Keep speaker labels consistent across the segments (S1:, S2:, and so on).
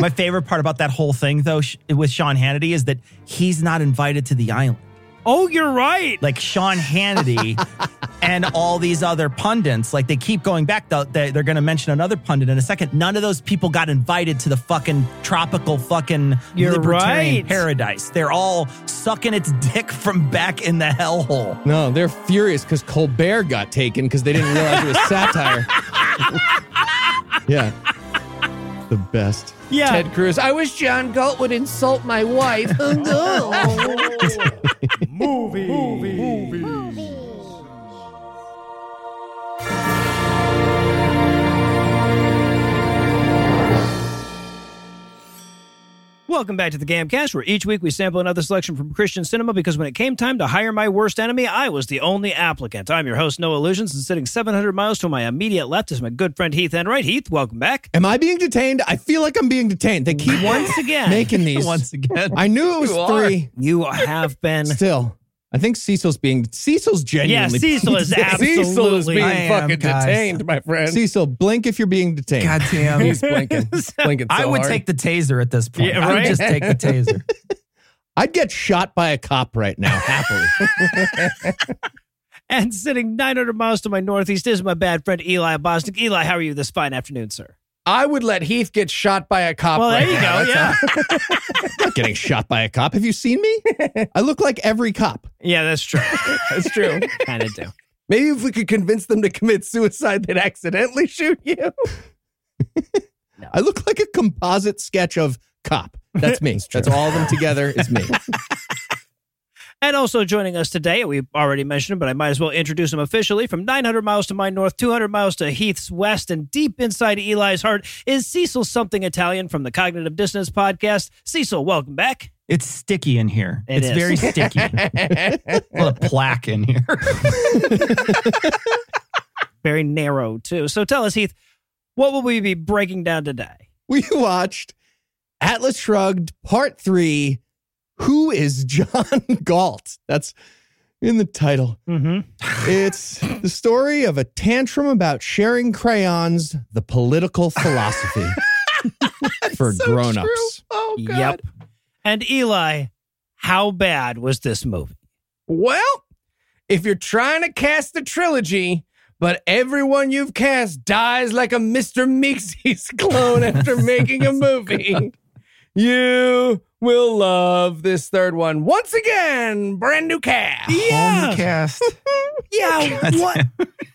S1: My favorite part about that whole thing, though, sh- with Sean Hannity is that he's not invited to the island.
S2: Oh, you're right.
S1: Like Sean Hannity and all these other pundits, like they keep going back. They'll- they- They're going to mention another pundit in a second. None of those people got invited to the fucking tropical fucking
S2: You're
S1: libertarian
S2: right.
S1: paradise. They're all sucking its dick from back in the hellhole.
S3: No, they're furious because Colbert got taken because they didn't realize it was satire. yeah. The best.
S2: Yeah.
S3: Ted Cruz. I wish John Galt would insult my wife. Oh, no.
S2: Welcome back to the Gamcast, where each week we sample another selection from Christian cinema because when it came time to hire my worst enemy, I was the only applicant. I'm your host, No Illusions, and sitting 700 miles to my immediate left is my good friend Heath Enright. Heath, welcome back.
S3: Am I being detained? I feel like I'm being detained. They keep
S2: Once again,
S3: making these.
S1: Once again.
S3: I knew it was
S1: You are.
S3: three.
S2: you have been.
S3: Still. I think Cecil's being Cecil's genuinely.
S2: Cecil is
S4: Cecil is
S2: absolutely-
S4: being
S2: I am,
S4: fucking
S1: guys.
S4: detained, my friend.
S3: Cecil, blink if you're being detained.
S1: Goddamn.
S4: He's blinking. He's blinking so
S1: I would
S4: hard.
S1: take the taser at this point.
S2: Yeah,
S1: I would
S2: right?
S1: just take the taser.
S3: I'd get shot by a cop right now, happily.
S2: And sitting 900 miles to my northeast is my bad friend Eli Bosnick. Eli, how are you this fine afternoon, sir?
S4: I would let Heath get shot by a cop.
S2: Well,
S4: right
S2: there you
S4: now.
S2: go.
S4: That's
S2: Yeah.
S3: Not getting shot by a cop. Have you seen me? I look like every cop.
S2: Yeah, that's true.
S4: how- That's true.
S2: kind of do.
S4: Maybe if we could convince them to commit suicide, they'd accidentally shoot you.
S3: I look like a composite sketch of cop. That's me. That's all of them together is me.
S2: And also joining us today, we already mentioned him, but I might as well introduce him officially. From 900 miles to my north, 200 miles to Heath's west, and deep inside Eli's heart is Cecil something Italian from the Cognitive Dissonance podcast. Cecil, welcome back.
S1: It's sticky in here.
S2: It
S1: it's
S2: is.
S1: very sticky. a lot of plaque in here.
S2: Very narrow, too. So tell us, Heath, what will we be breaking down today?
S3: We watched Atlas Shrugged Part 3 Who is John Galt? That's in the title.
S2: Mm-hmm.
S3: It's the story of a tantrum about sharing crayons, the political philosophy for grown ups.
S4: Oh, God.
S2: Yep. And Eli, how bad was this movie?
S4: Well, if you're trying to cast a trilogy, but everyone you've cast dies like a Mr. Meeksy's clone after making a movie, you will love this third one. Once again, brand new cast.
S1: Ah.
S2: Yeah.
S5: cast.
S2: Yeah. what?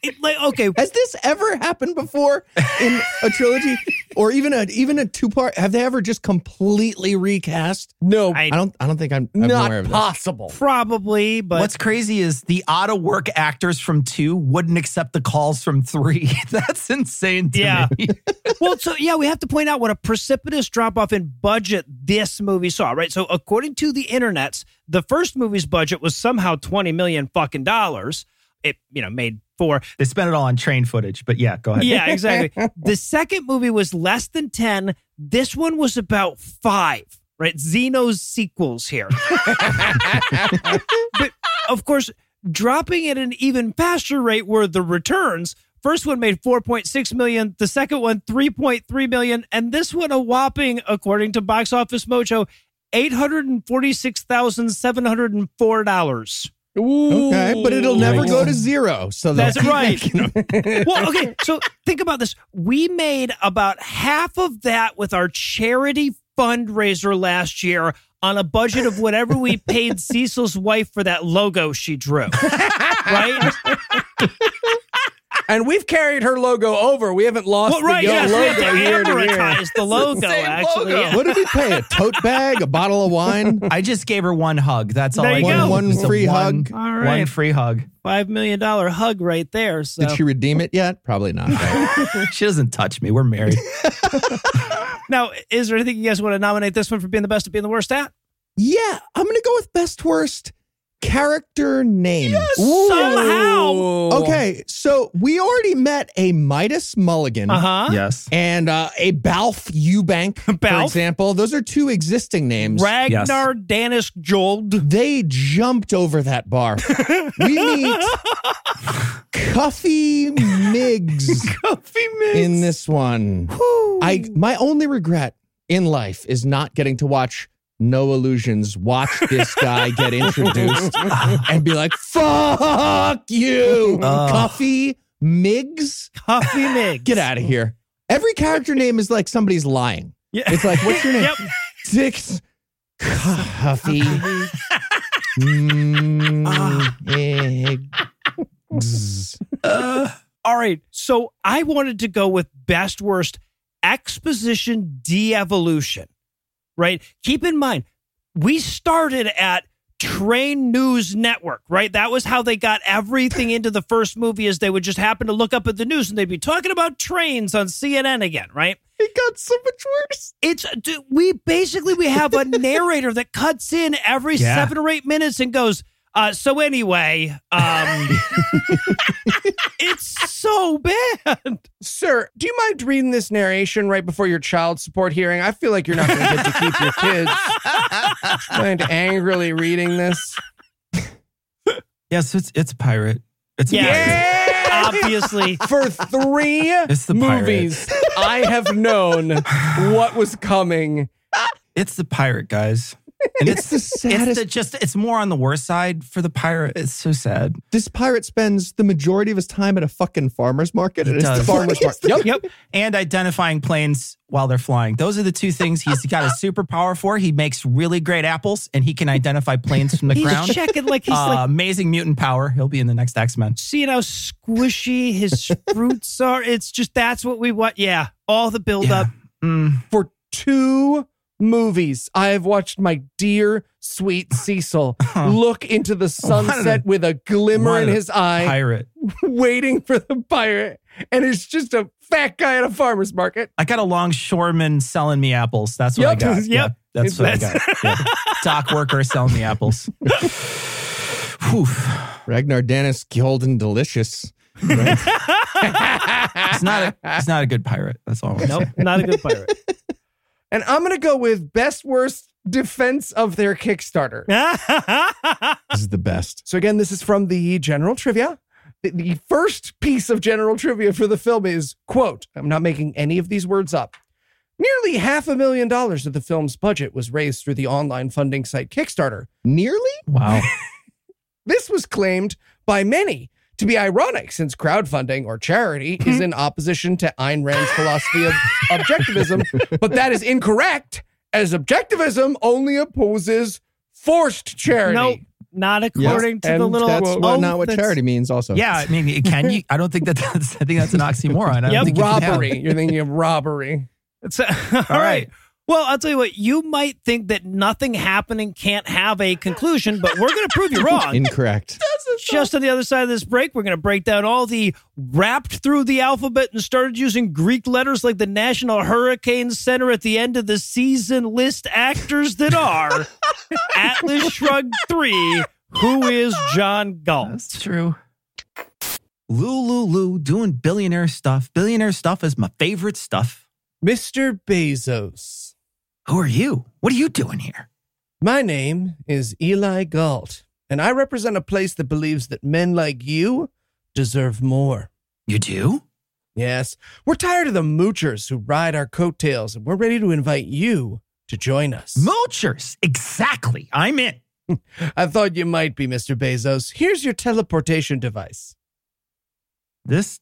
S2: It- like, okay.
S3: Has this ever happened before in a trilogy or even a even a two part? Have they ever just completely recast?
S4: No,
S2: I-
S3: I don't. I don't think I'm, I'm aware
S4: not
S3: of this.
S4: possible.
S2: Probably, but
S1: What's crazy is the out of work actors from two wouldn't accept the calls from three. That's insane to
S2: Yeah.
S1: me.
S2: well, so yeah, we have to point out what a precipitous drop off in budget this movie saw, right? So according to the internets, the first movie's budget was somehow 20 million fucking dollars. It, you know, made four.
S1: They spent it all on train footage, but yeah, go ahead.
S2: Yeah, exactly. the second movie was less than 10. This one was about five, right? Xeno's sequels here. but of course, dropping at an even faster rate were the returns. First one made 4.6 million, the second one 3.3 million, and this one a whopping, according to Box Office Mojo, $846,704.
S3: Okay, but it'll never go to zero. So they'll
S2: That's
S3: keep
S2: right.
S3: making them.
S2: well, okay. So think about this. We made about half of that with our charity fundraiser last year on a budget of whatever we paid Cecil's wife for that logo she drew. Right?
S4: and we've carried her logo over. We haven't lost
S2: Well, right,
S4: the
S2: yes, we have to
S4: logo year to year.
S2: amortize the logo,
S4: same
S2: actually.
S4: logo.
S2: yeah.
S3: What did we pay? A tote bag, a bottle of wine,
S1: I just gave her one hug. That's all
S2: There
S1: I
S2: you
S1: gave
S2: go.
S1: her.
S3: One
S1: Just a
S3: free
S1: one-
S3: hug.
S2: All
S1: One
S2: right.
S1: free hug.
S2: $5 million hug right there. So.
S3: Did she redeem it yet? Probably not. right?
S1: She doesn't touch me. We're married.
S2: Now, is there anything you guys want to nominate this one for being the best at being the worst at?
S3: yeah, I'm gonna go with best worst character name.
S2: Somehow.
S3: Okay, so we already met a Midas Mulligan.
S2: Uh huh.
S1: yes.
S3: And uh, a Balf Eubank, for
S2: Balf.
S3: example. Those are two existing names.
S2: Ragnar Danish Jold.
S3: They jumped over that bar. we meet Cuffy Miggs
S4: Coffee mix.
S3: in this one. I my only regret in life is not getting to watch No Illusions, watch this guy get introduced and be like, fuck you,
S1: Ugh.
S3: Cuffy Miggs.
S2: Huffy Miggs.
S3: Get out of here. Every character name is like somebody's lying.
S2: Yeah.
S3: It's like, what's your name?
S2: Yep.
S3: Six Cuffy
S2: Ah.
S3: Miggs.
S2: Uh, All right. So I wanted to go with best worst exposition de evolution, right? Keep in mind, we started at Train News Network, right? That was how they got everything into the first movie is they would just happen to look up at the news and they'd be talking about trains on CNN again, right?
S3: It got so much worse.
S2: It's dude, we basically we have a narrator that cuts in every
S1: Yeah.
S2: seven or eight minutes and goes. Uh, so anyway, um, it's so bad.
S4: Sir, do you mind reading this narration right before your child support hearing? I feel like you're not going to get to keep your kids. Mind angrily reading this.
S1: Yes, it's it's a pirate. It's a
S2: Yeah.
S1: pirate.
S4: Yeah!
S2: Obviously,
S4: For three
S1: It's the pirate.
S4: movies, I have known what was coming.
S1: It's the pirate, guys. And it's
S3: It's the
S1: it's
S3: saddest.
S1: the, just it's more on the worst side for the pirate. It's so sad.
S3: this pirate spends the majority of his time at a fucking farmer's market.
S1: He
S3: and it's the
S1: does.
S3: farmer's market. Yep.
S2: yep.
S1: And identifying planes while they're flying. Those are the two things he's got a superpower for. He makes really great apples and he can identify planes from the
S2: He's
S1: ground.
S2: checking like he's
S1: Uh,
S2: like
S1: amazing mutant power. He'll be in the next X Men.
S2: seeing how squishy his fruits are. It's just that's what we want. Yeah, all the buildup. Hmm.
S4: For two movies, I have watched my dear, sweet Cecil look into the sunset with a glimmer
S1: One of
S4: in
S1: the
S4: his eye.
S1: Pirate.
S4: waiting for the pirate, and it's just a fat guy at a farmer's market.
S1: I got a longshoreman selling me apples. That's what I
S4: Yep.
S1: got.
S4: Yep.
S1: Yeah, that's what
S4: That's-
S1: I got. Yeah. Dock worker selling me apples. Whew.
S3: Ragnar Danis, golden delicious.
S1: It's not a it's not a good pirate. That's all I'm
S2: Nope,
S1: saying.
S2: not a good pirate.
S4: And I'm gonna go with best worst defense of their Kickstarter.
S3: This is the best.
S4: So again, this is from the general trivia. The, the first piece of general trivia for the film is quote, I'm not making any of these words up. Nearly half a million dollars of the film's budget was raised through the online funding site Kickstarter.
S3: Nearly?
S1: Wow.
S4: This was claimed by many to be ironic since crowdfunding or charity is in opposition to Ayn Rand's philosophy of objectivism, but that is incorrect as objectivism only opposes forced charity.
S2: nope, not according to the
S4: and
S2: little.
S3: That's
S2: oh,
S3: what, not what
S2: that's-
S3: charity means, also.
S1: Yeah, I mean, it- can you? I don't think that that's. I think that's an oxymoron. I don't
S2: Yep.
S1: think you can have-
S4: Robbery. You're thinking of robbery.
S2: It's- all right. Well, I'll tell you what, you might think that nothing happening can't have a conclusion, but we're going to prove you wrong.
S3: Incorrect.
S2: Just on the other side of this break, we're going to break down all the wrapped through the alphabet and started using Greek letters like the National Hurricane Center at the end of the season list actors that are Atlas Shrugged 3, who is John Galt.
S1: That's true. Lulu doing billionaire stuff. Billionaire stuff is my favorite stuff.
S4: Mr. Bezos.
S1: Who are you? What are you doing here?
S4: My name is Eli Galt, and I represent a place that believes that men like you deserve more.
S1: You do?
S4: Yes, we're tired of the moochers who ride our coattails, and we're ready to invite you to join us.
S1: Moochers. Exactly. I'm in.
S4: I thought you might be, Mr. Bezos. Here's your teleportation device.
S1: This.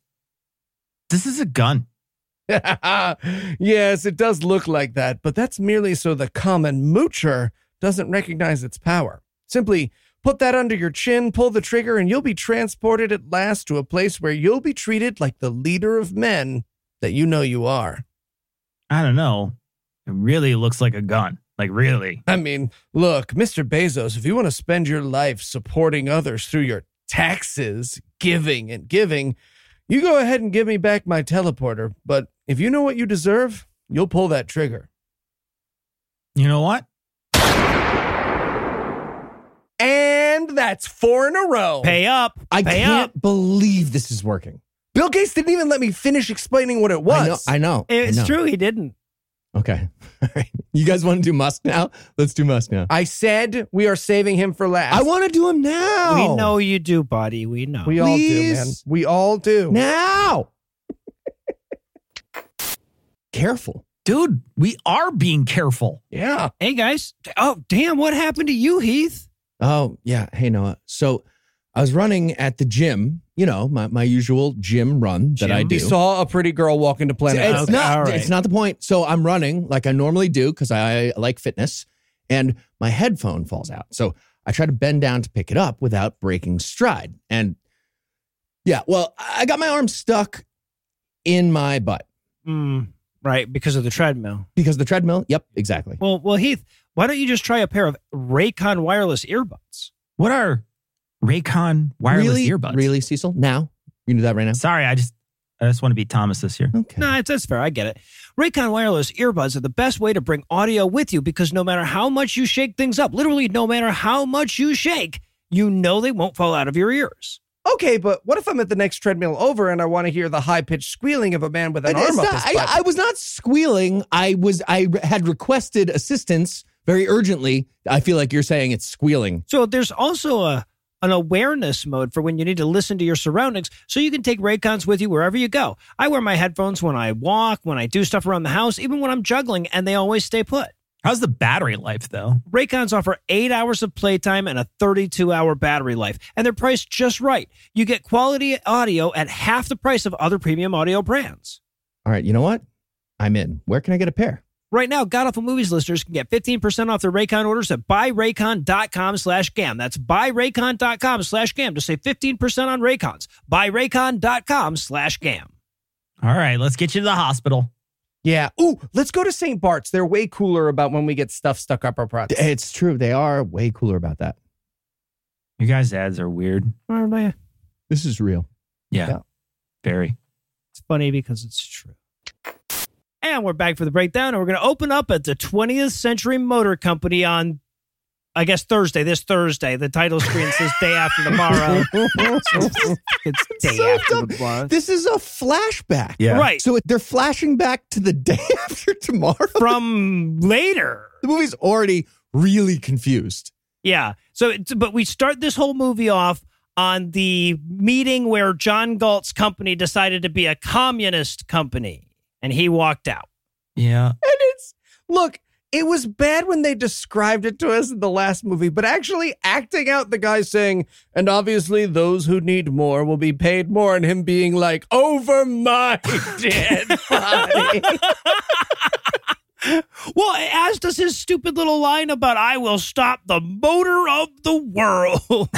S1: This is a gun.
S4: yes, it does look like that, but that's merely so the common moocher doesn't recognize its power. Simply Put that under your chin, pull the trigger, and you'll be transported at last to a place where you'll be treated like the leader of men that you know you are.
S1: I don't know. It really looks like a gun. Like really.
S4: I mean, look, Mr. Bezos, if you want to spend your life supporting others through your taxes, giving and giving, you go ahead and give me back my teleporter. But if you know what you deserve, you'll pull that trigger.
S1: You know what?
S4: And that's four in a row.
S2: Pay up.
S3: I
S2: pay
S3: can't
S2: up.
S3: believe this is working.
S4: Bill Gates didn't even let me finish explaining what it
S3: I know.
S4: was.
S3: I know. I
S2: It's
S3: know.
S2: true. He didn't.
S3: Okay. All right. You guys want to do Musk now? Let's do Musk now.
S4: I said we are saving him for last.
S3: I want to do him now.
S2: We know you do, buddy. We know.
S4: We all do, man.
S3: Please.
S4: We all do.
S3: now. Careful.
S1: Dude, we are being careful.
S4: yeah.
S2: hey guys. Oh damn! What happened to you, Heath?
S3: Oh, yeah. Hey, Noah. So I was running at the gym, you know, my, my usual gym run that I
S2: Gym?
S3: do.
S4: He saw a pretty girl walk into Planet
S3: it's
S4: Earth.
S3: not
S2: all right.
S3: it's not the point. So I'm running like I normally do because I like fitness, and my headphone falls out. So I try to bend down to pick it up without breaking stride. And yeah, well, I got my arm stuck in my butt
S2: Mm, right, because of the treadmill.
S3: because the treadmill. Yep, exactly.
S2: Well, well, Heath, why don't you just try a pair of Raycon wireless earbuds?
S1: What are Raycon wireless
S3: really,
S1: earbuds?
S3: Really, Cecil? Now you can do that right now.
S1: Sorry, I just I just want to be Thomas this year.
S3: Okay.
S2: No, it's, that's fair. I get it. Raycon wireless earbuds are the best way to bring audio with you because no matter how much you shake things up, literally no matter how much you shake, you know they won't fall out of your ears.
S4: Okay, but what if I'm at the next treadmill over and I want to hear the high pitched squealing of a man with an
S3: It's
S4: arm
S3: not-
S4: up his butt?
S3: I, I was not squealing. I was. I re- had requested assistance very urgently. I feel like you're saying it's squealing.
S2: So there's also a an awareness mode for when you need to listen to your surroundings so you can take Raycons with you wherever you go. I wear my headphones when I walk, when I do stuff around the house, even when I'm juggling, and they always stay put.
S1: How's the battery life though?
S2: Raycons offer eight hours of playtime and a 32 hour battery life, and they're priced just right. You get quality audio at half the price of other premium audio brands.
S3: All right, you know what? I'm in. Where can I get a pair?
S2: Right now, God Awful Movies listeners can get 15% off their Raycon orders at buyraycon.com slash gam. That's buyraycon.com slash gam to save 15% on Raycons. Buyraycon.com slash gam.
S1: All right, let's get you to the hospital.
S4: yeah. Ooh, let's go to St. Bart's. They're way cooler about when we get stuff stuck up our butts.
S3: It's true. They are way cooler about that.
S1: You guys' ads are weird.
S2: It's
S3: This is real.
S1: Yeah.
S4: Yeah.
S1: Very.
S2: funny because it's true. And we're back for the breakdown, and we're going to open up at the 20th Century Motor Company on, I guess, Thursday, this Thursday. The title screen says day after tomorrow. it's day
S3: so
S2: after
S3: dumb.
S2: tomorrow.
S3: This is a flashback.
S1: Yeah.
S2: Right.
S3: So they're flashing back to the day after tomorrow.
S2: From later.
S3: the movie's already really confused.
S2: Yeah. So, it's, but we start this whole movie off on the meeting where John Galt's company decided to be a communist company and he walked out.
S1: Yeah.
S4: And it's look, it was bad when they described it to us in the last movie, but actually acting out the guy saying, and obviously those who need more will be paid more, and him being like, over my dead body.
S2: Well, as does his stupid little line about, I will stop the motor of the world.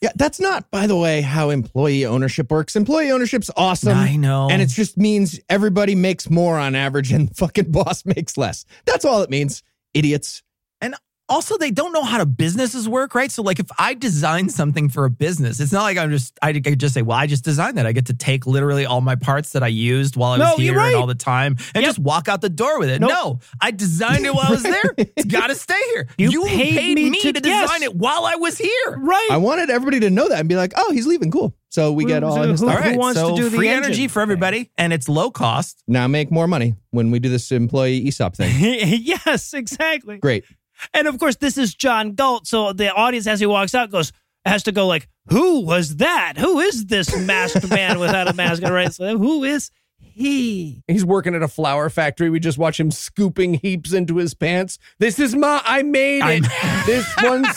S3: Yeah, that's not, by the way, how employee ownership works. Employee ownership's awesome.
S1: I know.
S3: And it just means everybody makes more on average and fucking boss makes less. That's all it means. Idiots.
S1: also they don't know how to businesses work, right? So like if I design something for a business, it's not like I'm just I could just say, well, I just designed that. I get to take literally all my parts that I used while I was
S2: No,
S1: here
S2: you're
S1: and
S2: right.
S1: all the time and
S2: Yep.
S1: just walk out the door with it.
S2: Nope.
S1: No, I designed it while I was there. It's got to stay here.
S2: You paid me
S1: me
S2: to-
S1: to, design
S2: yes.
S1: it while I was here.
S2: right.
S3: I wanted everybody to know that and be like, oh, he's leaving. Cool. So we get all of his
S2: Who-
S1: All
S3: stuff.
S1: right,
S2: wants to
S1: so
S2: do the
S1: free
S2: engine
S1: energy for everybody, and it's low cost.
S3: Now make more money when we do this employee ESOP thing.
S2: yes, exactly.
S3: Great.
S2: And of course, this is John Galt. So the audience, as he walks out, goes, has to go like, who was that? Who is this masked man without a mask? Right? So who is he?
S4: He's working at a flower factory. We just watch him scooping heaps into his pants. This is my, I made it. this one's,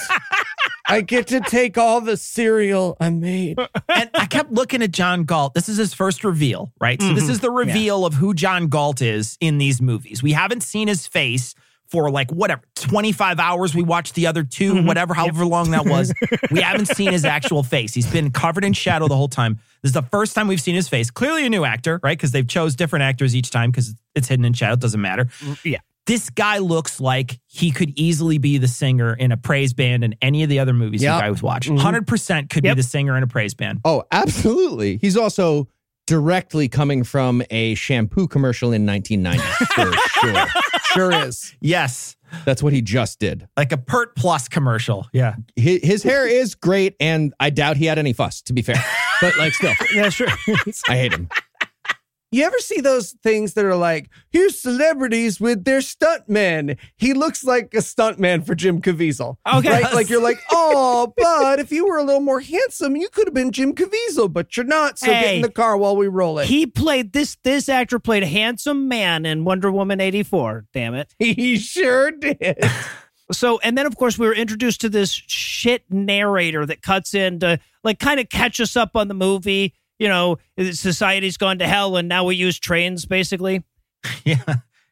S4: I get to take all the cereal I made.
S1: and I kept looking at John Galt. This is his first reveal,
S2: Mm-hmm.
S1: right? So this is the reveal of who John Galt is in these movies. We haven't seen his face for like whatever 25 hours we watched the other 2
S2: Mm-hmm.
S1: whatever however long that was we haven't seen his actual face he's been covered in shadow the whole time this is the first time we've seen his face clearly a new actor right because they've chose different actors each time because it's hidden in shadow it doesn't matter
S2: Mm, yeah.
S1: this guy looks like he could easily be the singer in a praise band in any of the other movies
S3: Yep.
S1: the guy was watching 100% could
S2: Mm-hmm. Yep.
S1: be the singer in a praise band
S3: Oh, absolutely. He's also directly coming from a shampoo commercial in 1990. sure, sure.
S4: Sure is.
S1: yes
S3: That's what he just did.
S1: like a pert plus commercial yeah
S3: Hi- His hair is great, and I doubt he had any fuss, to be fair. But, like, still,
S2: That's true.
S3: I hate him.
S4: You ever see those things that are like, here's celebrities with their stuntmen? He looks like a stuntman for Jim Caviezel.
S2: Okay.
S4: Right? Like you're like, oh, but if you were a little more handsome, you could have been Jim Caviezel, but you're not. So get
S2: Hey.
S4: in the car while we roll it.
S2: he played this. This actor played a handsome man in Wonder Woman eighty four. Damn it.
S4: He sure did.
S2: So, and then of course we were introduced to this shit narrator that cuts in to like kind of catch us up on the movie. You know, society's gone to hell, and now we use trains basically.
S1: Yeah.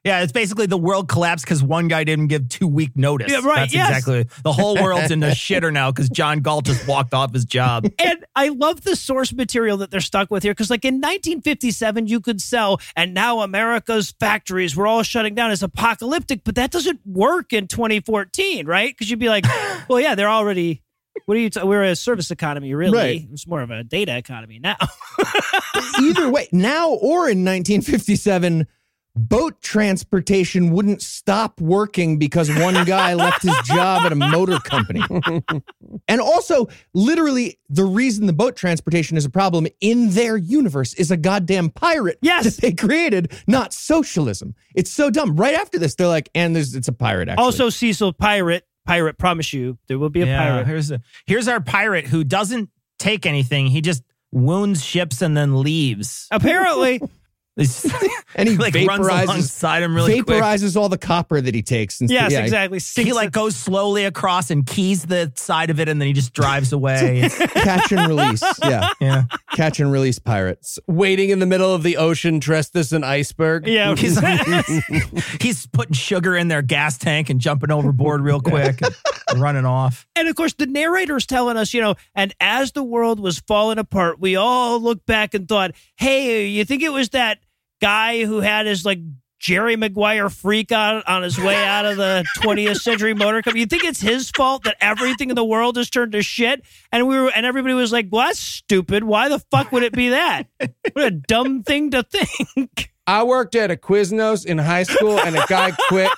S1: Yeah, it's basically the world collapsed because one guy didn't give two week notice.
S2: Yeah, right,
S1: That's
S2: yes.
S1: exactly the whole world's in the shitter now because John Galt just walked off his job.
S2: And I love the source material that they're stuck with here because, like, in 1957, you could sell, and now America's factories were all shutting down as apocalyptic, but that doesn't work in 2014, right? Because you'd be like, well, yeah, they're already. What are you? T- we're a service economy, really.
S3: Right.
S2: It's more of a data economy now.
S3: Either way, now or in 1957, boat transportation wouldn't stop working because one guy left his job at a motor company. And also, literally, the reason the boat transportation is a problem in their universe is a goddamn pirate
S2: Yes.
S3: that they created, not socialism. It's so dumb. Right after this, they're like, and there's it's a pirate. Actually.
S2: Also, Cecil pirate, pirate, promise you, there will be a pirate.
S1: Here's, a, here's our pirate who doesn't take anything. He just wounds ships and then leaves.
S2: Apparently,
S1: He's-
S3: and he
S1: like runs
S3: vaporizes,
S1: alongside him really quick.
S3: vaporizes all the copper that he takes. And
S2: yes,
S3: yeah,
S2: exactly.
S1: He
S2: Sinks
S1: like goes slowly across and keys the side of it and then he just drives away. It's-
S3: Catch and release. Yeah,
S1: yeah.
S3: catch and release pirates.
S4: Waiting in the middle of the ocean dressed as an iceberg.
S2: the- yeah,
S1: He's, he's putting sugar in their gas tank and jumping overboard real quick and running off.
S2: And of course, the narrator's telling us, you know, and as the world was falling apart, we all looked back and thought, hey, you think it was that guy who had his like Jerry Maguire freak out on his way out of the 20th century motor company? You think it's his fault that everything in the world has turned to shit? And we were, and everybody was like, well, that's stupid. Why the fuck would it be that? What a dumb thing to think.
S4: I worked at a Quiznos in high school, and a guy quit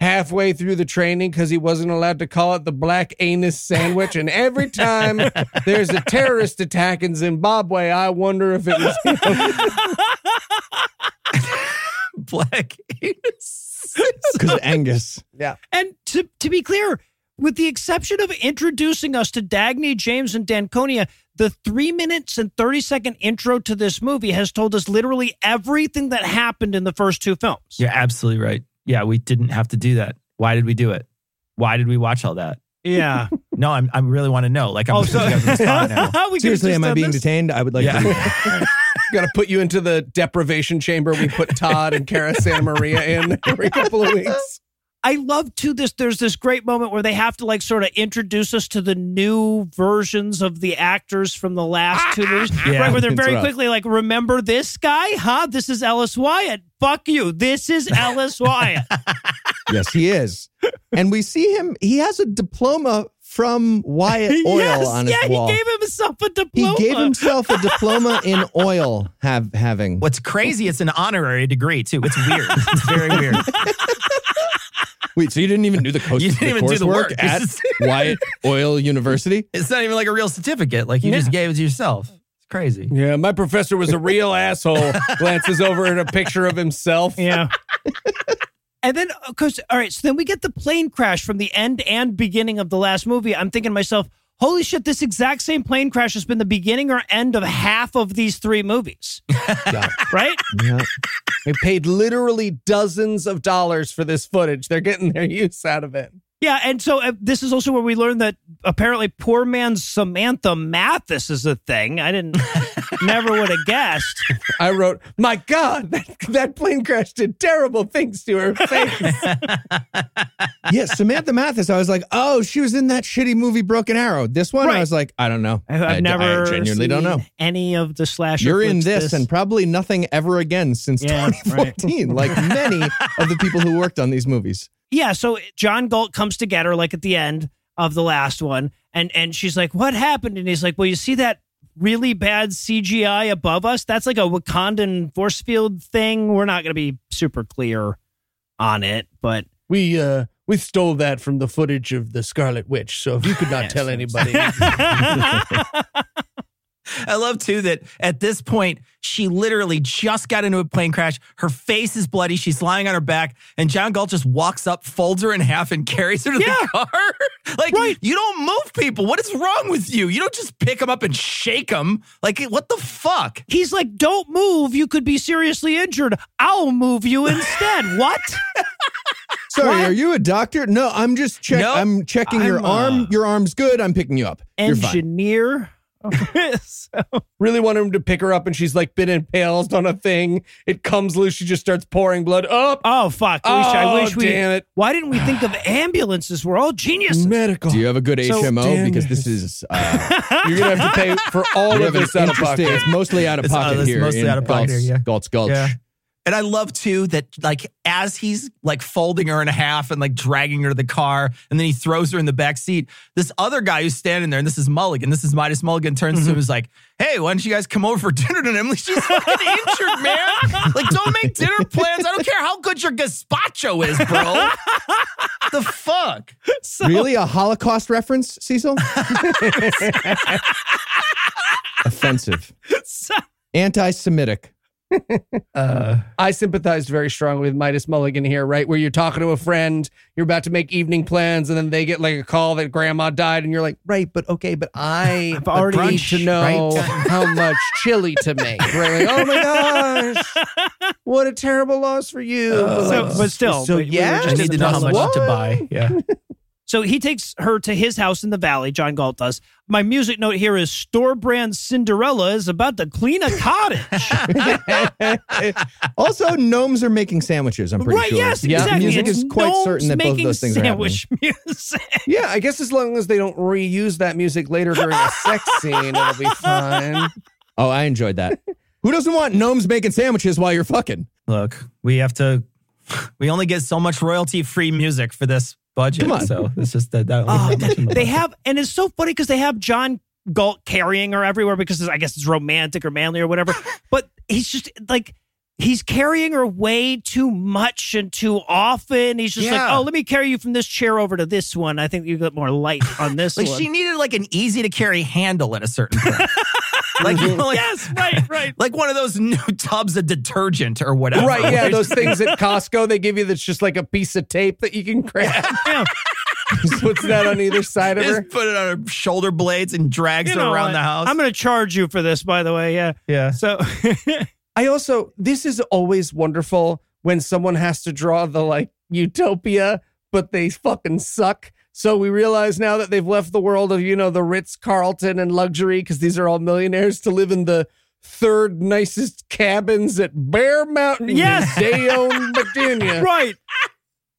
S4: halfway through the training because he wasn't allowed to call it the black anus sandwich. And every time there's a terrorist attack in Zimbabwe, I wonder if it was
S1: Black anus.
S3: Because Angus.
S2: And to, to be clear, with the exception of introducing us to Dagny James and Danconia, the three minutes and 30 second intro to this movie has told us literally everything that happened in the first two films.
S1: You're absolutely right. Yeah, we didn't have to do that. Why did we do it? Why did we watch all that?
S2: Yeah.
S1: No, I'm, I really want to know. Like, I'm
S2: oh,
S1: just
S2: so
S1: you guys on the spot now.
S2: We could've
S3: Seriously,
S2: just
S3: am I
S2: done
S3: being
S2: this.
S3: detained? I would like
S1: Yeah.
S3: to. leave.
S4: going to put you into the deprivation chamber we put Todd and Kara Santa Maria in every couple of weeks.
S2: I love too this. There's this great moment where they have to like sort of introduce us to the new versions of the actors from the last two movies,
S1: Yeah.
S2: right? Where they're
S3: It's
S2: very
S3: rough.
S2: quickly like, "Remember this guy? Huh? This is Ellis Wyatt. Fuck you. This is Ellis Wyatt."
S3: yes, he is. And we see him. He has a diploma from Wyatt Oil on his
S2: yeah,
S3: wall.
S2: he gave himself a
S3: He
S2: diploma.
S3: gave himself a diploma in oil. Have having
S1: What's crazy, it's an honorary degree, too. It's weird. It's very weird.
S3: wait? So you didn't even do the course?
S1: You didn't even do the
S3: coursework
S1: work.
S3: at Wyatt Oil University.
S1: It's not even like a real certificate. Like, you just gave it to yourself. It's crazy.
S4: Yeah, my professor was a real asshole. Glances over at a picture of himself.
S2: yeah. And then, of course, all right. So then we get the plane crash from the end and beginning of the last movie. I'm thinking to myself, holy shit, this exact same plane crash has been the beginning or end of half of these three movies, right?
S3: Yeah.
S4: They paid literally dozens of dollars for this footage. They're getting their use out of it.
S2: Yeah, and so uh, this is also where we learned that apparently poor man Samantha Mathis is a thing. I didn't, never would have guessed.
S4: I wrote, "My God, that, that plane crash did terrible things to her face."
S3: yeah, Samantha Mathis. I was like, oh, she was in that shitty movie Broken Arrow. This one,
S2: Right.
S3: I was like, I don't know.
S2: I've
S3: I- I
S2: never
S3: genuinely don't
S2: seen
S3: know.
S2: any of the slasher.
S3: You're in
S2: flicks
S3: this, and probably nothing ever again since
S2: Yeah, right.
S3: 2014, like many of the people who worked on these movies.
S2: yeah. So John Galt comes to get her like at the end of the last one, and and she's like, "What happened?" And he's like, "Well, you see that." Really bad CGI above us. That's like a Wakandan force field thing. We're not going to be super clear on it, but
S4: we uh we stole that from the footage of the Scarlet Witch. So if you could not tell anybody,
S1: I love too that at this point, she literally just got into a plane crash. Her face is bloody. She's lying on her back. And John Galt just walks up, folds her in half, and carries her to the car. like, you don't move people. What is wrong with you? You don't just pick them up and shake them. Like, what the fuck?
S2: He's like, don't move. You could be seriously injured. I'll move you instead. what?
S3: Sorry, are you a doctor? No, I'm just check.
S1: No,
S3: I'm checking your
S1: I'm, uh,
S3: arm. Your arm's good. I'm picking you up. You're fine.
S2: Engineer.
S4: Oh.
S2: So-
S4: really wanted him to pick her up, and she's like been impaled on a thing. It comes loose. She just starts pouring blood up.
S2: oh, fuck. I wish, I
S4: Oh,
S2: wish we.
S4: damn it.
S2: Why didn't we think of ambulances? We're all geniuses.
S4: Medical.
S3: Do you have a good
S2: So-
S3: HMO?
S4: Damn.
S3: because this is uh,
S4: You're gonna have to pay for all
S3: you
S4: of
S3: have an
S4: this out of
S3: interesting-
S4: pocket.
S3: It's mostly out of
S1: It's- uh,
S3: pocket
S1: it's
S3: here.
S1: mostly
S3: in
S1: out of pocket
S3: Galt's-
S1: here, yeah.
S3: Galt's Gulch.
S1: Yeah. And I love too that like as he's like folding her in half and like dragging her to the car, and then he throws her in the back seat. This other guy who's standing there, and this is Mulligan. This is Midas Mulligan. Turns to him, and is like, "Hey, why don't you guys come over for dinner tonight?" I'm like, "She's fucking injured, man. Like, don't make dinner plans. I don't care how good your gazpacho is, bro. the fuck."
S3: Really, a Holocaust reference, Cecil? Offensive,
S2: So-
S3: anti-Semitic.
S4: I sympathized very strongly with Midas Mulligan here, right? Where you're talking to a friend, you're about to make evening plans, and then they get like a call that grandma died, and you're like, right, but okay, but I
S2: I've already-
S4: need to know how much chili to make. Right? Like, oh my gosh, what a terrible loss for you.
S2: so-
S4: like,
S2: but still,
S4: so
S2: but we were
S4: yeah,
S2: just I need to know how much
S4: what?
S2: to
S4: Yeah,
S2: So he takes her to his house in the valley, John Galt does. My music note here is store brand Cinderella is about to clean a cottage.
S3: also, gnomes are making sandwiches. I'm pretty
S2: right,
S3: sure.
S2: yes,
S3: yeah,
S2: exactly.
S3: music
S2: It's
S3: is quite
S2: gnomes
S3: certain that both of
S2: making
S3: those things
S2: sandwich music.
S4: yeah. I guess as long as they don't reuse that music later during a sex scene, it'll be fine.
S3: are happening. Oh, I enjoyed that. Who doesn't want gnomes making sandwiches while you're fucking?
S1: Look, we have to. We only get so much royalty-free music for this budget,
S3: Come on.
S1: so it's just that. that
S2: Oh,
S1: much in the
S2: they
S1: budget.
S2: have, and it's so funny because they have John Galt carrying her everywhere because it's- I guess it's romantic or manly or whatever. but he's just like he's carrying her way too much and too often. He's just like,
S1: Yeah.
S2: oh, let me carry you from this chair over to this one. I think you get more light on this
S1: Like
S2: one.
S1: she needed like an easy to carry handle at a certain point. like, you know, like
S2: yes, right, right.
S1: like one of those new tubs of detergent or whatever.
S4: Right, yeah, those things at Costco they give you that's just like a piece of tape that you can grab.
S2: Yeah.
S4: Puts that on either side of her.
S1: Just put it on her shoulder blades and drags
S2: You
S1: her
S2: know
S1: around
S2: what?
S1: the house.
S2: I'm going to charge you for this, by the way. Yeah.
S1: yeah.
S2: So
S4: I also this is always wonderful when someone has to draw the like utopia, but they fucking suck. So we realize now that they've left the world of you know the Ritz Carlton and luxury because these are all millionaires to live in the third nicest cabins at Bear Mountain,
S2: Yes.
S4: Dayon, Virginia.
S2: right.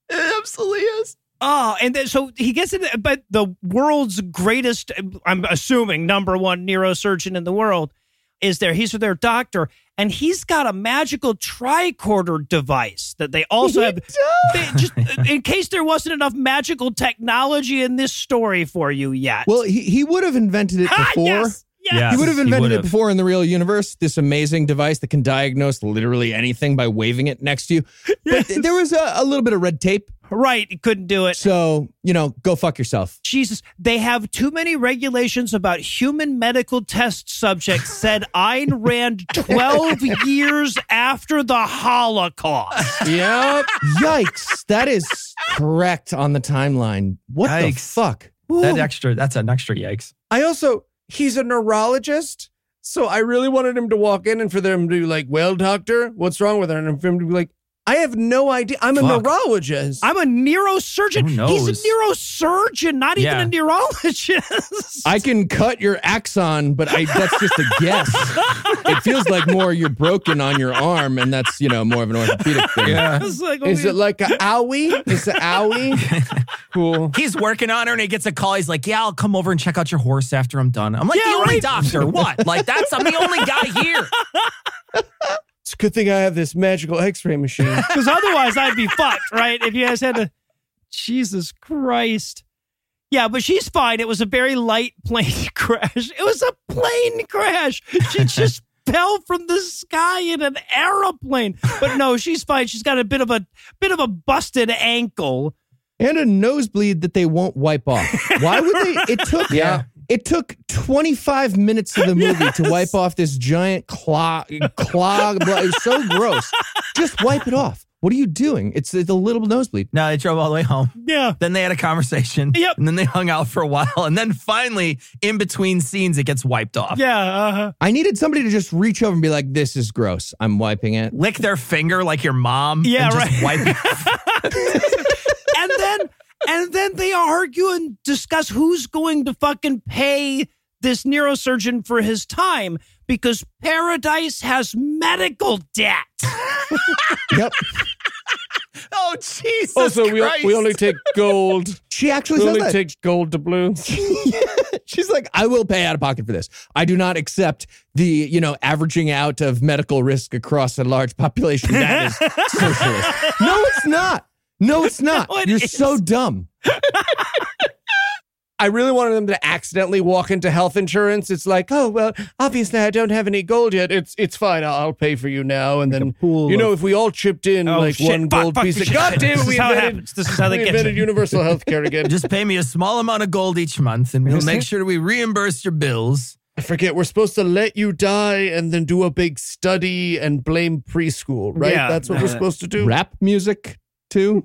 S1: It absolutely is.
S2: Oh, and then so he gets in, but the world's greatest, I'm assuming, number one neurosurgeon in the world is there. He's their doctor, and he's got a magical tricorder device that they also have. They, just in case there wasn't enough magical technology in this story for you yet.
S3: Well, he, he would have invented it
S2: ah,
S3: before.
S2: yes, yes.
S1: Yeah.
S3: He would have
S1: He
S3: invented
S1: would've.
S3: it before in the real universe. This amazing device that can diagnose literally anything by waving it next to you. But th- there was a, a little bit of red tape,
S2: Right, he couldn't do it.
S3: so you know, go fuck yourself.
S2: Jesus, they have too many regulations about human medical test subjects, said Ayn Rand 12 years after the Holocaust.
S4: Yep.
S3: Yikes! That is correct on the timeline. What the
S1: Yikes.
S3: fuck?
S1: That extra. That's an extra yikes.
S4: I also, he's a neurologist. So I really wanted him to walk in and for them to be like, well, doctor, what's wrong with her? And for him to be like, I have no idea. I'm a
S1: Fuck.
S4: neurologist.
S2: I'm a neurosurgeon.
S1: Who
S2: He's a
S1: knows?
S2: neurosurgeon, not
S1: Yeah.
S2: even a neurologist.
S3: I can cut your axon, but I, that's just a guess. it feels like more you're broken on your arm, and that's you know more of an orthopedic thing.
S2: It's like,
S4: Is
S2: we-
S4: it like a owie? Is it owie? cool.
S1: He's working on her and he gets a call. He's like, Yeah, I'll come over and check out your horse after I'm done. I'm like,
S2: Yeah,
S1: The only
S2: right.
S1: doctor, what? Like, that's, I'm the only guy here.
S4: It's a good thing I have this magical X-ray machine.
S2: Because otherwise, I'd be fucked, right? If you guys had to. Jesus Christ. Yeah, but she's fine. It was a very light plane crash. It was a plane crash. She just fell from the sky in an aeroplane. But no, she's fine. She's got a bit of a bit of a busted ankle.
S3: and a nosebleed that they won't wipe off. Why would they? It took
S4: Yeah.
S3: It took 25 minutes of the movie to wipe off this giant claw clog. blo- It was so gross. Just wipe it off. What are you doing? It's, it's a little nosebleed.
S1: No, they drove all the way home.
S2: Yeah.
S1: Then they had a conversation.
S2: Yep.
S1: And then they hung out for a while. And then finally, in between scenes, it gets wiped off.
S2: Yeah. Uh-huh.
S3: I needed somebody to just reach over and be like, "This is gross. I'm wiping it."
S1: Lick their finger like your mom.
S2: Yeah,
S1: and just
S2: right.
S1: Wipe it off.
S2: and then and then they argue and discuss who's going to fucking pay this neurosurgeon for his time because paradise has medical debt.
S3: Yep.
S1: Oh, Jesus
S4: also, we,
S1: Christ.
S4: we only take gold.
S3: She actually
S4: We
S3: says
S4: only
S3: that.
S4: take gold to blue.
S3: She's like, "I will pay out of pocket for this. I do not accept the you know averaging out of medical risk across a large population. That is socialist. No, it's not. No, it's not.
S2: No, it
S3: You're
S2: is.
S3: so dumb."
S4: I really wanted them to accidentally walk into health insurance. It's like, oh well, obviously I don't have any gold yet. It's it's fine. I'll, I'll pay for you now. And then
S3: pool
S4: you know,
S3: of-
S4: if we all chipped in
S2: Oh,
S4: like
S2: shit.
S4: one
S2: Fuck,
S4: gold
S2: fuck,
S4: piece,
S2: shit,
S4: of, God
S2: shit.
S4: damn it,
S2: This
S4: we
S2: is how it
S4: invented,
S2: happens. This is how they
S4: we
S2: get you.
S4: invented universal health care again.
S1: Just pay me a small amount of gold each month and we'll make sure we reimburse your bills.
S4: I forget. We're supposed to let you die and then do a big study and blame preschool, right?
S2: Yeah.
S4: That's what
S2: Yeah.
S4: we're supposed to do.
S3: rap music too.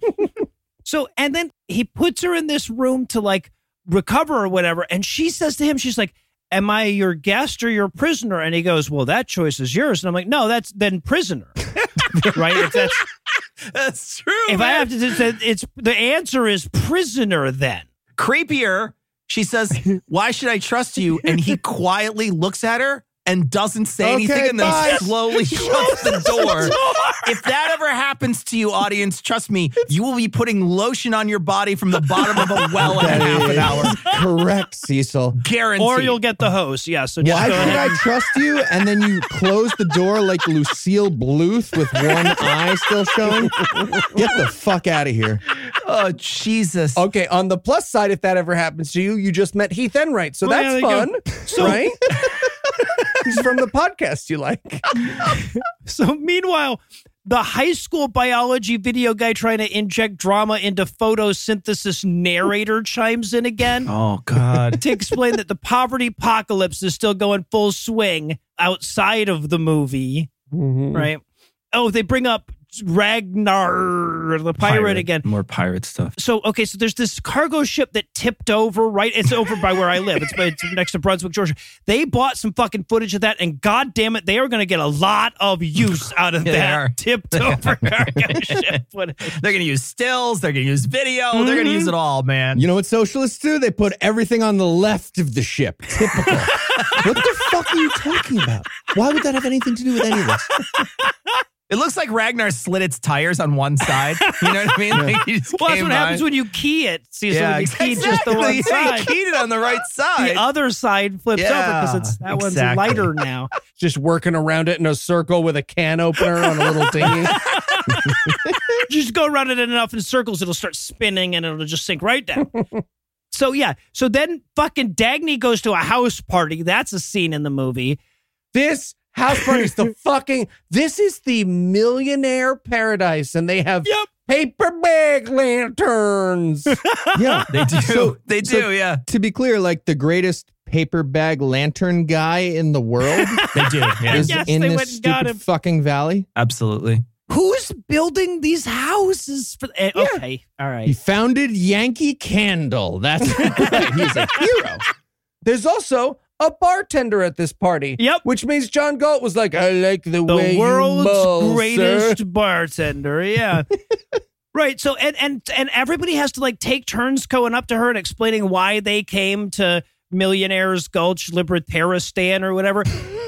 S2: So and then he puts her in this room to like recover or whatever and she says to him she's like Am I your guest or your prisoner? And he goes, "Well, that choice is yours." And I'm like, "No, that's then prisoner, right? If that's
S1: That's true.
S2: if
S1: man.
S2: I have to, it's the answer is prisoner. Then
S1: creepier, she says, Why should I trust you? And he quietly looks at her and doesn't say
S4: Okay,
S1: anything and then
S4: bye.
S1: slowly shuts the door. if that ever happens to you, audience, trust me, you will be putting lotion on your body from the bottom of a well in half an hour.
S3: Correct, Cecil.
S1: Guaranteed.
S2: or you'll get the hose. Yeah. So just
S3: Why
S2: go
S3: should
S2: ahead.
S3: I trust you? And then you close the door like Lucille Bluth with one eye still showing. Get the fuck out of here.
S1: oh, Jesus.
S4: Okay. On the plus side, if that ever happens to you, you just met Heath Enright, so
S2: Oh, yeah,
S4: that's
S2: there you
S4: fun,
S2: go.
S4: right? He's from the podcast you like.
S2: So meanwhile, the high school biology video guy trying to inject drama into photosynthesis narrator chimes in again
S1: Oh, God.
S2: to explain that the poverty apocalypse is still going full swing outside of the movie, right? Oh, they bring up Ragnar the pirate, again.
S1: More pirate stuff.
S2: so okay, so there's this cargo ship that tipped over, right? It's over by where I live. It's, it's next to Brunswick, Georgia. They bought some fucking footage of that, and god damn it, they are going to get a lot of use out of
S1: Yeah, they are.
S2: that tipped over cargo ship footage.
S1: They're going to use stills. They're going to use video. They're
S2: Mm-hmm.
S1: going to use it all, man.
S3: You know what socialists do? They put everything on the left of the ship. Typical. what the fuck are you talking about? Why would that have anything to do with any of this?
S1: It looks like Ragnar slit its tires on one side. You know what I mean? Like, he just
S2: Well, that's
S1: came
S2: what
S1: by.
S2: happens when you key it. See, so you key just the one
S1: Yeah, you
S2: side.
S1: keyed it on the right side.
S2: The other side flips
S1: Yeah,
S2: over because it's that
S1: exactly.
S2: one's lighter now.
S4: Just working around it in a circle with a can opener on a little dinghy.
S2: just go around it enough in circles, it'll start spinning and it'll just sink right down. so yeah. So then fucking Dagny goes to a house party. That's a scene in the movie.
S4: This house party is the fucking. This is the millionaire paradise, and they have
S2: Yep.
S4: paper bag lanterns.
S3: Yeah.
S1: they do.
S3: So-
S1: they do,
S3: so-
S1: yeah.
S3: To be clear, like the greatest paper bag lantern guy in the world
S1: They do.
S3: is
S2: Yes,
S3: in
S2: they
S3: this
S2: went and got
S3: stupid
S2: him.
S3: fucking valley.
S1: Absolutely.
S2: Who's building these houses for? eh, Okay, all
S3: He
S2: right.
S3: founded Yankee Candle. That's right. He's a hero.
S4: There's also a bartender at this party.
S2: Yep.
S4: Which means John Galt was like, I like the,
S2: the
S4: way
S2: world's
S4: you mull,
S2: greatest
S4: sir."
S2: bartender. Yeah. right. So and and and everybody has to like take turns going up to her and explaining why they came to Millionaires Gulch Libertaristan or whatever.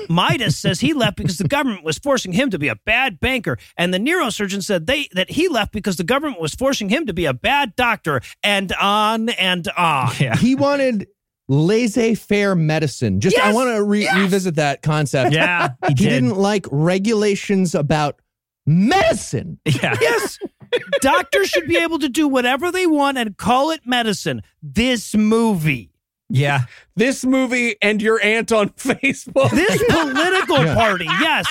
S2: Midas says he left because the government was forcing him to be a bad banker, and the neurosurgeon said they that he left because the government was forcing him to be a bad doctor, and on and on. Yeah.
S3: He wanted laissez-faire medicine. Just I
S2: Yes!
S3: want to re-
S2: Yes!
S3: revisit that concept.
S1: Yeah,
S3: he, didn't like regulations about medicine.
S1: Yeah.
S2: Yes. Doctors should be able to do whatever they want and call it medicine. This movie.
S1: Yeah.
S4: This movie and your aunt on Facebook.
S2: This political
S3: Yeah.
S2: party, yes.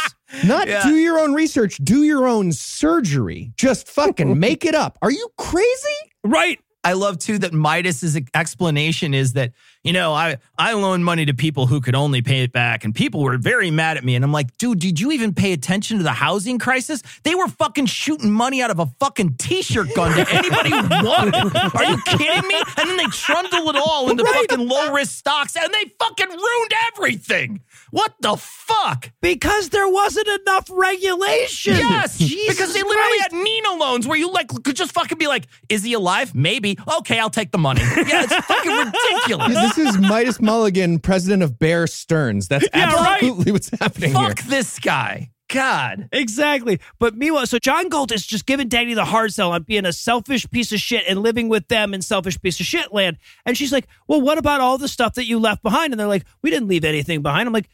S3: Not do your own research, do your own surgery. Just fucking make it up. Are you crazy?
S2: Right.
S1: I love too that Midas's explanation is that, you know, I, I loaned money to people who could only pay it back and people were very mad at me. And I'm like, dude, did you even pay attention to the housing crisis? They were fucking shooting money out of a fucking t-shirt gun to anybody who wanted. Are you kidding me? And then they trundle it all into fucking low risk stocks and they fucking ruined everything. What the fuck?
S2: Because there wasn't enough regulation.
S1: Yes,
S2: Jesus
S1: because they literally
S2: Christ.
S1: had Nina loans where you like could just fucking be like, "Is he alive? Maybe. Okay, I'll take the money." Yeah, it's fucking ridiculous.
S3: This is Midas Mulligan, president of Bear Stearns. That's
S2: Yeah, right.
S3: absolutely what's happening
S1: Fuck
S3: here.
S1: this guy. God.
S2: Exactly. But meanwhile, so John Gold is just giving Danny the hard sell on being a selfish piece of shit and living with them in selfish piece of shit land. And she's like, Well, what about all the stuff that you left behind? And they're like, We didn't leave anything behind. I'm like,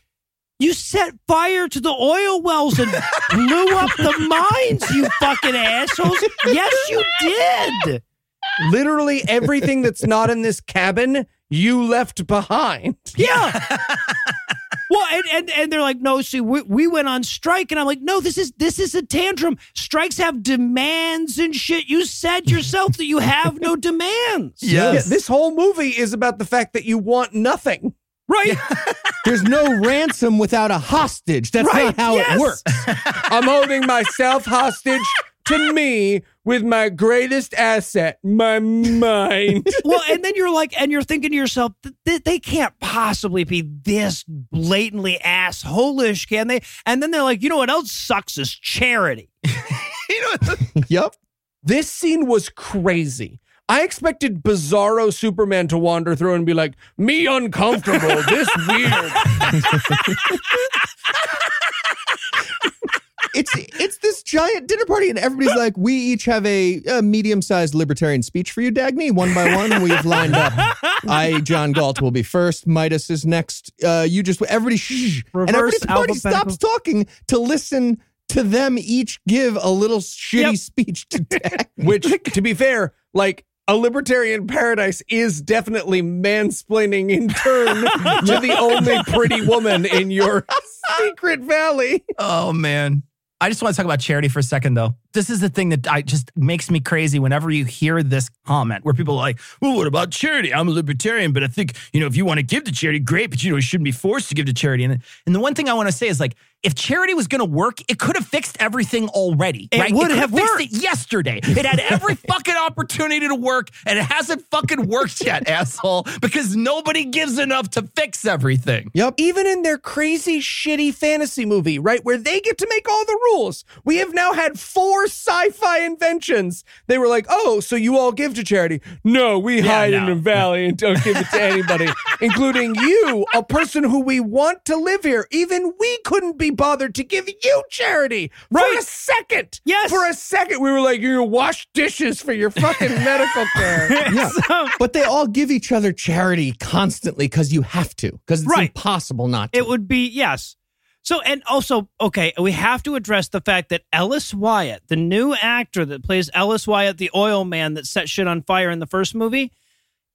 S2: You set fire to the oil wells and blew up the mines, you fucking assholes. Yes, you did.
S4: Literally everything that's not in this cabin, you left behind.
S2: Yeah. well, and, and and they're like, no, see, we, we went on strike, and I'm like, no, this is this is a tantrum. Strikes have demands and shit. You said yourself that you have no demands.
S1: Yes.
S4: Yeah, this whole movie is about the fact that you want nothing.
S2: Right.
S3: There's no ransom without a hostage. That's
S2: Right,
S3: not how
S2: yes.
S3: it works.
S4: I'm holding myself hostage to me with my greatest asset, my mind.
S2: well, and then you're like, and you're thinking to yourself, th- th- they can't possibly be this blatantly assholish, can they? And then they're like, you know what else sucks is charity.
S3: Yep.
S4: This scene was crazy. I expected Bizarro Superman to wander through and be like, me uncomfortable, this weird.
S3: It's it's this giant dinner party, and everybody's like, "We each have a, a medium-sized libertarian speech for you, Dagny. One by one, we've lined up. I, John Galt, will be first. Midas is next. Uh, you just everybody shh, and everybody
S2: Reverse
S3: at the party
S2: alphabetical-
S3: stops talking to listen to them each give a little shitty
S2: Yep.
S3: speech to Dagny.
S4: Which, to be fair, like a libertarian paradise is definitely mansplaining in turn to the only pretty woman in your secret valley.
S1: Oh man. I just want to talk about charity for a second though. This is the thing that I just makes me crazy whenever you hear this comment where people are like, "Well, what about charity? I'm a libertarian, but I think, you know, if you want to give to charity, great, but you know, you shouldn't be forced to give to charity." And and the one thing I want to say is like, if charity was going to work, it could have fixed everything already,
S2: It
S1: right?
S2: would
S1: could
S2: have
S1: fixed
S2: worked.
S1: it yesterday. It had every fucking opportunity to work and it hasn't fucking worked yet, asshole, because nobody gives enough to fix everything.
S3: Yep.
S4: Even in their crazy, shitty fantasy movie, right, where they get to make all the rules, we have now had four sci fi inventions. They were like, oh, so you all give to charity. No, we hide in
S1: no.
S4: a valley and don't give it to anybody, including you, a person who we want to live here. Even we couldn't be bothered to give you charity for a second.
S2: Yes.
S4: For a second, we were like, you're gonna wash dishes for your fucking medical care.
S3: Yeah. but they all give each other charity constantly because you have to, because it's
S2: Right.
S3: impossible not to.
S2: It would be yes. So and also okay, we have to address the fact that Ellis Wyatt, the new actor that plays Ellis Wyatt, the oil man that set shit on fire in the first movie,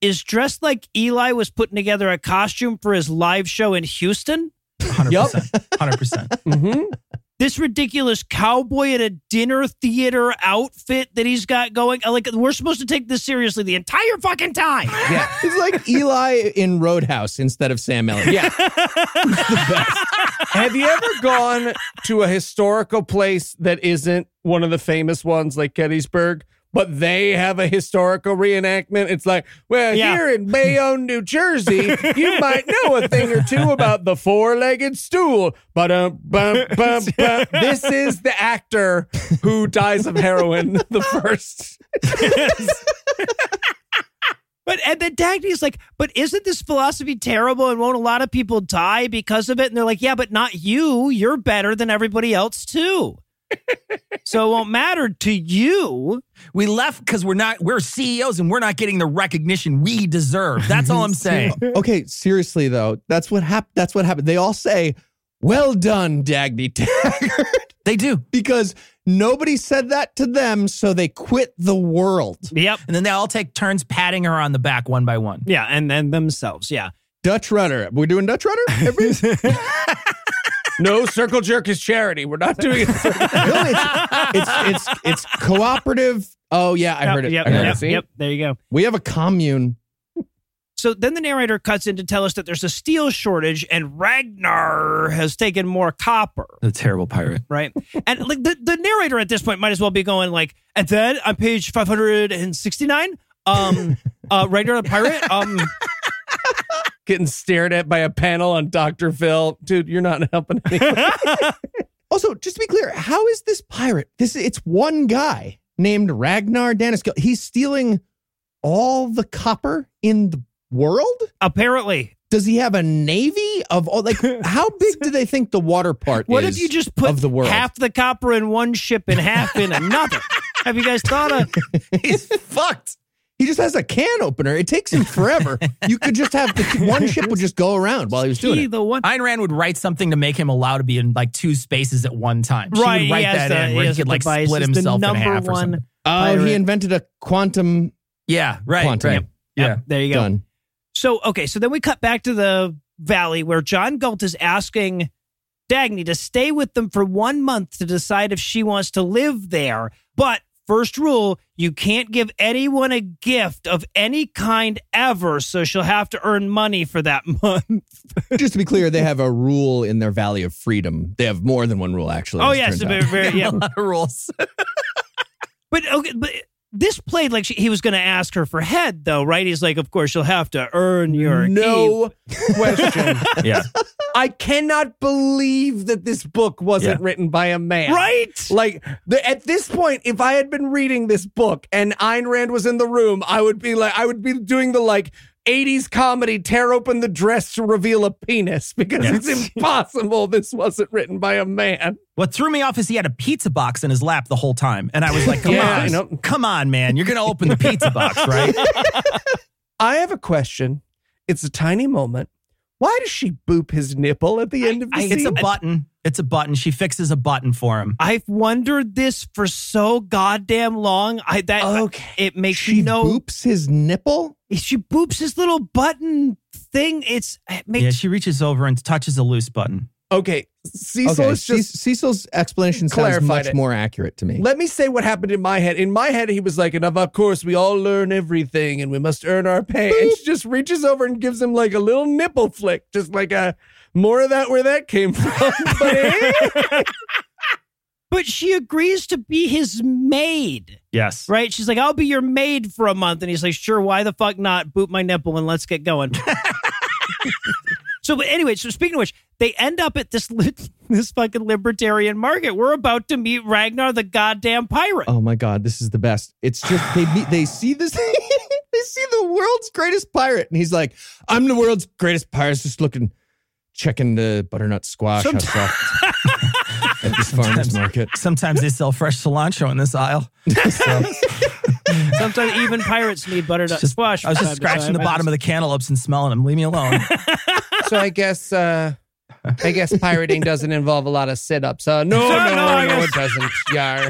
S2: is dressed like Eli was putting together a costume for his live show in Houston.
S1: 100%. 100%.
S4: mm-hmm.
S2: This ridiculous cowboy in a dinner theater outfit that he's got going. uh, Like we're supposed to take this seriously the entire fucking time.
S3: Yeah. It's like Eli in Roadhouse instead of Sam Elliott.
S4: Yeah. Have you ever gone to a historical place that isn't one of the famous ones like Gettysburg, but they have a historical reenactment. It's like, well,
S2: Yeah.
S4: here in Bayonne, New Jersey, you might know a thing or two about the four-legged stool. But um, bum, bum, bum. this is the actor who dies of heroin the first.
S2: But and then Dagny's like, but isn't this philosophy terrible? And won't a lot of people die because of it? And they're like, yeah, but not you. You're better than everybody else too. so it won't matter to you.
S1: We left because we're not we're CEOs and we're not getting the recognition we deserve. That's all I'm saying.
S3: okay, seriously though, that's what happened. That's what happened. They all say, "Well done, Dagny Taggart,"
S1: they do.
S3: because nobody said that to them, so they quit the world.
S2: Yep.
S1: And then they all take turns patting her on the back one by one.
S2: Yeah, and then themselves. Yeah.
S3: Dutch runner. We're doing Dutch runner. Every-
S4: No, circle jerk is charity. We're not doing it.
S3: no, it's, it's it's it's cooperative. Oh yeah, I heard it.
S2: Yep,
S3: I heard
S2: yep,
S3: it.
S4: See?
S2: yep. There you go.
S3: We have a commune.
S2: So then the narrator cuts in to tell us that there's a steel shortage and Ragnar has taken more copper,
S1: The terrible pirate.
S2: right? and like the, the narrator at this point might as well be going like, and then on page 569, um, uh, Ragnar the pirate, um,
S4: Getting stared at by a panel on Dr. Phil. Dude, you're not helping anyone.
S3: Also, just to be clear, how is this pirate? This it's one guy named Ragnar Daniskil. He's stealing all the copper in the world.
S2: apparently.
S3: Does he have a navy of all? Like, how big do they think the water part?
S2: What
S3: is
S2: if you just put
S3: of the world?
S2: half the copper in one ship and half in another? Have you guys thought of
S1: He's fucked.
S3: he just has a can opener. It takes him forever. you could just have the, one ship would just go around while he was doing
S2: he
S3: it.
S2: the one?
S1: Ayn Rand would write something to make him allowed to be in like two spaces at one time. She
S2: Right,
S1: would
S2: he
S1: write
S2: has
S1: that
S2: the-
S1: in
S2: he
S1: where he
S2: has
S1: could
S2: the
S1: like
S2: device.
S1: split
S2: He's the
S1: himself in
S2: number
S1: half or
S2: one-
S1: something.
S3: Oh,
S2: pirate.
S3: he invented a quantum
S1: Yeah, right,
S3: Quantum.
S1: right.
S2: Yep,
S1: Yeah.
S2: there you go.
S3: gun.
S2: So okay, so then we cut back to the valley where John Galt is asking Dagny to stay with them for one month to decide if she wants to live there. But first rule, you can't give anyone a gift of any kind ever, so she'll have to earn money for that month.
S3: Just to be clear, they have a rule in their Valley of Freedom. They have more than one rule, actually.
S2: oh
S3: as it
S2: yes,
S3: turns
S2: very,
S3: out.
S2: very, yeah.
S1: A lot of rules.
S2: But okay, but this played like she, he was going to ask her for head, though, right? He's like, of course, you'll have to earn your keep.
S4: No question.
S1: yeah.
S4: I cannot believe that this book wasn't written by a man.
S2: right?
S4: Like the, at this point, if I had been reading this book and Ayn Rand was in the room, I would be like, I would be doing the like 80s comedy, tear open the dress to reveal a penis because it's impossible this wasn't written by a man.
S1: What threw me off is he had a pizza box in his lap the whole time. And I was like, come
S4: Yeah, I
S1: on.
S4: know.
S1: Come on, man. You're going to open the pizza box, right?
S4: I have a question. It's a tiny moment. Why does she boop his nipple at the end of the
S1: it's a
S4: scene?
S1: button. It's a button. She fixes a button for him.
S2: I've wondered this for so goddamn long. I that
S4: Okay.
S2: it makes
S3: She
S2: no.
S3: boops his nipple.
S2: She boops his little button thing. It's it
S1: yeah,
S2: makes
S1: she reaches over and touches a loose button.
S4: Okay, Cecil
S3: okay,
S4: is just
S3: Ce- Cecil's explanation sounds
S4: Clarified
S3: much
S4: it.
S3: more accurate to me.
S4: Let me say what happened in my head. In my head, he was like, and of course, we all learn everything and we must earn our pay. And she just reaches over and gives him like a little nipple flick, just like a more of that where that came from. But, eh?
S2: But she agrees to be his maid,
S1: Yes.
S2: right? She's like, "I'll be your maid for a month," and he's like, "Sure, why the fuck not? Boot my nipple and let's get going." so, but anyway, so speaking of which, they end up at this li- this fucking libertarian market. We're about to meet Ragnar, the goddamn pirate.
S3: Oh my god, this is the best. It's just they meet, they see this they see the world's greatest pirate and he's like, "I'm the world's greatest pirate just looking checking the butternut squash how soft at this farmers market."
S1: Sometimes they sell fresh cilantro in this aisle. So,
S2: Sometimes even pirates need butternut
S1: just-
S2: Uh, squash.
S1: I was just scratching the bottom of the cantaloupes and smelling them. Leave me alone.
S4: so I guess, uh, I guess pirating doesn't involve a lot of sit ups. Uh, no,
S2: no, I guess-
S4: doesn't. Yar.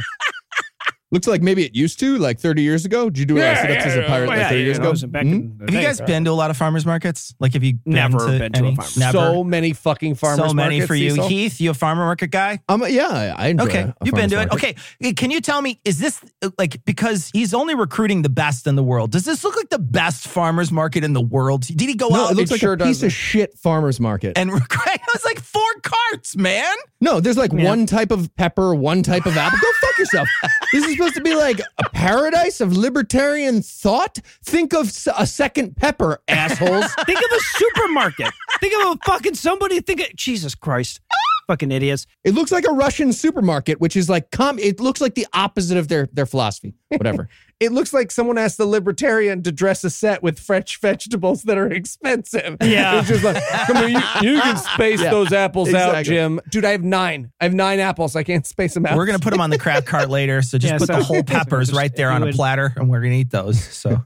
S3: Looks like maybe it used to like 30 years ago. Did you do a lot of
S4: Yeah,
S3: sit-ups as a
S4: yeah,
S3: pirate
S4: yeah.
S3: like
S4: Well,
S3: 30
S4: yeah,
S3: years
S4: you
S3: ago? Hmm?
S1: Have you guys been to a lot of farmers markets? Like, have you been
S2: Never
S1: to
S2: been to a
S1: any?
S2: farmer's
S1: Never.
S4: So many fucking farmers
S1: so many
S4: markets,
S1: for you,
S4: Cecil.
S1: Heath. You a farmer market guy?
S3: Um, yeah, I enjoy
S1: Okay,
S3: a
S1: you've been
S3: farmer's
S1: to it.
S3: market.
S1: Okay, can you tell me is this uh, like because he's only recruiting the best in the world? Does this look like the best farmers market in the world? Did he go
S3: No,
S1: out
S3: it looks
S1: and,
S3: like
S4: sure
S3: a piece
S4: doesn't.
S3: of shit farmer's market.
S1: and recruit? It was like four carts, man.
S3: no, there's like one type of pepper, one type of apple. Go fuck fuck yourself. this is supposed to be like a paradise of libertarian thought. Think of s- a second pepper, assholes.
S2: Think of a supermarket. think of a fucking somebody. Think of Jesus Christ. fucking idiots.
S3: It looks like a Russian supermarket, which is like com. It looks like the opposite of their their philosophy. Whatever.
S4: It looks like someone asked the libertarian to dress a set with fresh vegetables that are expensive.
S2: Yeah.
S4: It's just like, come here, you, you can space
S3: Yeah,
S4: those apples out,
S3: exactly.
S4: Jim. Dude, I have nine. I have nine apples. I can't space them out.
S1: We're gonna put them on the crab cart later, so just
S2: Yeah,
S1: put
S2: so-
S1: the whole peppers
S2: just-
S1: right there
S2: if
S1: on
S2: you
S1: a
S2: would-
S1: platter, and we're gonna eat those. So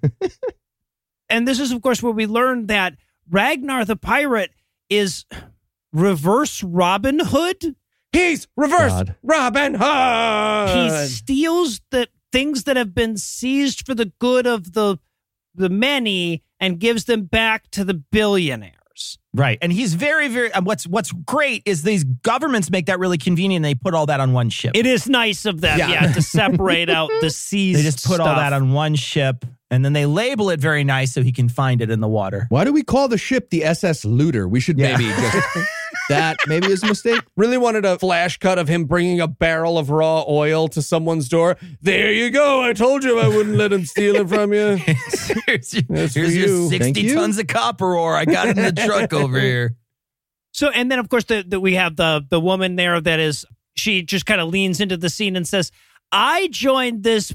S2: And this is, of course, where we learned that Ragnar the pirate is reverse Robin Hood.
S4: He's reverse
S3: God.
S4: Robin
S2: he
S4: Hood.
S2: steals the things that have been seized for the good of the the many and gives them back to the billionaires.
S1: right, and he's very, very. uh, What's What's great is these governments make that really convenient. They put all that on one ship.
S2: It is nice of them,
S1: Yeah.
S2: yeah, to separate out the seized.
S1: they just put all
S2: stuff.
S1: that on one ship, and then they label it very nice so he can find it in the water.
S3: Why do we call the ship the SS Looter? We should
S1: Yeah.
S3: maybe just that maybe is a mistake.
S4: really wanted a flash cut of him bringing a barrel of raw oil to someone's door. There you go. I told you I wouldn't let him steal it from you.
S1: here's your,
S4: That's for
S1: here's your
S4: you.
S1: 60
S3: Thank you.
S1: tons of copper ore I got in the truck over here.
S2: So, and then of course that we have the the woman there that is she just kind of leans into the scene and says, "I joined this."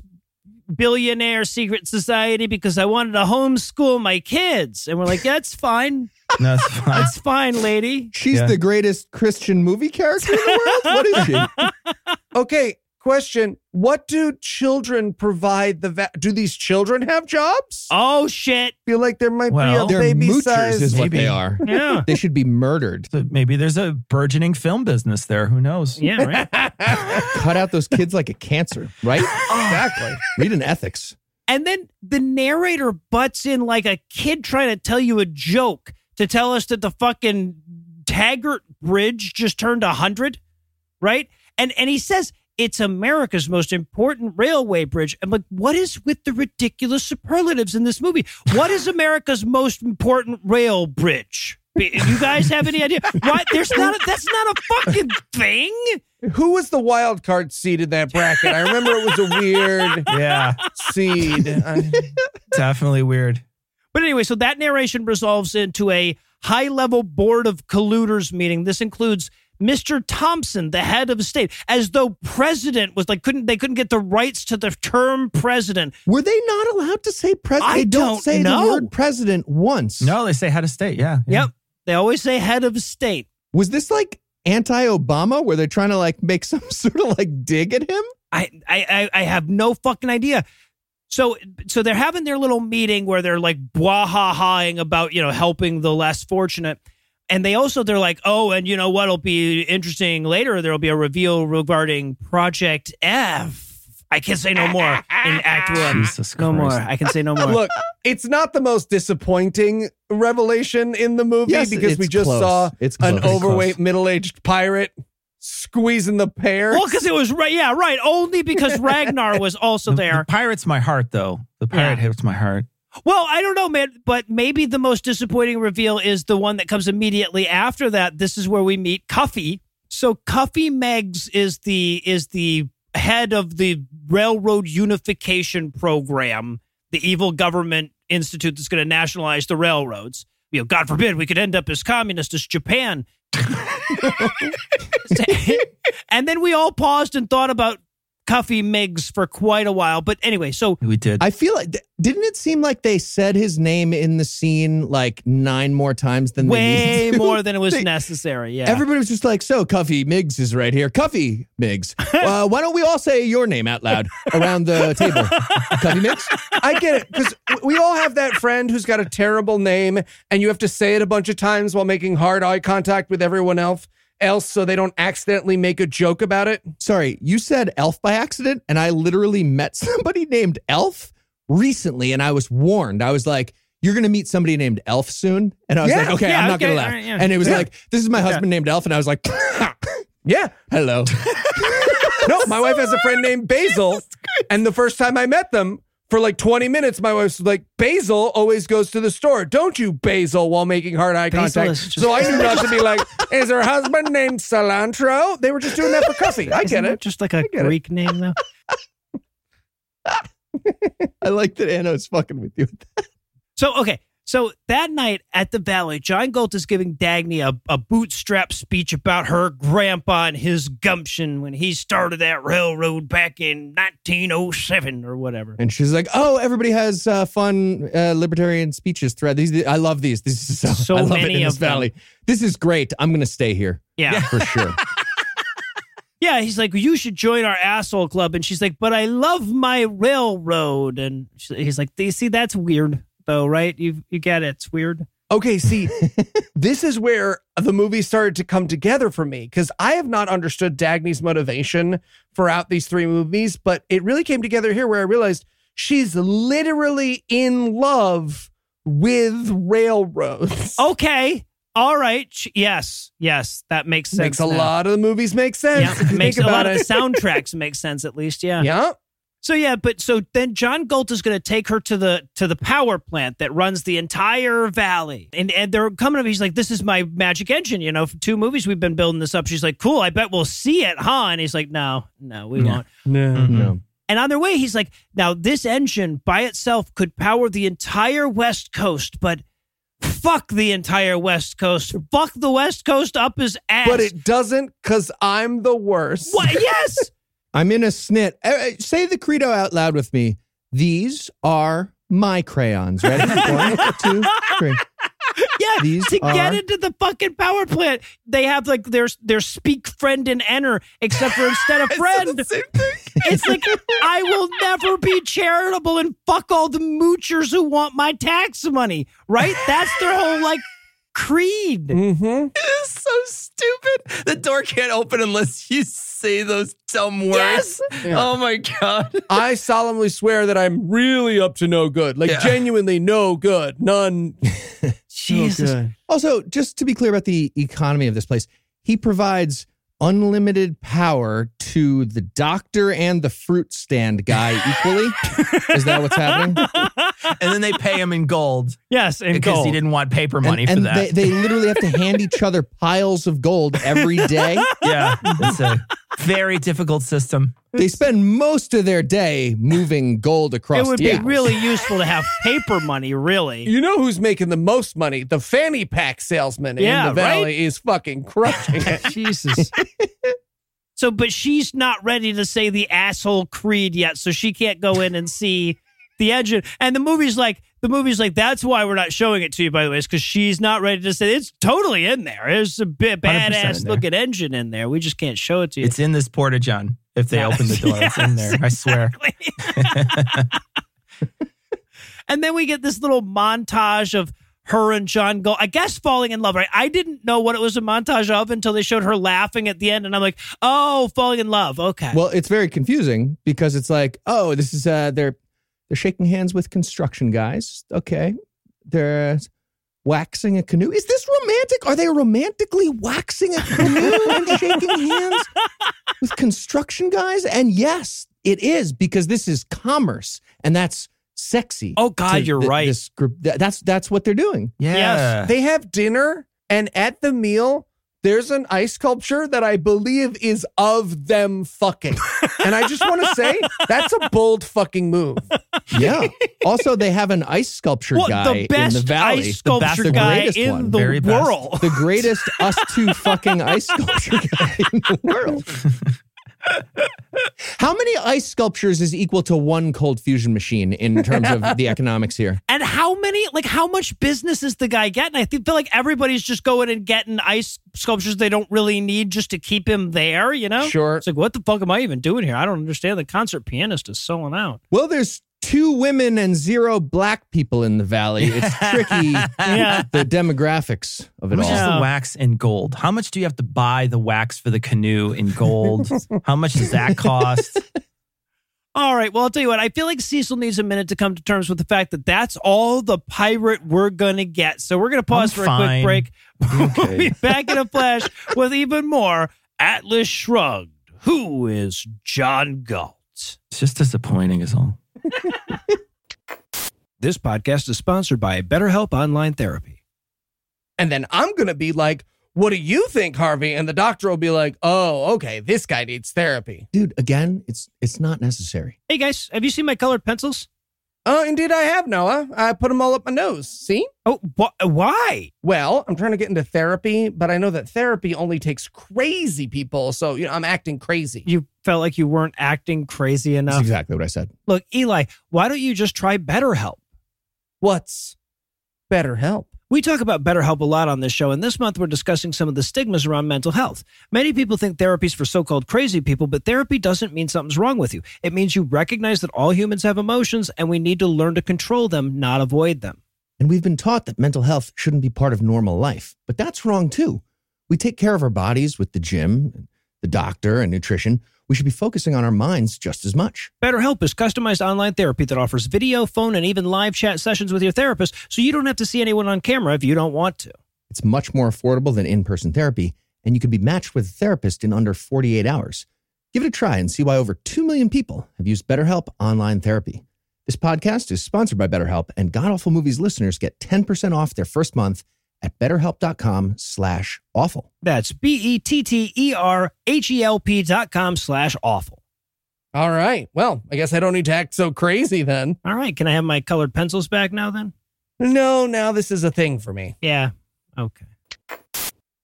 S2: Billionaire secret society because I wanted to homeschool my kids, and we're like, that's fine,
S1: No, it's fine.
S2: that's fine, lady.
S3: She's
S1: Yeah.
S3: the greatest Christian movie character in the world. What is she?
S4: Okay, question. What do children provide the va- Uh, do these children have jobs? I
S2: Oh shit!
S4: feel like there might
S1: Well,
S4: be a
S3: They're
S4: baby
S3: moochers,
S4: size.
S3: is what
S1: Maybe.
S3: they are.
S2: Yeah,
S3: They should be murdered.
S1: So maybe there's a burgeoning film business there. Who knows?
S2: yeah, right.
S3: Cut out those kids like a cancer, right?
S4: Ah.
S3: exactly. Read an ethics.
S2: And then the narrator butts in like a kid trying to tell you a joke to tell us that the fucking Taggart Bridge just turned 100, right? And and he says it's America's most important railway bridge. I'm like, what is with the ridiculous superlatives in this movie? What is America's most important rail bridge? You guys have any idea? Why there's not a, that's not a fucking thing.
S4: Who was the wild card seed in that bracket? I remember it was a weird
S1: Yeah,
S4: seed. I-
S1: definitely weird.
S2: But anyway, so that narration resolves into a high level board of colluders meeting. This includes Mr. Thompson, the head of state, as though president was like couldn't they couldn't get the rights to the term president.
S3: Were they not allowed to say president?
S2: I
S3: They don't,
S2: don't
S3: say
S2: know.
S3: the word president once.
S1: No, they say head of state. Yeah. yeah.
S2: Yep. They always say head of state.
S3: Was this like anti-Obama? Were they trying to like make some sort of like dig at him?
S2: I, I, I I have no fucking idea. So, so they're having their little meeting where they're like bwahahaing about you know helping the less fortunate, and they also they're like, oh, and you know what'll be interesting later? There'll be a reveal regarding Project F. I can't say no more in Act One.
S1: Jesus
S2: no more.
S1: Christ.
S2: I can say no more.
S4: Look, it's not the most disappointing revelation in the movie
S3: Yes,
S4: because
S3: it's
S4: we just
S3: close.
S4: saw
S3: It's
S4: an
S3: close.
S4: overweight middle-aged pirate squeezing the pear.
S2: well, because it was right. Yeah, right. Only because Ragnar was also
S1: The- The
S2: there.
S1: pirate's my heart, though. The pirate hurts my heart.
S2: Well, I don't know, man, but maybe the most disappointing reveal is the one that comes immediately after that. This is where we meet Cuffy. So Cuffy Meggs is the is the head of the railroad unification program, the evil government institute that's going to nationalize the railroads. You know, God forbid we could end up as communist as Japan. and then we all paused and thought about Cuffy Meggs for quite a while. But anyway, so
S1: We did.
S3: I feel like didn't it seem like they said his name in the scene like nine more times than they
S2: way
S3: needed to?
S2: more than it was
S3: They-
S2: necessary. Yeah.
S3: Everybody was just like, so Cuffy Miggs is right here. Cuffy Miggs. Uh, why don't we all say your name out loud around the table? Cuffy Miggs?
S4: I get it because we all have that friend who's got a terrible name, and you have to say it a bunch of times while making hard eye contact with everyone else, else so they don't accidentally make a joke about it.
S3: Sorry, you said elf by accident, and I literally met somebody named Elf recently, and I was warned. I was like, you're going to meet somebody named Elf soon. And I was
S4: Yeah,
S3: like, okay,
S2: yeah,
S3: I'm not
S2: okay,
S3: going to laugh.
S2: all right, yeah.
S3: And it was
S4: Yeah.
S3: like, this is my husband named Elf. And I was like,
S4: Yeah,
S3: hello.
S4: no, my wife has a friend named Basil, and the first time I met them, for like 20 minutes, my wife's like, Basil always goes to the store, don't you, Basil, while making hard eye
S2: Basil
S4: contact.
S2: is just-
S4: so I knew not to be like, is her husband named Cilantro? They were just doing that for coffee. I
S2: Isn't
S4: get
S2: that
S4: it.
S2: Just like a
S4: get it.
S2: Greek name, though.
S3: I like that Anno's fucking with you.
S2: So okay, so that night at the Valley, John Galt is giving Dagny a, a bootstrap speech about her grandpa and his gumption when he started that railroad back in 1907 or whatever.
S3: And she's like, "Oh, everybody has uh, fun uh, libertarian speeches thread. These, I love these. This is so,
S2: So
S3: I love it
S2: many
S3: in
S2: of
S3: this valley. This is great. I'm gonna stay here
S2: Yeah,
S3: for sure.
S2: yeah. He's like, you should join our asshole club, and she's like, but I love my railroad, and she, he's like, you see, that's weird though, right? You you get it? It's weird.
S4: Okay, see, this is where the movie started to come together for me because I have not understood Dagny's motivation throughout these three movies, but it really came together here where I realized she's literally in love with railroads.
S3: Oh,
S2: Okay, all right. Sh- yes, yes, that makes sense.
S4: makes a
S2: now.
S4: lot of the movies make sense.
S2: Yeah,
S4: if you think
S2: makes a
S4: about
S2: lot of
S4: it.
S2: the soundtracks make sense at least. Yeah.
S4: Yeah.
S2: So yeah, but so then John Galt is going to take her to the to the power plant that runs the entire valley, and and they're coming up. He's like, "This is my magic engine." You know, for two movies we've been building this up. She's like, "Cool, I bet we'll see it, huh?" And he's like, "No, no, we
S1: No.
S2: won't."
S4: No.
S3: No.
S2: And on their way, he's like, "Now this engine by itself could power the entire West Coast, but." Fuck the entire West Coast. Fuck the West Coast up his ass.
S4: But it doesn't because I'm the worst.
S2: What? Yes.
S3: I'm in a snit. Eh, eh, Say the credo out loud with me. These are my crayons. Ready? One, two, three.
S2: Yeah,
S3: These
S2: to
S3: are-
S2: get
S4: uh-huh.
S2: into the fucking power plant, they have like their their speak friend and enter, except for instead of friend, it's like I will never be charitable and fuck all the moochers who want my tax money. Right? That's their whole like creed.
S4: Mm-hmm.
S6: It's so stupid. The door can't open unless you say those dumb words.
S2: Yes.
S6: Oh my god.
S4: I solemnly swear that I'm really up to no good. Like
S6: Yeah.
S4: genuinely no good. None.
S2: Jesus.
S3: Also, just to be clear about the economy of this place, he provides unlimited power to the doctor and the fruit stand guy equally. Is that what's happening?
S1: and then they pay him in gold
S2: yes, and
S1: because
S2: gold.
S1: he didn't want paper money
S3: and,
S1: for
S3: and
S1: that.
S3: They, they literally have to hand each other piles of gold every day.
S1: yeah, it's a very difficult system.
S3: They spend most of their day moving gold across
S2: It would
S3: the
S2: be
S3: Alps.
S2: really useful to have paper money, really.
S4: You know who's making the most money? The fanny pack salesman
S2: Yeah,
S4: in the valley is fucking crushing it.
S2: Jesus. so, but she's not ready to say the asshole creed yet, so she can't go in and see the engine. And the movie's like, the movie's like, that's why we're not showing it to you, by the way, is because she's not ready to say it's totally in there. There's a bit
S1: 100% in
S2: badass
S1: there.
S2: looking engine in there. We just can't show it to you.
S1: It's in this porta john. If they
S2: Yeah.
S1: open the door, it's in there. I swear.
S2: and then we get this little montage of her and John go, I guess falling in love, right? I didn't know what it was a montage of until they showed her laughing at the end. And I'm like, oh, falling in love. Okay.
S3: Well, it's very confusing because it's like, oh, this is uh, they're they're shaking hands with construction guys. Okay, they're uh, waxing a canoe. Is this romantic? Are they romantically waxing a canoe and shaking hands with construction guys? And yes, it is because this is commerce, and that's sexy.
S2: oh, God,
S3: to
S2: you're
S3: thi-
S2: right.
S3: This group, th- that's that's what they're doing.
S1: Yeah.
S2: Yes.
S4: they have dinner, and at the meal, there's an ice sculpture that I believe is of them fucking. And I just want to say that's a bold fucking move.
S3: Yeah. also, they have an ice sculpture
S2: Well,
S3: guy
S2: the best
S3: in the valley.
S2: ice
S3: The best-
S2: sculpture
S3: the
S2: guy
S3: greatest
S2: in
S3: one.
S2: the
S1: Very best.
S2: world.
S3: the greatest us two fucking ice sculpture guy in the world. How many ice sculptures is equal to one cold fusion machine in terms of the economics here?
S2: And how many, like, how much business is the guy getting? I think- feel like everybody's just going and getting ice sculptures they don't really need just to keep him there, you know?
S3: Sure.
S2: It's like, what the fuck am I even doing here? I don't understand. The concert pianist is selling out.
S3: Well, there's two women and zero black people in the valley. It's tricky.
S2: Yeah.
S3: The demographics of
S1: How
S3: it
S1: much is
S3: all.
S1: the
S2: Yeah.
S1: wax in gold? How much do you have to buy the wax for the canoe in gold? How much does that cost?
S2: All right. Well, I'll tell you what. I feel like Cecil needs a minute to come to terms with the fact that that's all the pirate we're going to get. So we're going to pause
S1: I'm
S2: for
S1: fine.
S2: a quick break. we'll be back in a flash with even more Atlas Shrugged. Who is John Galt?
S1: It's just disappointing, is all.
S2: This podcast is sponsored by BetterHelp Online Therapy.
S4: And then I'm going to be like, what do you think, Harvey? And the doctor will be like, oh, okay, this guy needs therapy.
S3: Dude, again, it's it's not necessary.
S2: Hey guys, have you seen my colored pencils?
S4: Oh, indeed, I have, Noah. I put them all up my nose. See?
S2: Oh, wh- why?
S4: Well, I'm trying to get into therapy, but I know that therapy only takes crazy people. So, you know, I'm acting crazy.
S2: You felt like you weren't acting crazy
S3: That's
S2: enough.
S3: exactly what I said.
S2: Look, Eli, why don't you just try BetterHelp?
S4: What's better help?
S2: We talk about BetterHelp a lot on this show, and this month we're discussing some of the stigmas around mental health. Many people think therapy's for so called crazy people, but therapy doesn't mean something's wrong with you. It means you recognize that all humans have emotions and we need to learn to control them, not avoid them.
S3: And we've been taught that mental health shouldn't be part of normal life, but that's wrong too. We take care of our bodies with the gym, the doctor, and nutrition. We should be focusing on our minds just as much.
S2: BetterHelp is customized online therapy that offers video, phone, and even live chat sessions with your therapist, so you don't have to see anyone on camera if you don't want to.
S3: It's much more affordable than in person therapy, and you can be matched with a therapist in under 48 hours. Give it a try and see why over 2 million people have used BetterHelp online therapy. This podcast is sponsored by BetterHelp, and God Awful Movies listeners get 10% off their first month at betterhelp.com slash awful.
S2: That's B E T T E R H E L P dot com slash awful.
S4: All right. Well, I guess I don't need to act so crazy then.
S2: All right, can I have my colored pencils back now then?
S4: No, now this is a thing for me.
S2: Yeah. Okay.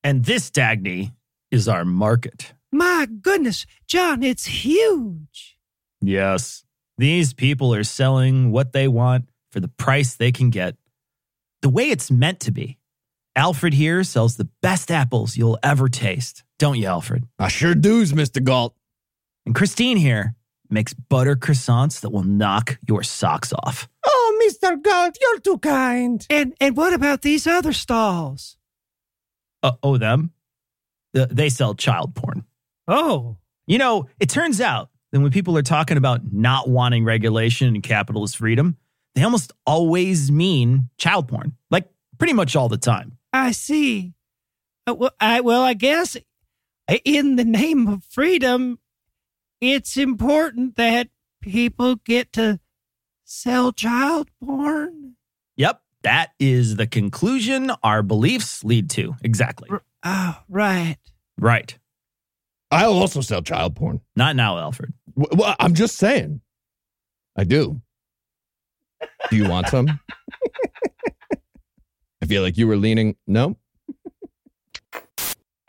S1: And this Dagny is our market.
S2: My goodness, John, it's huge.
S1: Yes. These people are selling what they want for the price they can get, the way it's meant to be. Alfred here sells the best apples you'll ever taste, don't you, Alfred?
S3: I sure do's, Mr. Galt.
S1: And Christine here makes butter croissants that will knock your socks off.
S4: Oh, Mr. Galt, you're too kind.
S2: And and what about these other stalls?
S1: Uh, oh, them? The- They sell child porn.
S2: Oh.
S1: You know, it turns out that when people are talking about not wanting regulation and capitalist freedom, they almost always mean child porn, like pretty much all the time.
S2: I see. Uh, well, I well, I guess uh, in the name of freedom, it's important that people get to sell child porn.
S1: Yep, that is the conclusion our beliefs lead to. Exactly.
S2: Oh, right.
S1: Right.
S3: I'll also sell child porn.
S1: Not now, Alfred.
S3: W- Well, I'm just saying. I do. Do you want some? I feel like you were leaning. No.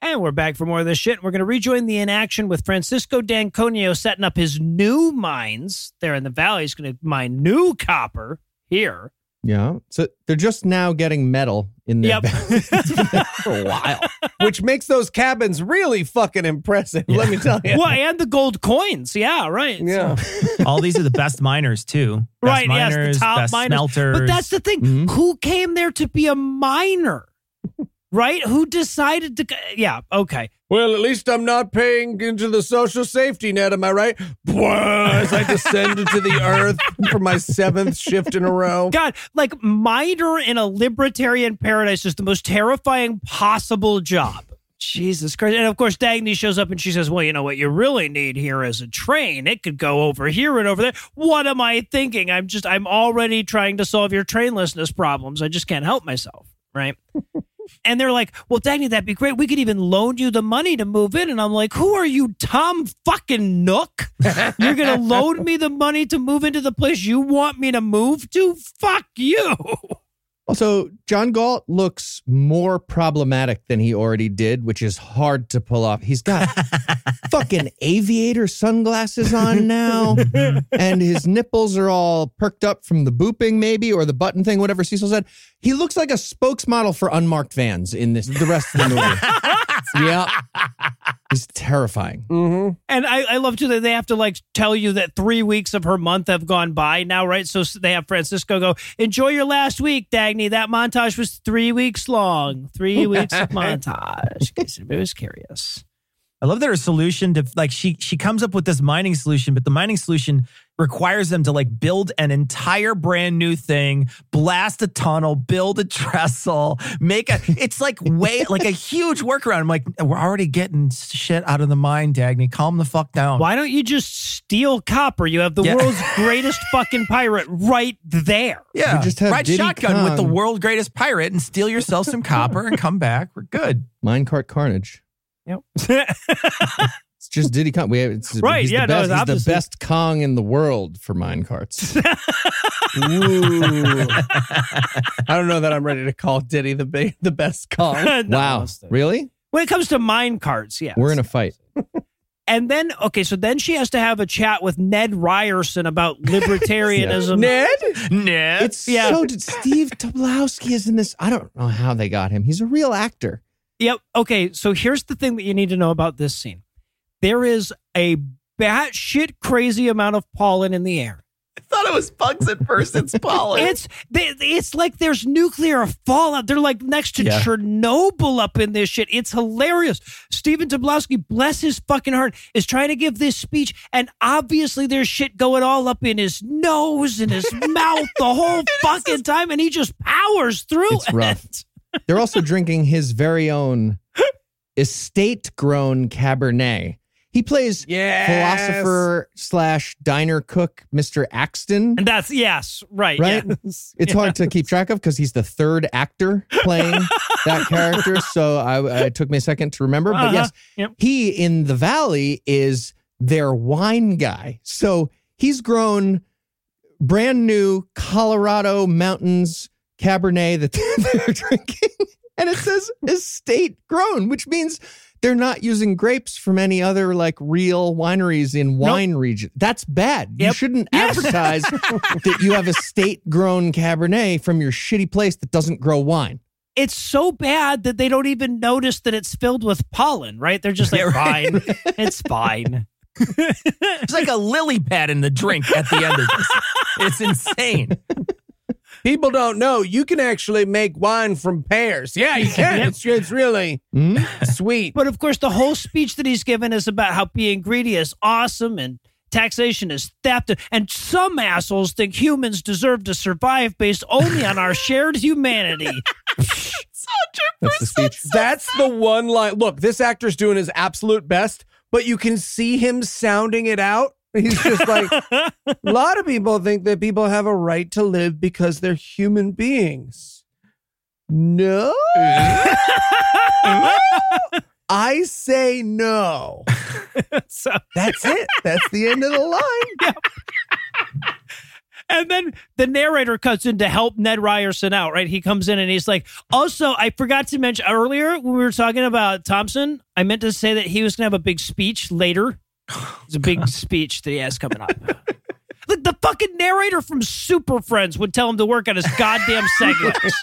S2: And we're back for more of this shit. We're going to rejoin the inaction with Francisco Danconio setting up his new mines there in the valley. He's going to mine new copper here.
S3: Yeah. So they're just now getting metal in their
S2: Yep.
S3: for a while.
S4: Which makes those cabins really fucking impressive, let me tell you.
S2: Well, and the gold coins. Yeah, right.
S4: Yeah.
S1: All these are the best miners, too. Best
S2: Right, yes, the
S1: miners,
S2: top
S1: best
S2: miners.
S1: smelters.
S2: But that's the thing.
S3: Mhm.
S2: Who came there to be a miner? Right? Who decided to? Yeah. Okay.
S4: Well, at least I'm not paying into the social safety net, am I right? Bwah, As I descend into the earth for my seventh shift in a row.
S2: God, like miner in a libertarian paradise is the most terrifying possible job. Jesus Christ. And of course, Dagny shows up and she says, Well, you know what you really need here is a train. It could go over here and over there. What am I thinking? I'm just, I'm already trying to solve your trainlessness problems. I just can't help myself. Right. and they're like, Well, Dagny, that'd be great. We could even loan you the money to move in. And I'm like, Who are you, Tom fucking Nook? You're going to loan me the money to move into the place you want me to move to? Fuck you.
S3: Also, John Galt looks more problematic than he already did, which is hard to pull off. He's got fucking aviator sunglasses on now, and his nipples are all perked up from the booping, maybe, or the button thing, whatever Cecil said. He looks like a spokesmodel for unmarked vans in this the rest of the movie. yeah. He's terrifying.
S4: Mm-hmm.
S2: And I, I love too that they have to like tell you that three weeks of her month have gone by now, right? So they have Francisco go, enjoy your last week, Dagny. That montage was three weeks long. Three weeks of montage. In case anybody was curious.
S1: I love that her solution to like she she comes up with this mining solution, but the mining solution requires them to like build an entire brand new thing, blast a tunnel, build a trestle, make a it's like way like a huge workaround. I'm like, we're already getting shit out of the mine, Dagny. Calm the fuck down.
S2: Why don't you just steal copper? You have the
S1: Yeah.
S2: world's greatest fucking pirate right there.
S1: Yeah,
S3: We just have
S1: ride
S3: Diddy
S1: shotgun with the
S3: Kong.
S1: world greatest pirate and steal yourself some copper and come back. We're good.
S3: Minecart Carnage. It's just Diddy Kong. We have, it's,
S2: Right,
S3: he's
S2: yeah,
S3: the
S2: no,
S3: best,
S2: it's
S3: he's
S2: obviously-
S3: the best Kong in the world for minecarts.
S4: Ooh. I don't know that I'm ready to call Diddy the big, the best Kong.
S2: No.
S3: wow, really?
S2: When it comes to mine carts, yeah.
S3: We're in a fight.
S2: and then okay, so then she has to have a chat with Ned Ryerson about libertarianism.
S4: Ned?
S1: No,
S3: It's so Steve Tobolowsky is in this. I don't know how they got him. He's a real actor.
S2: Yep. Okay. So here's the thing that you need to know about this scene. There is a batshit crazy amount of pollen in the air.
S6: I thought it was bugs at first. It's pollen.
S2: It's they- it's like there's nuclear fallout. They're like next to Chernobyl up in this shit. It's hilarious. Stephen Tobolowsky, bless his fucking heart, is trying to give this speech, and obviously there's shit going all up in his nose and his mouth the whole fucking time, and he just powers through
S3: It's rough.
S2: it.
S3: They're also drinking his very own estate grown Cabernet. He plays
S4: Yes.
S3: philosopher slash diner cook, Mr. Axton.
S2: And that's yes, right,
S3: Right?
S2: yes.
S3: It's hard to keep track of because he's the third actor playing that character. So I, I- it took me a second to remember. But
S2: Uh-huh.
S3: yes,
S2: Yep.
S3: he in the valley is their wine guy. So he's grown brand new Colorado mountains Cabernet that they're drinking. And it says estate grown, which means they're not using grapes from any other like real wineries in wine region. That's bad. You
S2: Yep.
S3: shouldn't advertise that you have a state grown Cabernet from your shitty place that doesn't grow wine.
S2: it's so bad that they don't even notice that it's filled with pollen, right? They're just like, fine, it's fine.
S1: It's like a lily pad in the drink at the end of this. It's insane.
S4: People don't know you can actually make wine from pears. Yeah, you can. It's, it's really sweet.
S2: But of course, the whole speech that he's given is about how being greedy is awesome and taxation is theft. And some assholes think humans deserve to survive based only on our shared humanity.
S3: That's the speech.
S4: That's the one line. Look, this actor's doing his absolute best, but you can see him sounding it out. He's just like, a lot of people think that people have a right to live because they're human beings. No. I say no.
S2: So-
S4: That's it. That's the end of the line.
S2: And then the narrator comes in to help Ned Ryerson out, right? He comes in and he's like, also, I forgot to mention earlier when we were talking about Thompson, I meant to say that he was going to have a big speech later. It's a big speech that he has coming up. Look, the fucking narrator from Super Friends would tell him to work on his goddamn segments.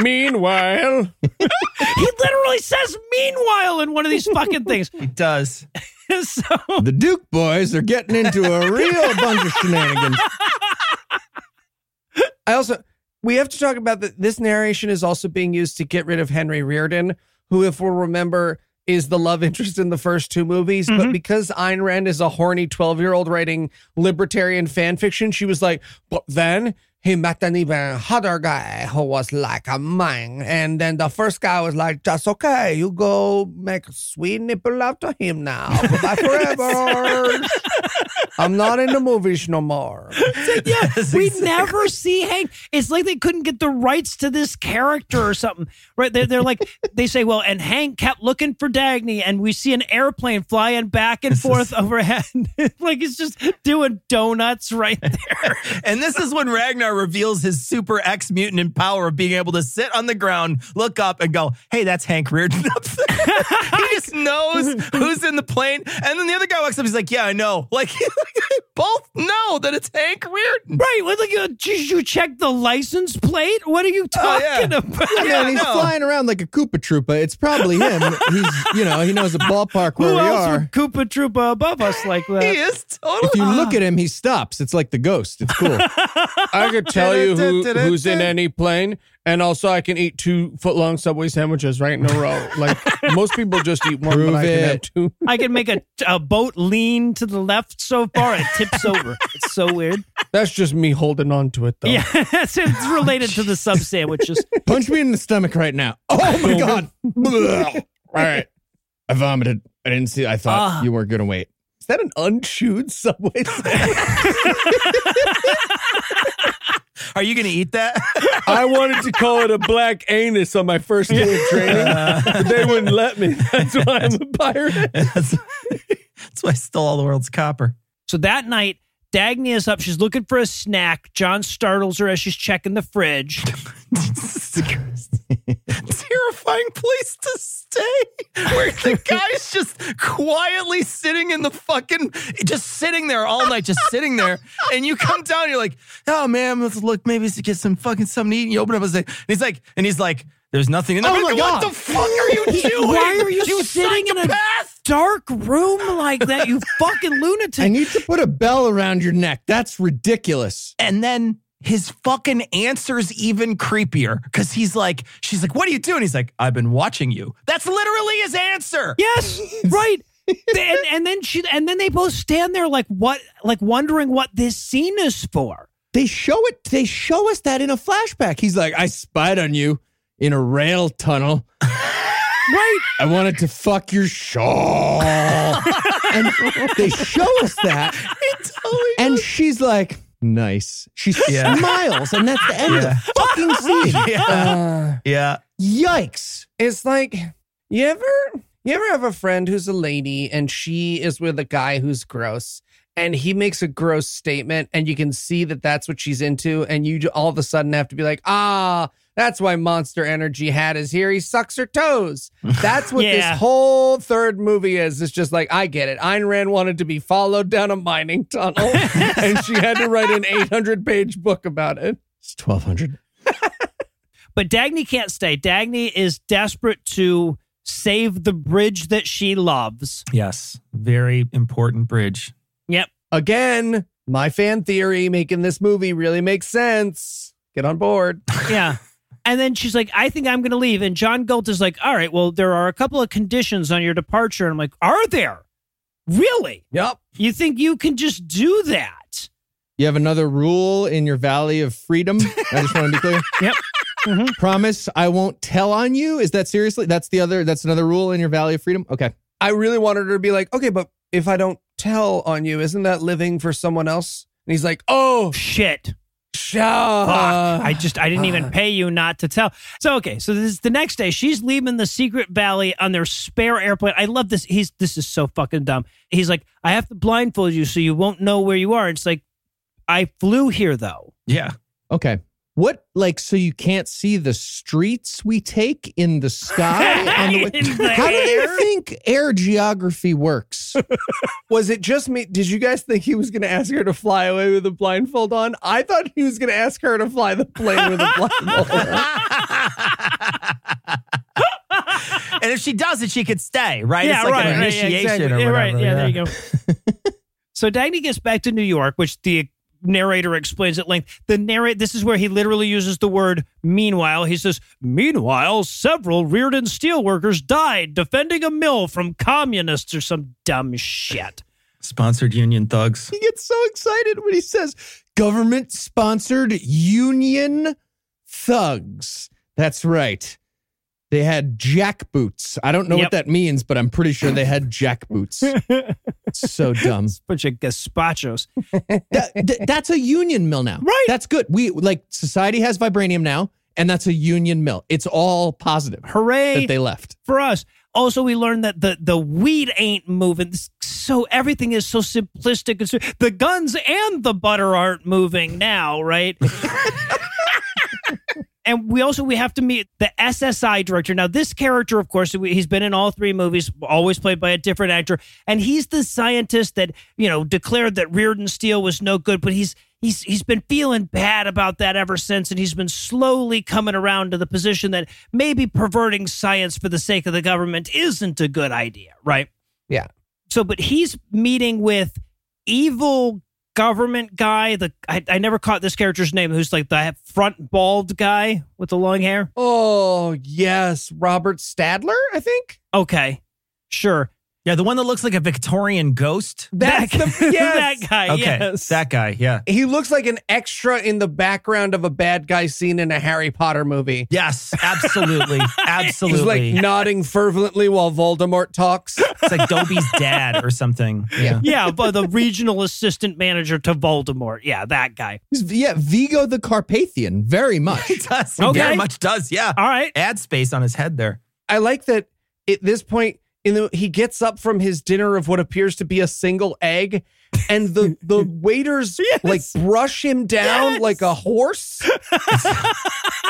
S4: Meanwhile,
S2: he literally says, meanwhile, in one of these fucking things.
S1: It does.
S2: so
S3: The Duke boys are getting into a real bunch of shenanigans.
S4: I also we have to talk about that. This narration is also being used to get rid of Henry Reardon, who, if we'll remember, is the love interest in the first two movies. But because Ayn Rand is a horny twelve-year-old writing libertarian fan fiction, she was like, "But then." He met an even hotter guy who was like a man. And then the first guy was like, That's okay. You go make sweet nipple love to him now. Goodbye forever. I'm not in the movies no more.
S2: yeah,
S1: That's
S2: we
S1: exactly-
S2: never see Hank. It's like they couldn't get the rights to this character or something, right? They're, they're like, they say, well, and Hank kept looking for Dagny, and we see an airplane flying back and forth overhead. like it's just doing donuts right there.
S1: And this is when Ragnar reveals his super ex mutant in power of being able to sit on the ground, look up, and go, "Hey, that's Hank Reardon up there." he just knows who's in the plane. And then the other guy walks up. He's like, "Yeah, I know." Like they both know that it's Hank Reardon.
S2: right. What, like, you, did you check the license plate? What are you
S1: Oh,
S2: talking
S1: yeah.
S2: about?
S3: Yeah, and he's
S1: no.
S3: flying around like a Koopa Troopa. It's probably him. He's, you know, he knows the ballpark where
S2: Who
S3: we
S2: else
S3: are.
S2: would Koopa Troopa above us like that?
S1: He is totally.
S3: Uh, If you look at him, he stops. It's like the ghost. It's cool.
S4: I could tell you who, who's in any plane, And also, I can eat two foot long Subway sandwiches right in a row. Like most people just eat one,
S3: Prove
S4: but I can
S3: it.
S4: have two.
S2: I can make a, a boat lean to the left so far it tips over. It's so weird.
S4: That's just me holding on to it, though.
S2: Yeah, it's, it's related to the sub sandwiches.
S3: Punch me in the stomach right now. Oh my god. All right. I vomited. I didn't see. I thought
S2: Ah.
S3: you weren't gonna wait.
S4: Is that an unchewed Subway sandwich?
S1: Are you going to eat that?
S4: I wanted to call it a black anus on my first day of training, but they wouldn't let me. That's why I'm a pirate.
S1: that's, that's why I stole all the world's copper.
S2: So that night, Dagny is up. She's looking for a snack. John startles her as she's checking the fridge.
S1: terrifying place to stay where the guy's just quietly sitting in the fucking just sitting there all night just sitting there and you come down and you're like oh man let's look maybe let's get some fucking something to eat and you open up and, say, and he's like and he's like there's nothing in there
S3: Oh
S1: I'm like,
S3: my
S1: what
S3: God.
S1: the fuck are you doing
S2: Why are you sitting in a-
S1: psychopath?
S2: Dark room like that, you fucking lunatic.
S3: I need to put a bell around your neck. That's ridiculous.
S1: and then his fucking answer's even creepier because he's like, she's like, what are you doing? He's like, I've been watching you. That's literally his answer.
S2: Yes, right. and, and then she, and then they both stand there like what, like wondering what this scene is for.
S3: They show it. They show us that in a flashback. He's like, I spied on you in a rail tunnel.
S2: Right.
S3: I wanted to fuck your shawl. and they show us that. and she's like, nice. She
S1: Yeah.
S3: smiles, and that's the end of the fucking scene. Uh,
S1: Yeah.
S3: Yikes.
S4: It's like you ever you ever have a friend who's a lady and she is with a guy who's gross and he makes a gross statement and you can see that that's what she's into and you ju- all of a sudden have to be like ah that's why monster energy hat is here he sucks her toes that's what
S2: Yeah.
S4: this whole third movie is it's just like i get it ayn rand wanted to be followed down a mining tunnel and she had to write an 800 page book about it
S3: It's 1200.
S2: But Dagny can't stay. Dagny is desperate to save the bridge that she loves.
S1: Yes. Very important bridge.
S2: Yep.
S4: again, my fan theory making this movie really makes sense. Get on board.
S2: Yeah. And then she's like, I think I'm going to leave. And John Galt is like, All right, well, there are a couple of conditions on your departure. And I'm like, Are there? Really?
S4: Yep.
S2: You think you can just do that?
S3: You have another rule in your Valley of Freedom. I just want to be clear.
S2: Yep. Mhm.
S3: Promise I won't tell on you. Is that seriously? That's the other, that's another rule in your Valley of Freedom? Okay.
S4: I really wanted her to be like, okay, but if I don't tell on you, isn't that living for someone else? And he's like, oh,
S2: Shit.
S4: shut.
S2: Fuck.
S3: Uh,
S2: I just, I didn't even pay you not to tell. So, okay. So, this is the next day. She's leaving the secret valley on their spare airplane. I love this. He's, this is so fucking dumb. He's like, I have to blindfold you so you won't know where you are. It's like, I flew here though.
S1: Yeah.
S3: Okay. What, like, so you can't see the streets we take in the sky? on the way?
S2: In the
S3: How do they
S2: air?
S3: think air geography works?
S4: was it just me? Did you guys think he was going to ask her to fly away with a blindfold on? I thought he was going to ask her to fly the plane with a blindfold on.
S1: and if she does it, she could stay, right?
S2: Yeah,
S1: it's like
S2: right,
S1: an
S2: right,
S1: initiation
S2: yeah, exactly.
S1: or
S2: Yeah,
S1: whatever.
S2: right, yeah, there you go. so Dagny gets back to New York, which the narrator explains at length. The narrate this is where he literally uses the word meanwhile. He says, Meanwhile, several Reardon steelworkers died defending a mill from communists or some dumb shit.
S1: Sponsored union thugs.
S3: He gets so excited when he says government sponsored union thugs. That's right. They had jackboots. I don't know
S2: Yep.
S3: what that means, but I'm pretty sure they had jackboots. so dumb.
S2: Bunch of gazpachos.
S3: That- that- that's a union mill now.
S2: Right.
S3: That's good. We like society has vibranium now, and that's a union mill. It's all positive
S2: Hooray
S3: that they left.
S2: for us. Also, we learned that the the weed ain't moving. This- So everything is so simplistic. and so- The guns and the butter aren't moving now, right? and we also we have to meet the SSI director. Now, this character, of course, we- he's been in all three movies, always played by a different actor, and he's the scientist that you know declared that Reardon Steel was no good, but he's. He's, he's been feeling bad about that ever since, and he's been slowly coming around to the position that maybe perverting science for the sake of the government isn't a good idea, right?
S4: Yeah.
S2: So, but he's meeting with evil government guy. The I, I never caught this character's name. Who's like the front bald guy with the long hair?
S4: Oh, yes. Robert Stadler, I think.
S2: Okay, sure.
S1: Yeah, the one that looks like a Victorian ghost.
S4: That's the yes.
S2: that guy.
S1: Okay,
S2: Yes.
S1: that guy. Yeah.
S4: He looks like an extra in the background of a bad guy scene in a Harry Potter movie.
S1: Yes, absolutely,
S4: He's like
S1: absolutely.
S4: nodding fervently while Voldemort talks.
S1: it's like Dobie's dad or something.
S3: Yeah.
S2: yeah, but the regional assistant manager to Voldemort. Yeah, that guy.
S3: He's- yeah, Vigo the Carpathian, very much.
S1: It does. He
S2: Okay.
S1: Very much does. Yeah.
S2: All right.
S1: Ad space on his head there.
S4: I like that at this point in the he gets up from his dinner of what appears to be a single egg and the the waiters like brush him down like a horse.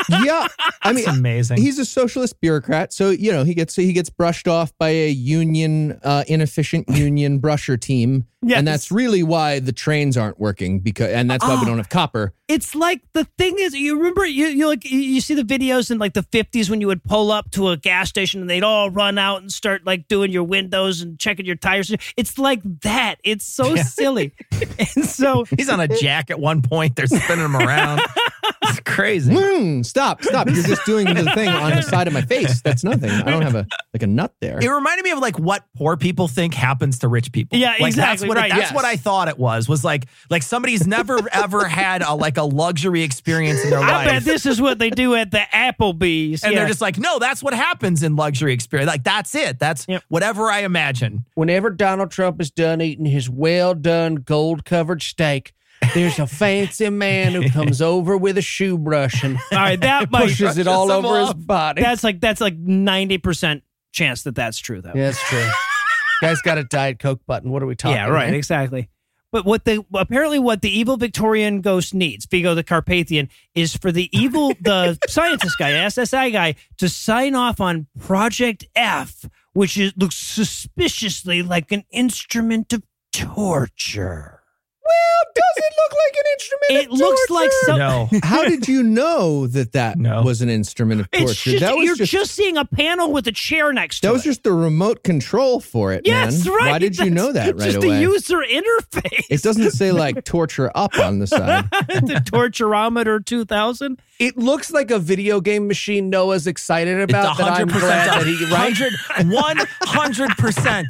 S3: yeah, I mean,
S1: It's amazing.
S3: he's a socialist bureaucrat, so you know he gets he gets brushed off by a union uh, inefficient union brusher team,
S2: Yes. Ah.
S3: and that's really why the trains aren't working because, and that's why we don't have copper.
S2: it's like the thing is you remember you you like you- you see the videos in like the 50s when you would pull up to a gas station and they'd all run out and start like doing your windows and checking your tires it's like that it's so silly and so
S1: He's on a jack at one point. They're spinning him around. It's crazy.
S3: Mm, stop, stop! You're just doing the thing on the side of my face. That's nothing. I don't have a like a nut there.
S1: It reminded me of like what poor people think happens to rich people.
S2: Yeah,
S1: like, That's
S2: exactly,
S1: what,
S2: right,
S1: that's
S2: yes.
S1: what I thought it was. Was like like somebody's never ever had a like a luxury experience in their
S2: i
S1: life.
S2: bet this is what they do at the applebee's
S1: and
S2: Yeah.
S1: they're just like, no, that's what happens in luxury experience. Like that's it. That's
S2: Yep.
S1: whatever I imagine.
S4: Whenever Donald Trump is done eating his well done gold covered steak, there's a fancy man who comes over with a shoe brush and
S2: all right that might
S4: pushes it all
S1: Brushes him
S4: over his
S1: off.
S4: body.
S2: that's like that's like 90% chance that that's true though
S4: Yeah, that's true. Guy's got a Diet Coke button. What are we talking
S2: Yeah, right,
S4: man?
S2: exactly. But what the apparently what the evil Victorian ghost needs, Vigo the Carpathian, is for the evil the scientist guy, SSI guy, to sign off on Project F, which is, looks suspiciously like an instrument of torture.
S4: Well, does it look like an instrument?
S2: It looks like some.
S1: No.
S3: How did you know that that
S1: No.
S3: was an instrument of torture?
S2: It's just,
S3: that was
S2: you're just, seeing a panel with a chair next to
S3: that was
S2: it.
S3: just the remote control for it,
S2: yes,
S3: man.
S2: right.
S3: Why did you
S2: that's
S3: know that right
S2: just
S3: away?
S2: the user interface.
S3: it doesn't say like torture up on the side.
S2: the torturometer 2000.
S4: It looks like a video game machine Noah's excited
S1: It's
S4: about that I'm
S1: 100%
S4: glad that he right.
S1: 100 percent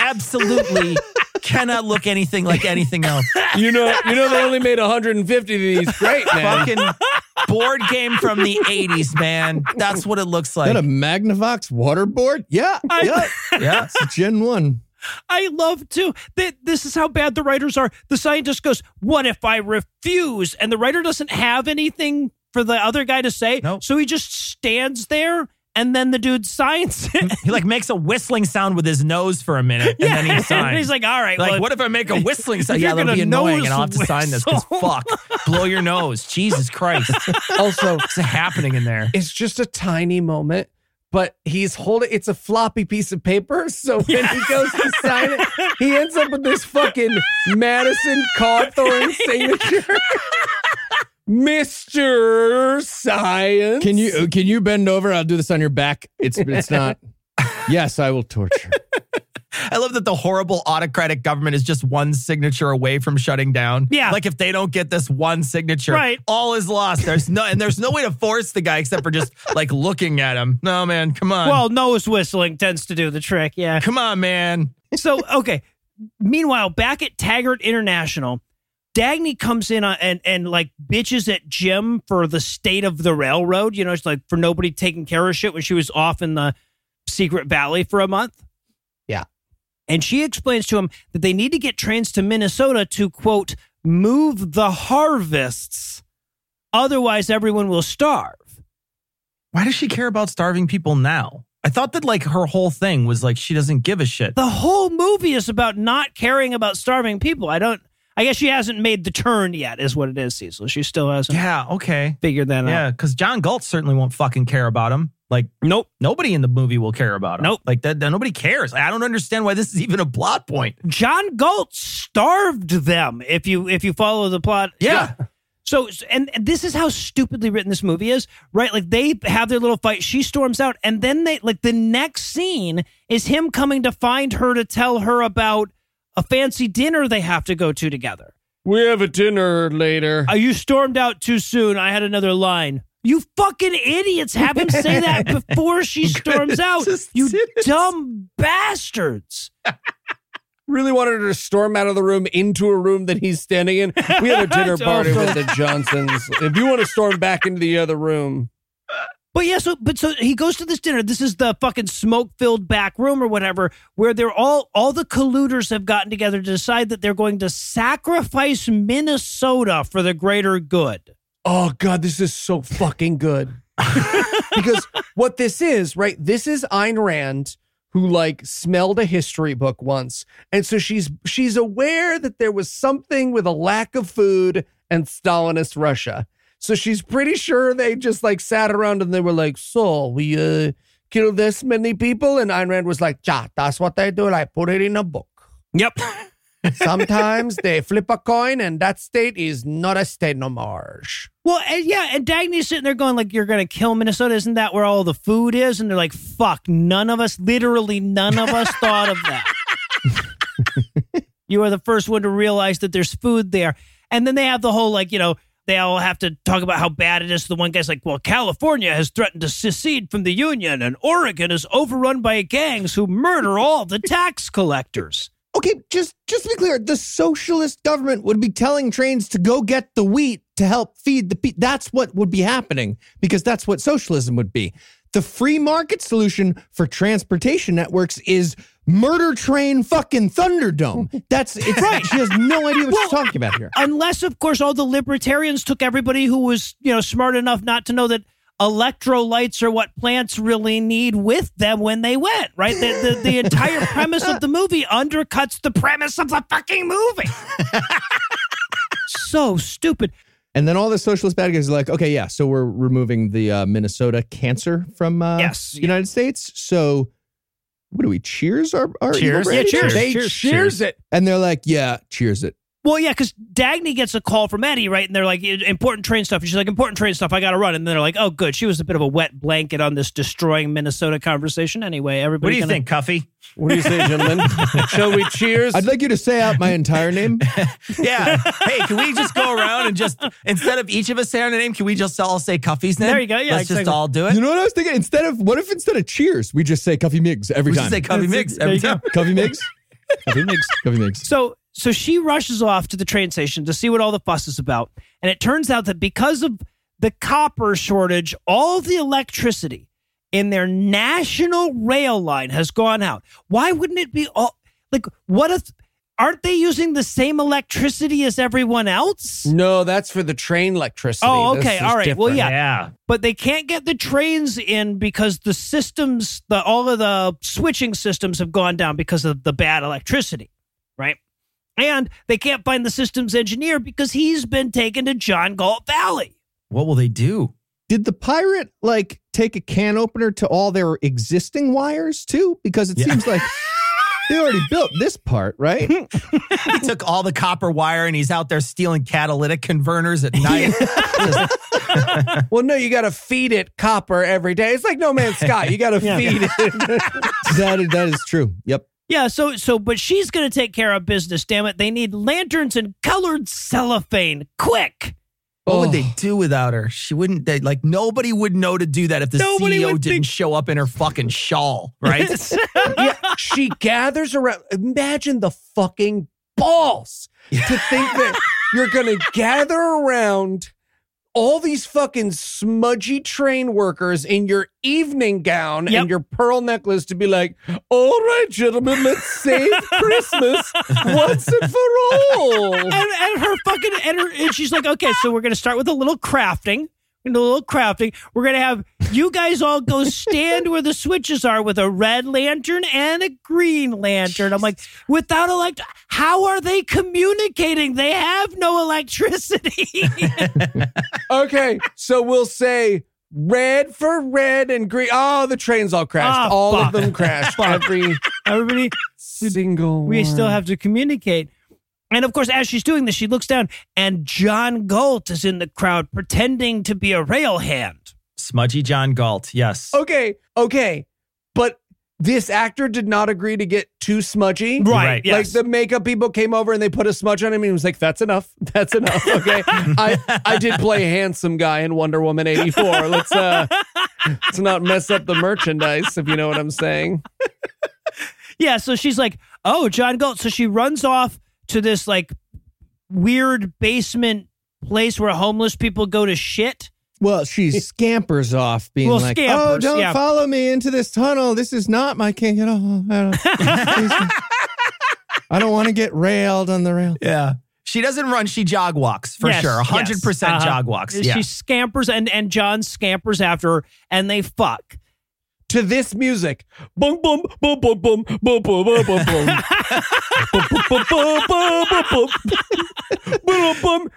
S1: absolutely cannot look anything like anything else.
S4: You know, you know they only made 150 of these. Great, man.
S1: Fucking board game from the 80s, man. That's what it looks
S3: Is
S1: like.
S3: that a Magnavox waterboard? Yeah, yeah.
S1: yeah.
S3: It's Gen one.
S2: I love to that this is how bad the writers are. The scientist goes, "What if I refuse?" And the writer doesn't have anything for the other guy to say.
S1: Nope.
S2: So he just stands there and then the dude signs it.
S1: He like makes a whistling sound with his nose for a minute, and then he signs.
S2: And he's like, "All right,
S1: Like,
S2: well,
S1: what if I make a whistling sound?
S2: If
S1: Yeah,
S2: you're
S1: that'll
S2: gonna
S1: be annoying,
S2: nose
S1: and I'll have to sign this because
S2: whistle.
S1: fuck, blow your nose, Jesus Christ!
S4: Also,
S1: What's happening in there?
S4: it's just a tiny moment, but he's holding. It's a floppy piece of paper. So when he goes to sign it, he ends up with this fucking Madison Cawthorn signature. Mr. Science.
S3: Can you uh, can you bend over? I'll do this on your back. It's it's not. Yes, I will torture.
S1: I love that the horrible autocratic government is just one signature away from shutting down.
S2: Yeah.
S1: like if they don't get this one signature,
S2: Right.
S1: all is lost. There's no and there's no way to force the guy except for just like looking at him. No, man, come on,
S2: well, nose whistling tends to do the trick." Yeah.
S1: come on, man.
S2: so okay. Meanwhile, back at Taggart International, Dagny comes in on, and and like bitches at Jim for the state of the railroad. You know, it's like for nobody taking care of shit when she was off in the Secret Valley for a month.
S4: Yeah.
S2: and she explains to him that they need to get trains to Minnesota to quote move the harvests, otherwise everyone will starve.
S1: Why does she care about starving people now? I thought that like her whole thing was like she doesn't give a shit.
S2: The whole movie is about not caring about starving people. I don't. I guess she hasn't made the turn yet, is what it is, Cecil. She still hasn't
S1: Yeah, okay.
S2: figured that out.
S1: Yeah, because John Galt certainly won't fucking care about him. Like,
S2: Nope.
S1: nobody in the movie will care about him.
S2: Nope.
S1: Like, that, that- nobody cares. I don't understand why this is even a plot point.
S2: John Galt starved them. If you if you follow the plot, So and, and this is how stupidly written this movie is, right? Like they have their little fight, she storms out, and then they like the next scene is him coming to find her to tell her about a fancy dinner they have to go to together.
S4: We have a dinner later.
S2: Uh, you stormed out too soon. I had another line. You fucking idiots. Have him say that before she storms out. You dumb bastards.
S4: really wanted her to storm out of the room into a room that he's standing in. We have a dinner
S2: It's
S4: party
S2: awful.
S4: with the Johnsons. If you want to storm back into the other room,
S2: But yeah, so but so he goes to this dinner. This is the fucking smoke-filled back room or whatever, where they're all all the colluders have gotten together to decide that they're going to sacrifice Minnesota for the greater good.
S4: oh god, this is so fucking good. because what this is, right? This is Ayn Rand who like smelled a history book once. And so she's she's aware that there was something with a lack of food and Stalinist Russia. So she's pretty sure they just like sat around and they were like, "So, we uh, killed this many people." And Ayn Rand was like, "Yeah, that's what they do. I put it in a book."
S6: Yep.
S4: Sometimes they flip a coin and that state is not a state no more.
S2: Well, and yeah, and Dagny's sitting there going like, "You're going to kill Minnesota? Isn't that where all the food is?" And they're like, "Fuck! None of us, literally, none of us thought of that." you are the first one to realize that there's food there. And then they have the whole like, you know, they all have to talk about how bad it is. The one guy's like, "Well, California has threatened to secede from the union, and Oregon is overrun by gangs who murder all the tax collectors."
S3: Okay, just just to be clear, the socialist government would be telling trains to go get the wheat to help feed the people. That's what would be happening because that's what socialism would be. The free market solution for transportation networks is murder train fucking Thunderdome. That's it's, right. She has no idea what she's talking about here.
S2: unless of course all the libertarians took everybody who was you know smart enough not to know that electrolytes are what plants really need with them when they went right the, the, the entire premise of the movie undercuts the premise of the fucking movie so stupid
S3: And then all the socialist bad guys are like, okay, yeah, so we're removing the uh, Minnesota cancer from uh,
S2: Yes, yeah.
S3: United States. So what do we cheers our, our evil
S6: Cheers.
S3: brandy?
S2: Yeah, cheers.
S4: They
S6: Cheers.
S4: cheers it.
S3: And they're like, yeah, cheers it.
S2: well yeah because dagny gets a call from eddie right and they're like important train stuff and she's like important train stuff i gotta run and they're like oh good she was a bit of a wet blanket on this destroying minnesota conversation anyway everybody
S6: What do you
S2: gonna-
S6: think, Cuffy?
S4: What do you say, gentlemen? Shall we cheers?
S3: I'd like you to say out my entire name.
S6: Yeah. hey, can we just go around and just instead of each of us saying our name, can we just all say Cuffy's name?
S2: There you go. Yeah,
S6: Let's just
S2: exactly.
S6: all do it.
S3: You know what I was thinking? Instead of what if instead of cheers, we just say Cuffy Miggs every
S6: we
S3: time.
S6: should say Cuffy Mix every time.
S3: Cuffy Miggs. Cuffy Miggs. Cuffy Miggs.
S2: So so she rushes off to the train station to see what all the fuss is about. And it turns out that because of the copper shortage, all the electricity in their national rail line has gone out. Why wouldn't it be all like what if aren't they using the same electricity as everyone else?
S4: no, that's for the train electricity.
S2: Oh,
S4: This
S2: okay.
S4: is
S2: All right. Well,
S4: different.
S2: yeah.
S6: Yeah.
S2: But they can't get the trains in because the systems, the all of the switching systems have gone down because of the bad electricity, right? And they can't find the systems engineer because he's been taken to John Galt Valley.
S6: What will they do?
S3: Did the pirate like take a can opener to all their existing wires too? Because it
S6: Yeah.
S3: seems like they already built this part, right?
S6: He took all the copper wire and he's out there stealing catalytic converters at night.
S4: Well, no, you got to feed it copper every day. It's like No Man's Sky. You got to
S2: Yeah.
S4: feed it.
S3: that, is, that is true. Yep.
S2: Yeah, so so but she's gonna take care of business, damn it. They need lanterns and colored cellophane. Quick.
S6: What would
S2: Oh.
S6: they do without her? She wouldn't. They, like nobody would know to do that if the
S4: Nobody
S6: CEO
S4: would
S6: didn't show up in her fucking shawl, right?
S4: yeah, she gathers around. Imagine the fucking balls to think that you're going to gather around all these fucking smudgy train workers in your evening gown
S2: Yep.
S4: and your pearl necklace to be like, all right, gentlemen, let's save Christmas once and for all.
S2: and, and her fucking and, her, and she's like, okay, so we're gonna start with a little crafting. We're gonna do a little crafting. We're gonna have you guys all go stand where the switches are with a red lantern and a green lantern. I'm like, without elect, how are they communicating? They have no electricity.
S4: Okay, so we'll say red for red and green. Oh, the trains all crashed.
S2: Ah,
S4: all
S2: fuck.
S4: of them crashed. Every
S2: Everybody,
S4: single
S2: we
S4: one.
S2: still have to communicate. And of course, as she's doing this, she looks down, and John Galt is in the crowd pretending to be a rail hand.
S6: Smudgy John Galt. Yes.
S4: Okay, okay, but this actor did not agree to get too smudgy.
S2: Right,
S1: Right.
S2: yes.
S4: Like the makeup people came over and they put a smudge on him and he was like, that's enough. That's enough. Okay. I, I did play handsome guy in Wonder Woman 84. Let's uh let's not mess up the merchandise, if you know what I'm saying.
S2: Yeah, so she's like, "Oh, John Gold." So she runs off to this like weird basement place where homeless people go to shit.
S3: Well, she scampers off, being
S2: Well,
S3: like, "Oh,
S2: scampers,
S3: don't
S2: yeah.
S3: follow me into this tunnel. This is not my king at all. I don't, I don't want to get railed on the rail."
S1: Yeah. She doesn't run, she jog walks for
S2: Yes,
S1: sure.
S2: yes.
S1: 100%
S2: Uh-huh.
S1: jog walks. Yeah.
S2: She scampers and and John scampers after her and they fuck.
S4: To this music. Boom boom boom boom boom boom boom boom boom boom boom boom boom boom boom boom boom boom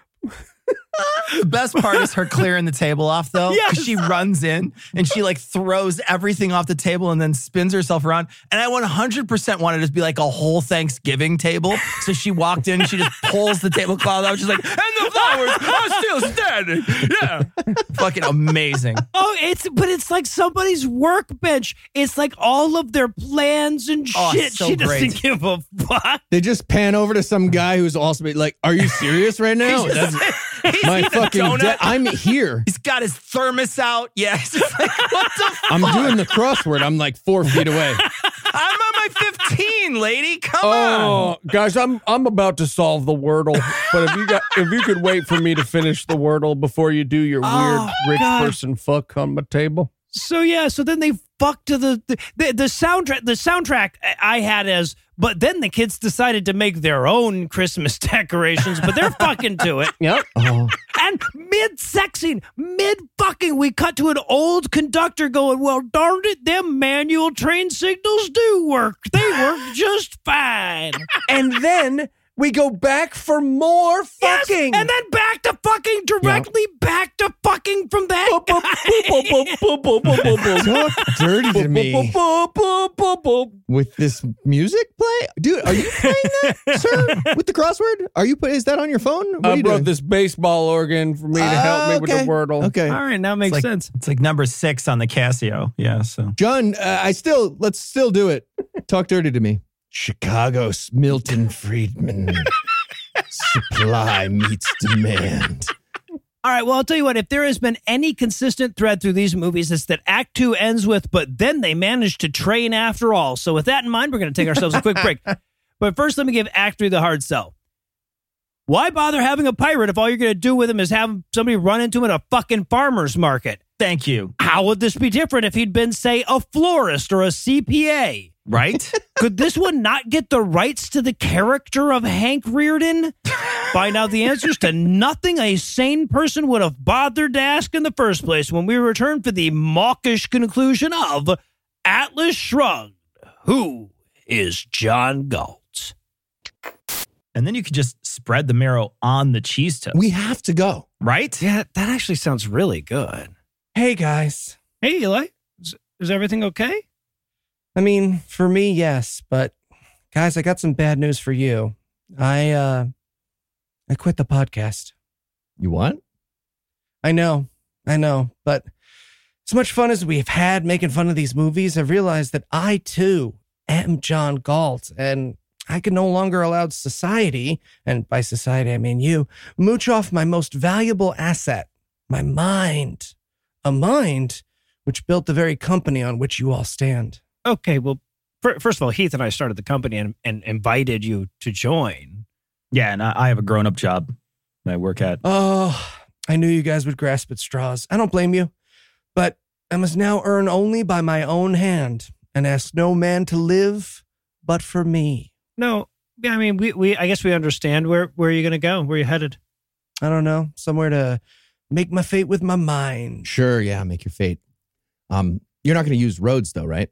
S1: the best part is her clearing the table off, though. Because she runs in and she like throws everything off the table and then spins herself around. And I 100% wanted it to be like a whole Thanksgiving table. So she walked in, she just pulls the tablecloth out. She's like, and the flowers are still standing. Yeah. Fucking amazing.
S2: Oh, it's but it's like somebody's workbench. It's like all of their plans and
S1: Oh,
S2: shit.
S1: so
S2: she doesn't
S1: great.
S2: give a fuck.
S3: They just pan over to some guy who's also be like, "Are you serious right now?" That's my fucking.
S1: donut.
S3: De- I'm here.
S1: He's got his thermos out. Yeah. It's just like, what the fuck?
S3: I'm doing the crossword. I'm like four feet away.
S1: I'm on my 15, lady. Come on.
S4: Oh guys, I'm I'm about to solve the wordle. But if you got if you could wait for me to finish the wordle before you do
S1: Oh.
S4: your weird rich person fuck on my table.
S2: So yeah, so then they fuck to the the, the soundtrack. The soundtrack I had as, but then the kids decided to make their own Christmas decorations. But they're fucking to it.
S4: Yep.
S2: And mid sexing, mid fucking, we cut to an old conductor going, "Well, darn it, them manual train signals do work. They work just fine."
S4: and then we go back for more
S2: Yes,
S4: fucking.
S2: and then back to fucking directly back to fucking from that.
S4: Boop, boop, boop, boop, boop, boop, boop, boop, boop.
S3: Talk dirty to
S4: Boop,
S3: me
S4: boop, boop, boop, boop.
S3: with this music play, dude. Are you playing that, sir? With the crossword? Are you? put- Is that on your phone? What are
S4: I
S3: you
S4: brought
S3: doing?
S4: Uh,
S3: Ah,
S4: this baseball organ for me to help me with the
S3: Okay.
S4: wordle.
S3: Okay.
S2: All right, now makes
S1: like-
S2: sense.
S1: It's like number six on the Casio. Yeah. So.
S3: John, uh, I still let's still do it. Talk dirty to me. Chicago Milton Friedman. Supply meets demand.
S2: All right, well, I'll tell you what, if there has been any consistent thread through these movies, it's that Act Two ends with, but then they manage to train after all. So, with that in mind, we're going to take ourselves a quick break. But first, let me give Act Three the hard sell. Why bother having a pirate if all you're going to do with him is have somebody run into him at a fucking farmer's market?
S1: Thank you.
S2: How would this be different if he'd been, say, a florist or a CPA?
S1: Right?
S2: Could this one not get the rights to the character of Hank Reardon? Find out the answers to nothing a sane person would have bothered to ask in the first place when we return for the mawkish conclusion of Atlas Shrugged. Who is John Galt?
S1: and then you could just spread the marrow on the cheese toast,
S3: We have to go.
S1: right?
S2: Yeah, that actually sounds really good.
S4: Hey guys.
S2: Hey, Eli, is, is everything okay?
S4: I mean, for me, yes, but guys, I got some bad news for you. I uh I quit the podcast.
S3: You want?
S4: I know, I know, but as much fun as we've had making fun of these movies, I've realized that I too am John Galt, and I can no longer allow society, and by society I mean you, mooch off my most valuable asset, my mind. A mind which built the very company on which you all stand.
S2: Okay, well, fir- first of all, Heath and I started the company and, and invited you to join.
S1: Yeah, and I, I have a grown up job that I work at.
S4: Oh, I knew you guys would grasp at straws. I don't blame you, but I must now earn only by my own hand and ask no man to live but for me.
S2: No, yeah, I mean, we, we I guess we understand where where you're gonna go, where you're headed.
S4: I don't know, somewhere to make my fate with my mind.
S3: Sure, yeah, make your fate. Um, you're not gonna use roads though, right?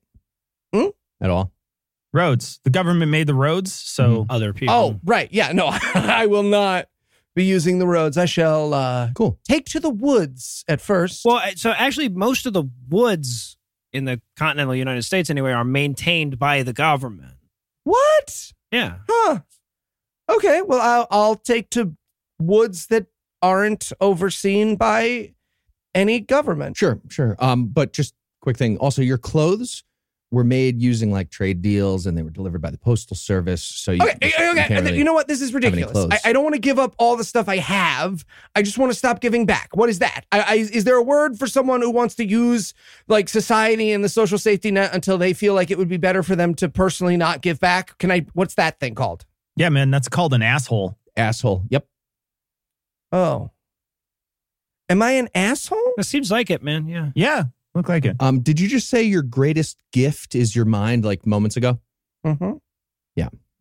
S4: Hmm?
S3: At all.
S1: Roads. The government made the roads, so
S2: Other people.
S4: Oh, right. Yeah, no, I will not be using the roads. I shall uh,
S3: Cool.
S4: take to the woods at first.
S2: well, I- so actually, most of the woods in the continental United States, anyway, are maintained by the government.
S4: what?
S2: Yeah.
S4: Huh. Okay. Well, I'll, I'll take to woods that aren't overseen by any government.
S3: Sure, sure. Um, but just quick thing. Also, your clothes were made using like trade deals and they were delivered by the postal service. So you,
S4: Okay, okay,
S3: you
S4: okay.
S3: can't really-
S4: you know what? This is
S3: any
S4: ridiculous.
S3: clothes.
S4: I, I don't want to give up all the stuff I have. I just want to stop giving back. What is that? I, I, is there a word for someone who wants to use like society and the social safety net until they feel like it would be better for them to personally not give back? Can I? What's that thing called?
S1: Yeah, man, that's called an asshole.
S3: asshole. Yep.
S4: Oh, am I an asshole?
S2: That seems like it, man. Yeah.
S1: Yeah, look like it.
S3: Um, did you just say your greatest gift is your mind like moments ago?
S4: Mm-hmm.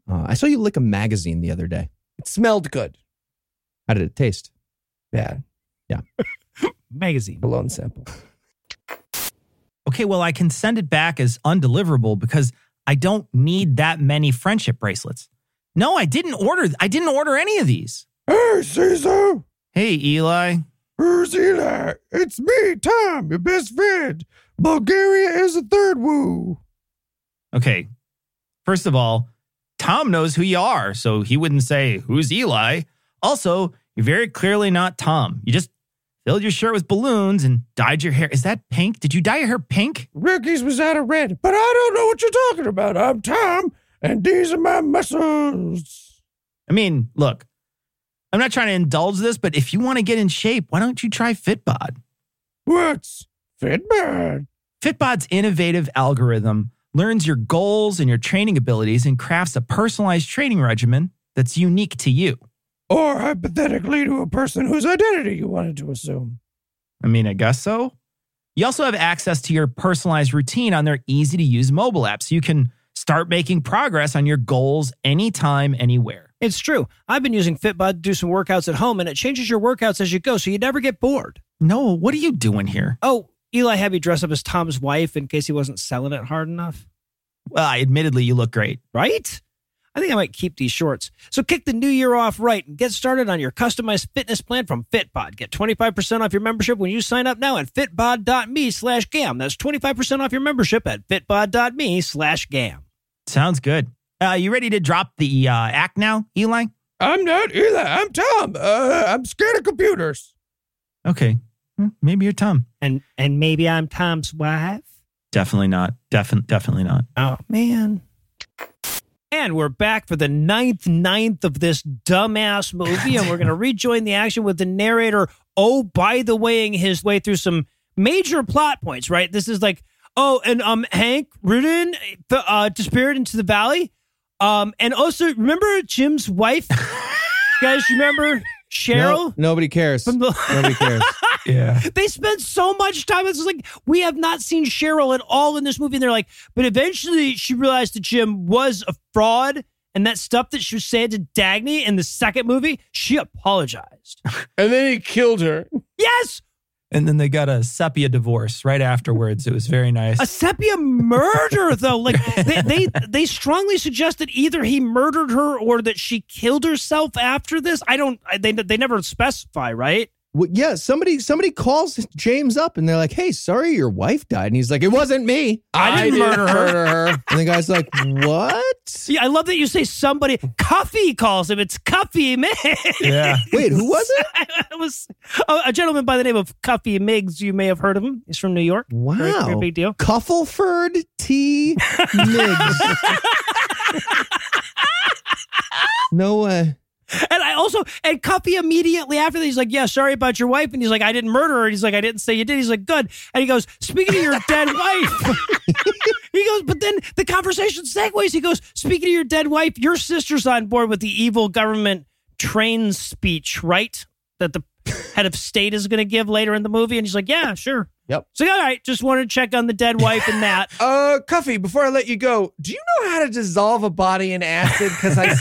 S3: Uh, I saw you lick a magazine the other day.
S4: It smelled good.
S3: How did it taste?
S4: Bad
S2: Magazine.
S4: Bologna sample.
S1: Okay, well, I can send it back as undeliverable because I don't need that many friendship bracelets. No, I didn't order. I didn't order any of these.
S4: Hey, Caesar.
S1: Hey, Eli.
S4: Who's Eli? It's me, Tom, your best friend. Bulgaria is a third woo.
S1: Okay. First of all, Tom knows who you are, so he wouldn't say, Who's Eli? Also, you're very clearly not Tom. You just filled your shirt with balloons and dyed your hair. Is that pink? Did you dye your hair pink?
S4: Ricky's was out of red, but I don't know what you're talking about. I'm Tom, and these are my muscles.
S1: I mean, look, I'm not trying to indulge this, but if you want to get in shape, why don't you try Fitbod?
S4: What's Fitbod?
S1: Fitbod's innovative algorithm learns your goals and your training abilities and crafts a personalized training regimen that's unique to you.
S4: Or hypothetically to a person whose identity you wanted to assume.
S1: I mean, I guess so. You also have access to your personalized routine on their easy to use mobile app, so you can start making progress on your goals anytime, anywhere.
S2: It's true. I've been using Fitbod to do some workouts at home, and it changes your workouts as you go, so you never get bored.
S1: No, what are you doing here?
S2: Oh, Eli had me dress up as Tom's wife in case he wasn't selling it hard enough.
S1: Well, I admittedly, you look great.
S2: Right? I think I might keep these shorts. So kick the new year off right and get started on your customized fitness plan from Fitbod. Get 25% off your membership when you sign up now at fitbod.me slash gam. That's 25% off your membership at fitbod.me slash gam.
S1: Sounds good. Uh, you ready to drop the uh, act now, Eli?
S4: I'm not Eli. I'm Tom. Uh, I'm scared of computers.
S1: Okay. Hmm, Maybe you're Tom.
S2: And and maybe I'm Tom's wife.
S1: Definitely not. Defin- definitely not.
S2: Oh man. And we're back for the ninth ninth of this dumbass movie, and we're gonna rejoin the action with the narrator. Oh, by the waying his way through some major plot points. Right, this is like oh, and um, Hank Rudin uh, disappeared into the valley. Um, and also remember Jim's wife. Guys, remember Cheryl?
S3: No, nobody cares.
S2: From the-
S3: nobody cares.
S1: Yeah.
S2: They spent so much time. It's just like we have not seen Cheryl at all in this movie. And they're like, but eventually she realized that Jim was a fraud, and that stuff that she was saying to Dagny in the second movie, she apologized.
S4: And then he killed her.
S2: yes,
S1: And then they got a sepia divorce right afterwards. It was very nice.
S2: a sepia murder though. Like they, they they strongly suggest that either he murdered her or that she killed herself after this. I don't. I- They they never specify, right?
S3: well, yeah, somebody somebody calls James up and they're like, "Hey, sorry, your wife died," and he's like, "It wasn't me.
S4: I didn't murder her."
S3: murder her." and the guy's like, "What?
S2: See, I love that you say somebody. Cuffy calls him. It's Cuffy, man.
S1: yeah.
S3: Wait, who was it?"
S2: it was oh, a, a gentleman by the name of Cuffy Miggs. You may have heard of him. He's from New York.
S3: Wow,
S2: Very, very big deal.
S3: Cuffleford T. Miggs. no uh, way.
S2: And I also and Cuffy immediately after that, he's like, "Yeah, sorry about your wife." And he's like, "I didn't murder her." And he's like, "I didn't say you did." He's like, "Good." And he goes, "Speaking of your dead wife," he goes. But then the conversation segues. He goes, "Speaking of your dead wife, your sister's on board with the evil government train speech, right?" That the head of state is going to give later in the movie. And he's like, "Yeah, sure."
S3: Yep.
S2: So all right, just wanted to check on the dead wife and that.
S4: Uh, Cuffy, before I let you go, do you know how to dissolve a body in acid? Because I,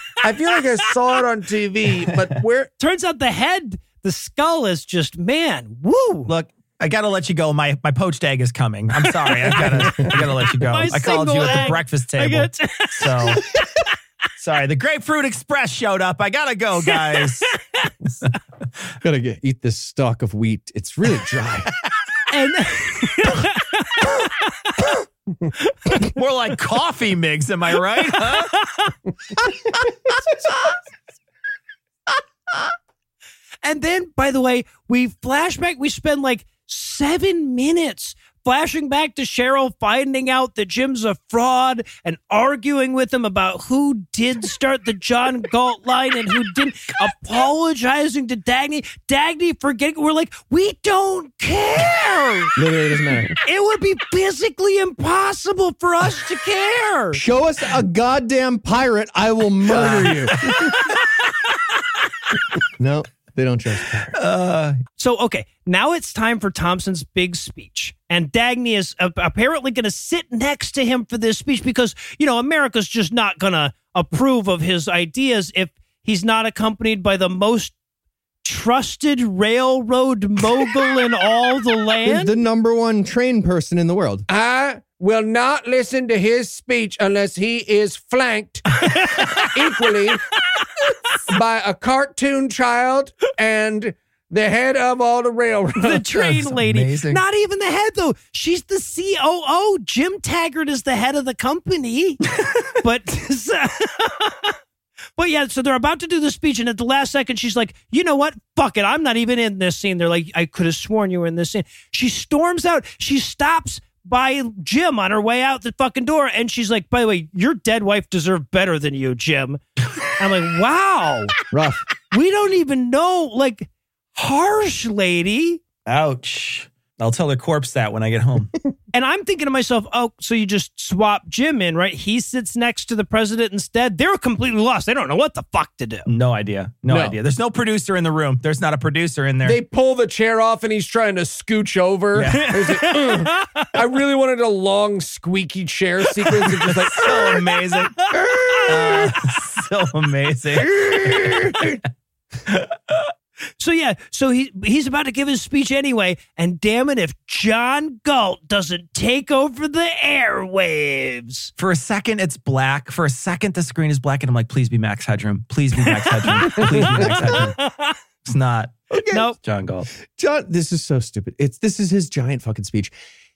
S4: I feel like I saw it on TV, but where?
S2: Turns out the head, the skull is just man. Woo.
S1: Look, I gotta let you go. My my poached egg is coming. I'm sorry. I gotta I gotta let you go.
S2: My
S1: I called you
S2: single
S1: at the
S2: egg.
S1: breakfast
S2: I
S1: table.
S2: got-
S1: So sorry. The Grapefruit Express showed up. I gotta go, guys.
S3: Gotta get, eat this stalk of wheat. It's really dry.
S2: and
S1: More like coffee mix, am I right? Huh?
S2: and then by the way, we flashback, we spend like seven minutes flashing back to Cheryl finding out that Jim's a fraud and arguing with him about who did start the John Galt line and who didn't, apologizing to Dagny, Dagny forgetting. We're like, we don't care.
S3: Literally doesn't matter.
S2: It would be physically impossible for us to care.
S3: Show us a goddamn pirate, I will murder you. no, they don't trust pirates.
S2: So, okay, now it's time for Thompson's big speech. And Dagny is a- apparently going to sit next to him for this speech because, you know, America's just not going to approve of his ideas if he's not accompanied by the most trusted railroad mogul in all the
S3: He's
S2: land.
S3: the number one train person in the world.
S4: I will not listen to his speech unless he is flanked equally by a cartoon child and the head of all the
S2: the
S4: railroads.
S2: train lady.
S1: amazing.
S2: Not even the head though. She's the COO. Jim Taggart is the head of the company. but But yeah, so they're about to do the speech, and at the last second, she's like, "You know what? Fuck it, I'm not even in this scene." They're like, "I could have sworn you were in this scene." She storms out. She stops by Jim on her way out the fucking door, and she's like, "By the way, your dead wife deserved better than you, Jim." I'm like, "Wow,
S3: Rough.
S2: we don't even know." Like, harsh lady.
S1: Ouch. I'll tell the corpse that when I get home.
S2: And I'm thinking to myself, oh, so you just swap Jim in, right? He sits next to the president instead. They're completely lost. They don't know what the fuck to do.
S1: No idea. No,
S3: No.
S1: idea. There's no producer in the room. There's not a producer in there.
S4: They pull the chair off and he's trying to scooch over. There's a- "Ugh." I really wanted a long squeaky chair sequence of just like
S1: so amazing. Uh, so amazing.
S2: So yeah, so he he's about to give his speech anyway, and damn it if John Galt doesn't take over the airwaves.
S1: For a second, it's black. For a second, the screen is black, and I'm like, please be Max Headroom. Please be Max Headroom. Please be Max Headroom. It's not.
S3: Okay.
S2: Nope.
S1: John Galt.
S3: John, this is so stupid. It's this is his giant fucking speech.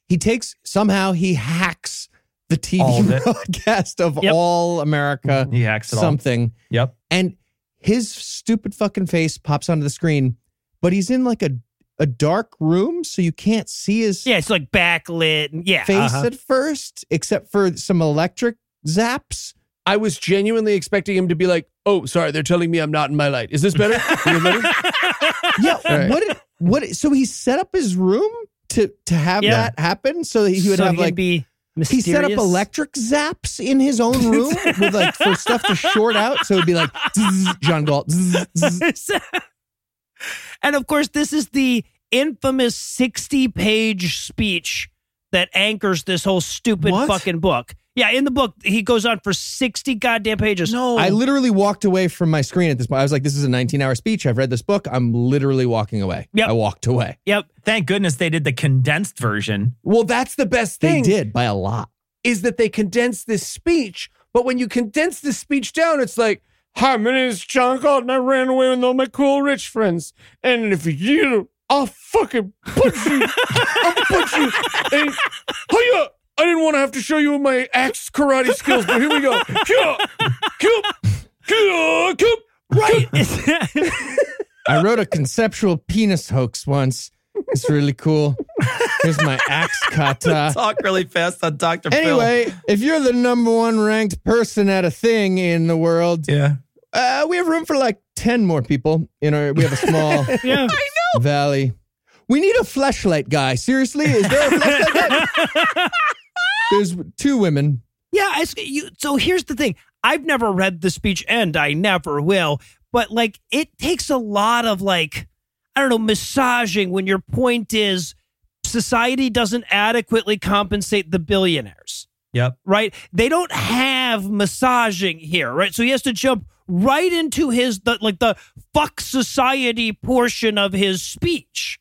S3: He takes somehow he hacks the TV
S1: All of it.
S3: broadcast of
S2: Yep.
S3: all America
S1: He hacks it all.
S3: something,
S1: Yep.
S3: and his stupid fucking face pops onto the screen, but he's in like a a dark room, so you can't see his
S2: Yeah, it's like backlit. and- Yeah.
S3: face
S2: uh-huh.
S3: at first, except for some electric zaps.
S4: I was genuinely expecting him to be like, "Oh, sorry, they're telling me I'm not in my light. Is this better? Is it better?"
S3: Yeah,
S4: Right.
S3: what? What? So he set up his room to to have
S2: Yeah.
S3: that happen, so that he would
S2: So
S3: have
S2: he can
S3: like
S2: be
S3: He
S2: mysterious.
S3: set up electric zaps in his own room with like for stuff to short out, so it'd be like zzz, John Galt. zzz, zzz.
S2: and of course, this is the infamous 60 page speech that anchors this whole stupid
S3: What?
S2: fucking book. Yeah, in the book, he goes on for 60 goddamn pages. Uh, No.
S3: I literally walked away from my screen at this point. I was like, "This is a 19-hour speech. I've read this book. I'm literally walking away."
S2: Yep.
S3: I walked away.
S2: Yep.
S1: Thank goodness they did the condensed version.
S4: Well, that's the best
S3: They
S4: thing.
S3: did by a lot.
S4: is that they condense this speech, but when you condense this speech down, it's like, Hi, my name is John Galt, and I ran away with all my cool rich friends. And if you don't, I'll fucking punch you. I'll punch you. And, hiya! I didn't want to have to show you my axe karate skills, but here we go. Kya! Kya! Kya! Kya!
S2: Right.
S3: I wrote a conceptual penis hoax once. It's really cool. Here's my axe kata.
S1: Talk really fast on Dr.
S3: Uh, Anyway, if you're the number one ranked person at a thing in the world,
S1: Phil. Yeah.
S3: Uh, we have room for like 10 more people in our we have a small
S2: yeah.
S3: valley. We need a flashlight guy. Seriously, is there a flashlight guy? There's two women.
S2: Yeah, I, you, so here's the thing. I've never read the speech and I never will, but like it takes a lot of like I don't know, massaging when your point is society doesn't adequately compensate the billionaires,
S1: Yep.
S2: right? They don't have massaging here, right? So he has to jump right into his the, like the fuck society portion of his speech.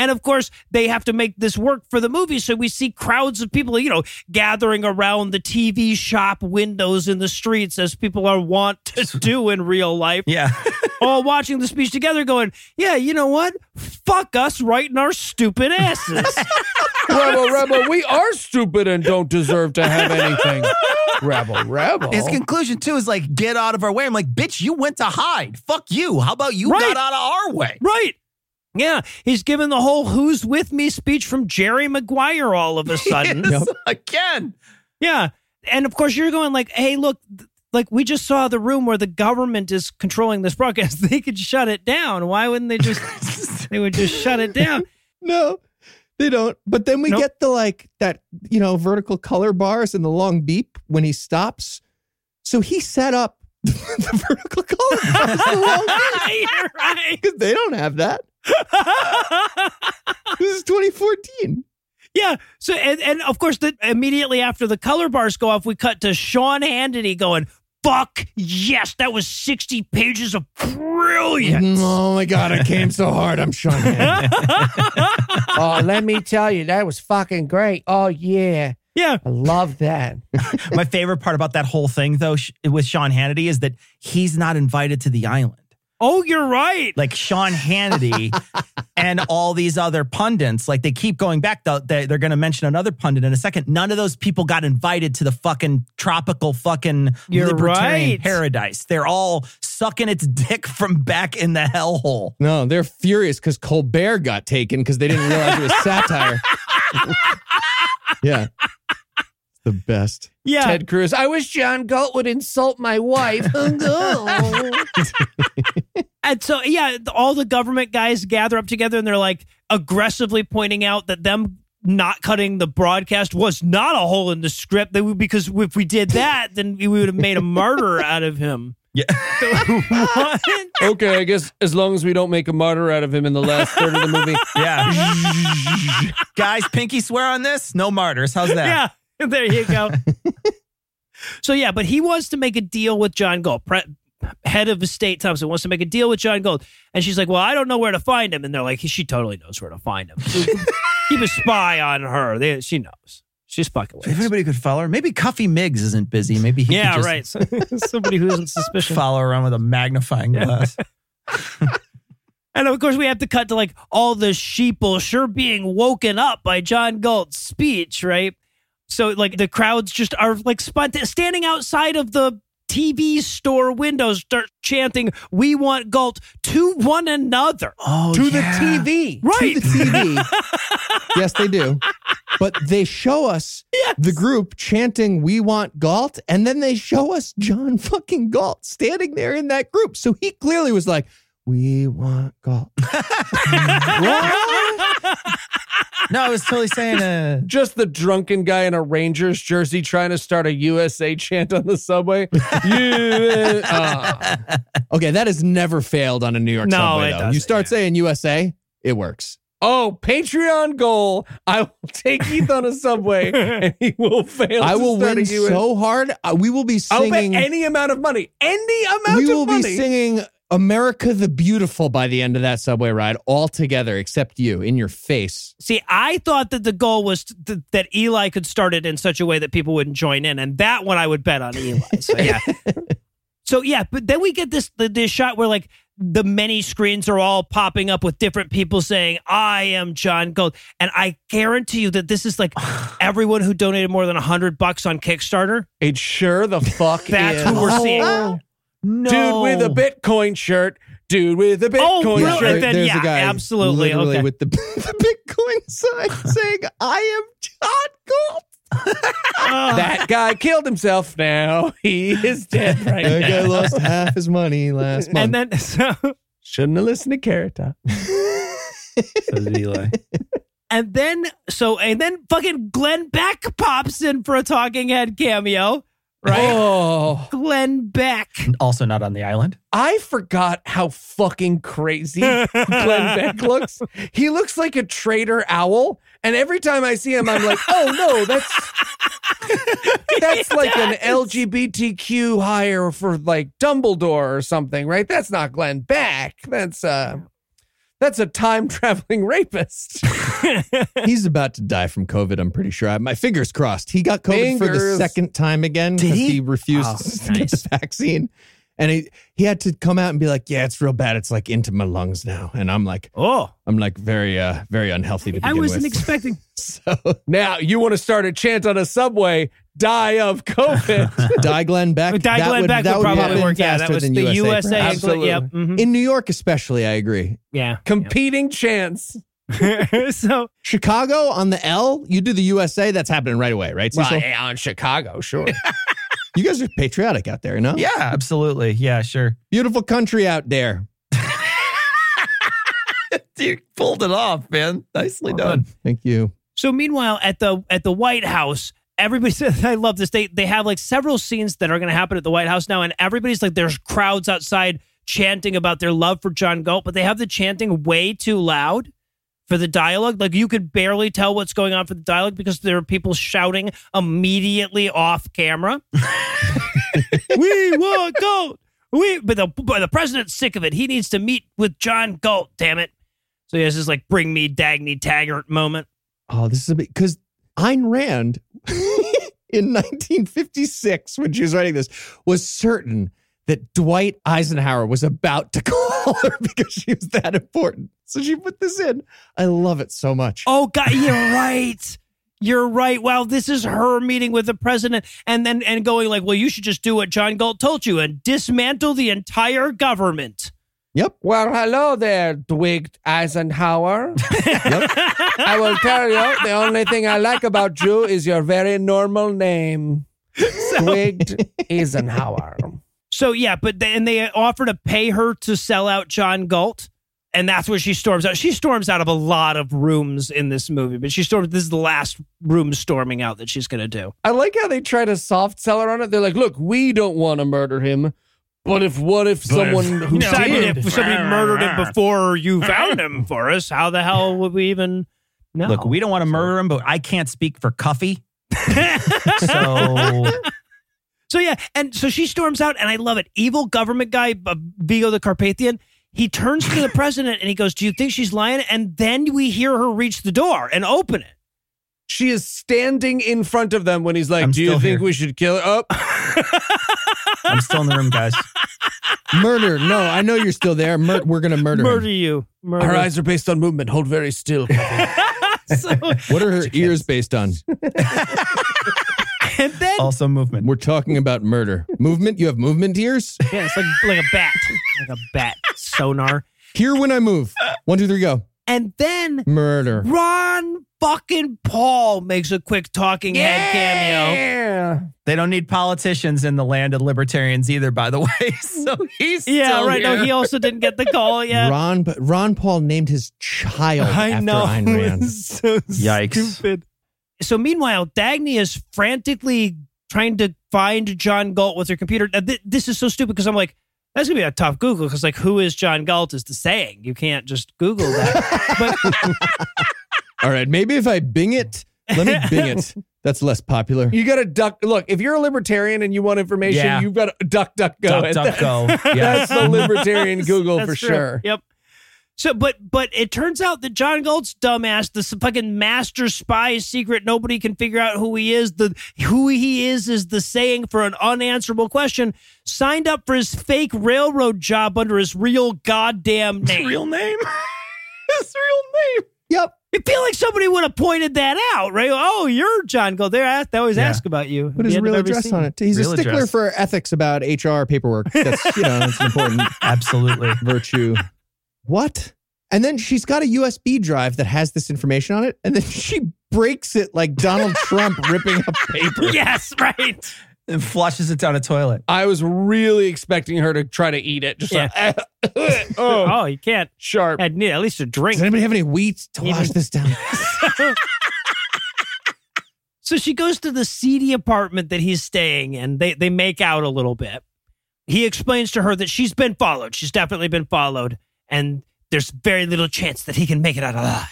S2: And of course, they have to make this work for the movie. So we see crowds of people, you know, gathering around the TV shop windows in the streets as people are wont to do in real life,
S1: Yeah.
S2: all watching the speech together, going, yeah, you know what? Fuck us right in our stupid asses.
S4: Rebel, rebel, we are stupid and don't deserve to have anything. Rebel, rebel.
S3: Oh.
S1: His conclusion too is like, get out of our way. I'm like, bitch, you went to hide. Fuck you. How about you
S2: Right.
S1: got out of our way?
S2: right. Yeah, he's given the whole "Who's with me" speech from Jerry Maguire all of a sudden.
S6: Again.
S2: Yeah. And of course, you're going like, hey, look, th- like we just saw the room where the government is controlling this broadcast. They could shut it down. Why wouldn't they just, they would just shut it down.
S3: No, they don't. But then we
S2: Nope.
S3: get the like that, you know, vertical color bars and the long beep when he stops. So he set up the vertical color bars and the long
S2: You're right.
S3: because they don't have that. This is 2014.
S2: yeah. So, and, and of course, the, immediately after the color bars go off, we cut to Sean Hannity going, fuck yes, that was 60 pages of brilliant.
S3: Oh my God, I came so hard. I'm Sean Hannity.
S4: oh, let me tell you, that was fucking great. Oh yeah,
S2: Yeah.
S4: I love that.
S1: My favorite part about that whole thing, though, sh- with Sean Hannity is that he's not invited to the island.
S2: Oh, you're right.
S1: Like Sean Hannity and all these other pundits, like they keep going back. Though they- they're going to mention another pundit in a second. None of those people got invited to the fucking tropical fucking
S2: You're
S1: libertarian
S2: right.
S1: paradise. They're all sucking its dick from back in the hellhole.
S3: No, they're furious because Colbert got taken because they didn't realize it was satire. yeah. The best.
S2: Yeah.
S4: Ted Cruz. I wish John Galt would insult my wife. Oh, no.
S2: And so, yeah, th- all the government guys gather up together and they're like aggressively pointing out that them not cutting the broadcast was not a hole in the script. They would, because if we did that, then we would have made a murderer out of him.
S1: Yeah.
S2: What?
S4: okay, I guess as long as we don't make a martyr out of him in the last third of the movie.
S1: Yeah. Guys, pinky swear on this? No martyrs. How's that?
S2: yeah. There you go. so, yeah, but he wants to make a deal with John Gold. Pre- head of state Thompson wants to make a deal with John Gold. And she's like, Well, I don't know where to find him. And they're like, She totally knows where to find him. Keep a spy on her. They, she knows. She's fucking with
S1: If
S2: us.
S1: anybody could follow her, maybe Cuffy Miggs isn't busy. Maybe he
S2: Yeah,
S1: could just
S2: right. So, somebody who isn't suspicious.
S1: follow her around with a magnifying glass.
S2: And of course, we have to cut to like all the sheeple sure being woken up by John Galt's speech, right? So like the crowds just are like spont- standing outside of the TV store windows, start chanting, "We want Galt to one another."
S1: Oh,
S4: to the TV.
S2: Right?
S3: To the TV. yes, they do. But they show us the group chanting, We want Galt. And then they show us John fucking Galt standing there in that group. So he clearly was like, We want Galt. What?
S1: No, I was totally saying. Uh,
S4: Just the drunken guy in a Rangers jersey trying to start a USA chant on the subway. Yeah. Ah.
S3: Okay, that has never failed on a New York
S2: No,
S3: subway,
S2: it
S3: though.
S2: doesn't,
S3: You start saying USA, it works.
S4: oh, Patreon goal. I will take Heath on a subway and he will fail.
S3: I
S4: to
S3: will
S4: start
S3: win
S4: a US
S3: so hard. uh, We will be
S4: I'll bet
S3: singing.
S4: any amount of money. Any amount
S3: we
S4: of
S3: will
S4: money.
S3: be singing America the Beautiful by the end of that subway ride, all together, except you in your face.
S2: See, I thought that the goal was t- th- that Eli could start it in such a way that people wouldn't join in, and that one I would bet on Eli. So yeah, so yeah, but then we get this th- this shot where like the many screens are all popping up with different people saying, "I am John Gold," and I guarantee you that this is like everyone who donated more than hundred bucks on Kickstarter.
S4: It sure the fuck
S2: That's
S4: is.
S2: who we're seeing.
S4: Oh,
S1: no.
S4: Dude with a Bitcoin shirt. Dude with a Bitcoin
S2: Oh, really?
S4: shirt.
S2: And then,
S3: there's
S2: yeah,
S3: a guy
S2: absolutely,
S3: literally
S2: okay.
S3: with the, the Bitcoin sign saying, "I am John Galt."
S4: that guy killed himself. Now he is dead right
S3: That guy
S4: now.
S3: lost half his money last month.
S2: And then so
S4: Shouldn't have listened to Carrot Top.
S2: and then so and then fucking Glenn Beck pops in for a talking head cameo. Right?
S4: Oh,
S2: Glenn Beck.
S1: Also, not on the island.
S4: I forgot how fucking crazy Glenn Beck looks. He looks like a traitor owl, and every time I see him, I'm like, oh no, that's that's like an LGBTQ hire for like Dumbledore or something, right? That's not Glenn Beck. That's uh, that's a time traveling rapist.
S3: He's about to die from COVID. I'm pretty sure. I, my fingers crossed. He got COVID for the
S4: Fingers.
S3: second time again
S1: Did
S3: because
S1: he?
S3: he? refused
S1: Oh,
S3: to get the vaccine, And he, he had to come out and be like, yeah, it's real bad. It's like into my lungs now. And I'm like,
S2: Oh,
S3: I'm like very, uh, very unhealthy to begin
S2: I wasn't
S3: with.
S2: expecting.
S4: Now you want to start a chant on a subway? Die of COVID.
S3: Die Glenn Beck.
S2: But Die
S3: that
S2: Glenn
S3: would,
S2: Beck
S3: that
S2: would probably
S3: happen
S2: work. Yeah, that
S3: faster
S2: was the
S3: than
S2: USA.
S3: perhaps.
S2: England, yep.
S4: Absolutely.
S2: mhm,
S3: In New York, especially, I agree.
S2: Yeah.
S4: Competing chants.
S2: mm-hmm. yeah. so
S3: Chicago on the L, you do the USA, that's happening right away, right? Cecil?
S4: yeah, on Chicago, sure.
S3: You guys are patriotic out there, you know?
S1: Yeah, absolutely. Yeah, sure.
S3: Beautiful country out there.
S1: You pulled it off, man.
S4: Oh,
S1: Nicely done.
S3: Thank you.
S2: So meanwhile, at the at the White House, everybody says I love this. They they have like several scenes that are going to happen at the White House now, and everybody's like, there's crowds outside chanting about their love for John Galt, but they have the chanting way too loud for the dialogue. Like you could barely tell what's going on for the dialogue because there are people shouting immediately off camera. we want Galt. We, but the but the president's sick of it. He needs to meet with John Galt. Damn it! So he has this like bring me Dagny Taggart moment.
S3: Oh, this is a bit because Ayn Rand in 1956, when she was writing this, was certain that Dwight Eisenhower was about to call her because she was that important. So she put this in. I love it so much.
S2: Oh God, you're right. You're right. Wow, this is her meeting with the president, and then and going like, well, you should just do what John Galt told you and dismantle the entire government.
S3: Yep.
S4: well, hello there, Dwight Eisenhower.
S3: Yep.
S4: I will tell you, the only thing I like about you is your very normal name, Dwight Eisenhower.
S2: So yeah, but they, and they offer to pay her to sell out John Galt, and that's where she storms out. She storms out of a lot of rooms in this movie, but she storms. This is the last room storming out that she's going to do.
S4: I like how they try to soft sell her on it. They're like, look, we don't want to murder him, but if what if someone who
S2: No, I mean,
S4: did?
S2: if somebody murdered him before you found him for us, how the hell would we even? No.
S1: Look, we don't want to murder him, but I can't speak for Cuffy. so
S2: So yeah, and so she storms out, and I love it. Evil government guy, uh, Vigo the Carpathian. He turns to the president and he goes, "Do you think she's lying?" And then we hear her reach the door and open it.
S4: She is standing in front of them when he's like,
S1: I'm
S4: do you
S1: still
S4: think
S1: here.
S4: we should kill her? Oh,
S1: I'm still in the room, guys.
S3: Murder. No, I know you're still there. Mur- we're going to murder,
S2: Murder
S3: him.
S2: you, murder.
S4: her eyes are based on movement. Hold very still.
S2: so,
S3: What are her ears based on?
S2: and then
S1: Also movement.
S3: We're talking about murder. Movement? You have movement ears?
S2: yeah, it's like like a bat, like a bat sonar.
S3: Here when I move. One, two, three, go.
S2: And then
S3: Murder.
S2: Ron fucking Paul makes a quick talking head cameo.
S4: yeah.
S1: They don't need politicians in the land of libertarians either, by the way. So he's
S2: Yeah,
S1: still
S2: right.
S1: Here.
S2: No, he also didn't get the call yet.
S3: Ron Ron Paul named his child after Ayn Rand.
S2: so
S1: Yikes.
S2: So meanwhile, Dagny is frantically trying to find John Galt with her computer. Now, thi- this is so stupid because I'm like, that's gonna be a tough Google because like, who is John Galt is the saying. You can't just Google that. but
S3: All right, maybe if I Bing it, let me Bing it. That's less popular.
S4: You got to duck. Look, if you're a libertarian and you want information,
S1: Yeah.
S4: you've got to duck, duck, go.
S1: Duck,
S4: And
S1: duck,
S4: that's-
S1: go.
S4: That's the libertarian Google
S2: That's
S4: for
S2: true.
S4: sure.
S2: Yep. So, but but it turns out that John Galt's dumbass, the s- fucking master spy secret, nobody can figure out who he is. The who he is is the saying for an unanswerable question. Signed up for his fake railroad job under his real goddamn
S1: His
S2: name.
S1: real name. His real name.
S3: Yep.
S2: I feel like somebody would have pointed that out, right? Oh, you're John Gold. They ask- they always
S1: Yeah.
S2: ask about you.
S3: Put his real address on it. He's
S1: Real
S3: a stickler
S1: address.
S3: for ethics about HR paperwork. That's you know, that's an important
S1: Absolutely.
S3: virtue. What? And then she's got a USB drive that has this information on it, and then she breaks it like Donald Trump ripping up paper.
S2: Yes, right.
S1: And flushes it down a toilet.
S4: I was really expecting her to try to eat it. Just like, oh,
S2: Oh, you can't.
S4: sharp.
S2: I'd need at least a drink.
S3: Does anybody have any wheat to
S2: Even-
S3: wash this down?
S2: So she goes to the seedy apartment that he's staying in. They they make out a little bit. He explains to her that she's been followed. She's definitely been followed, and there's very little chance that he can make it out alive.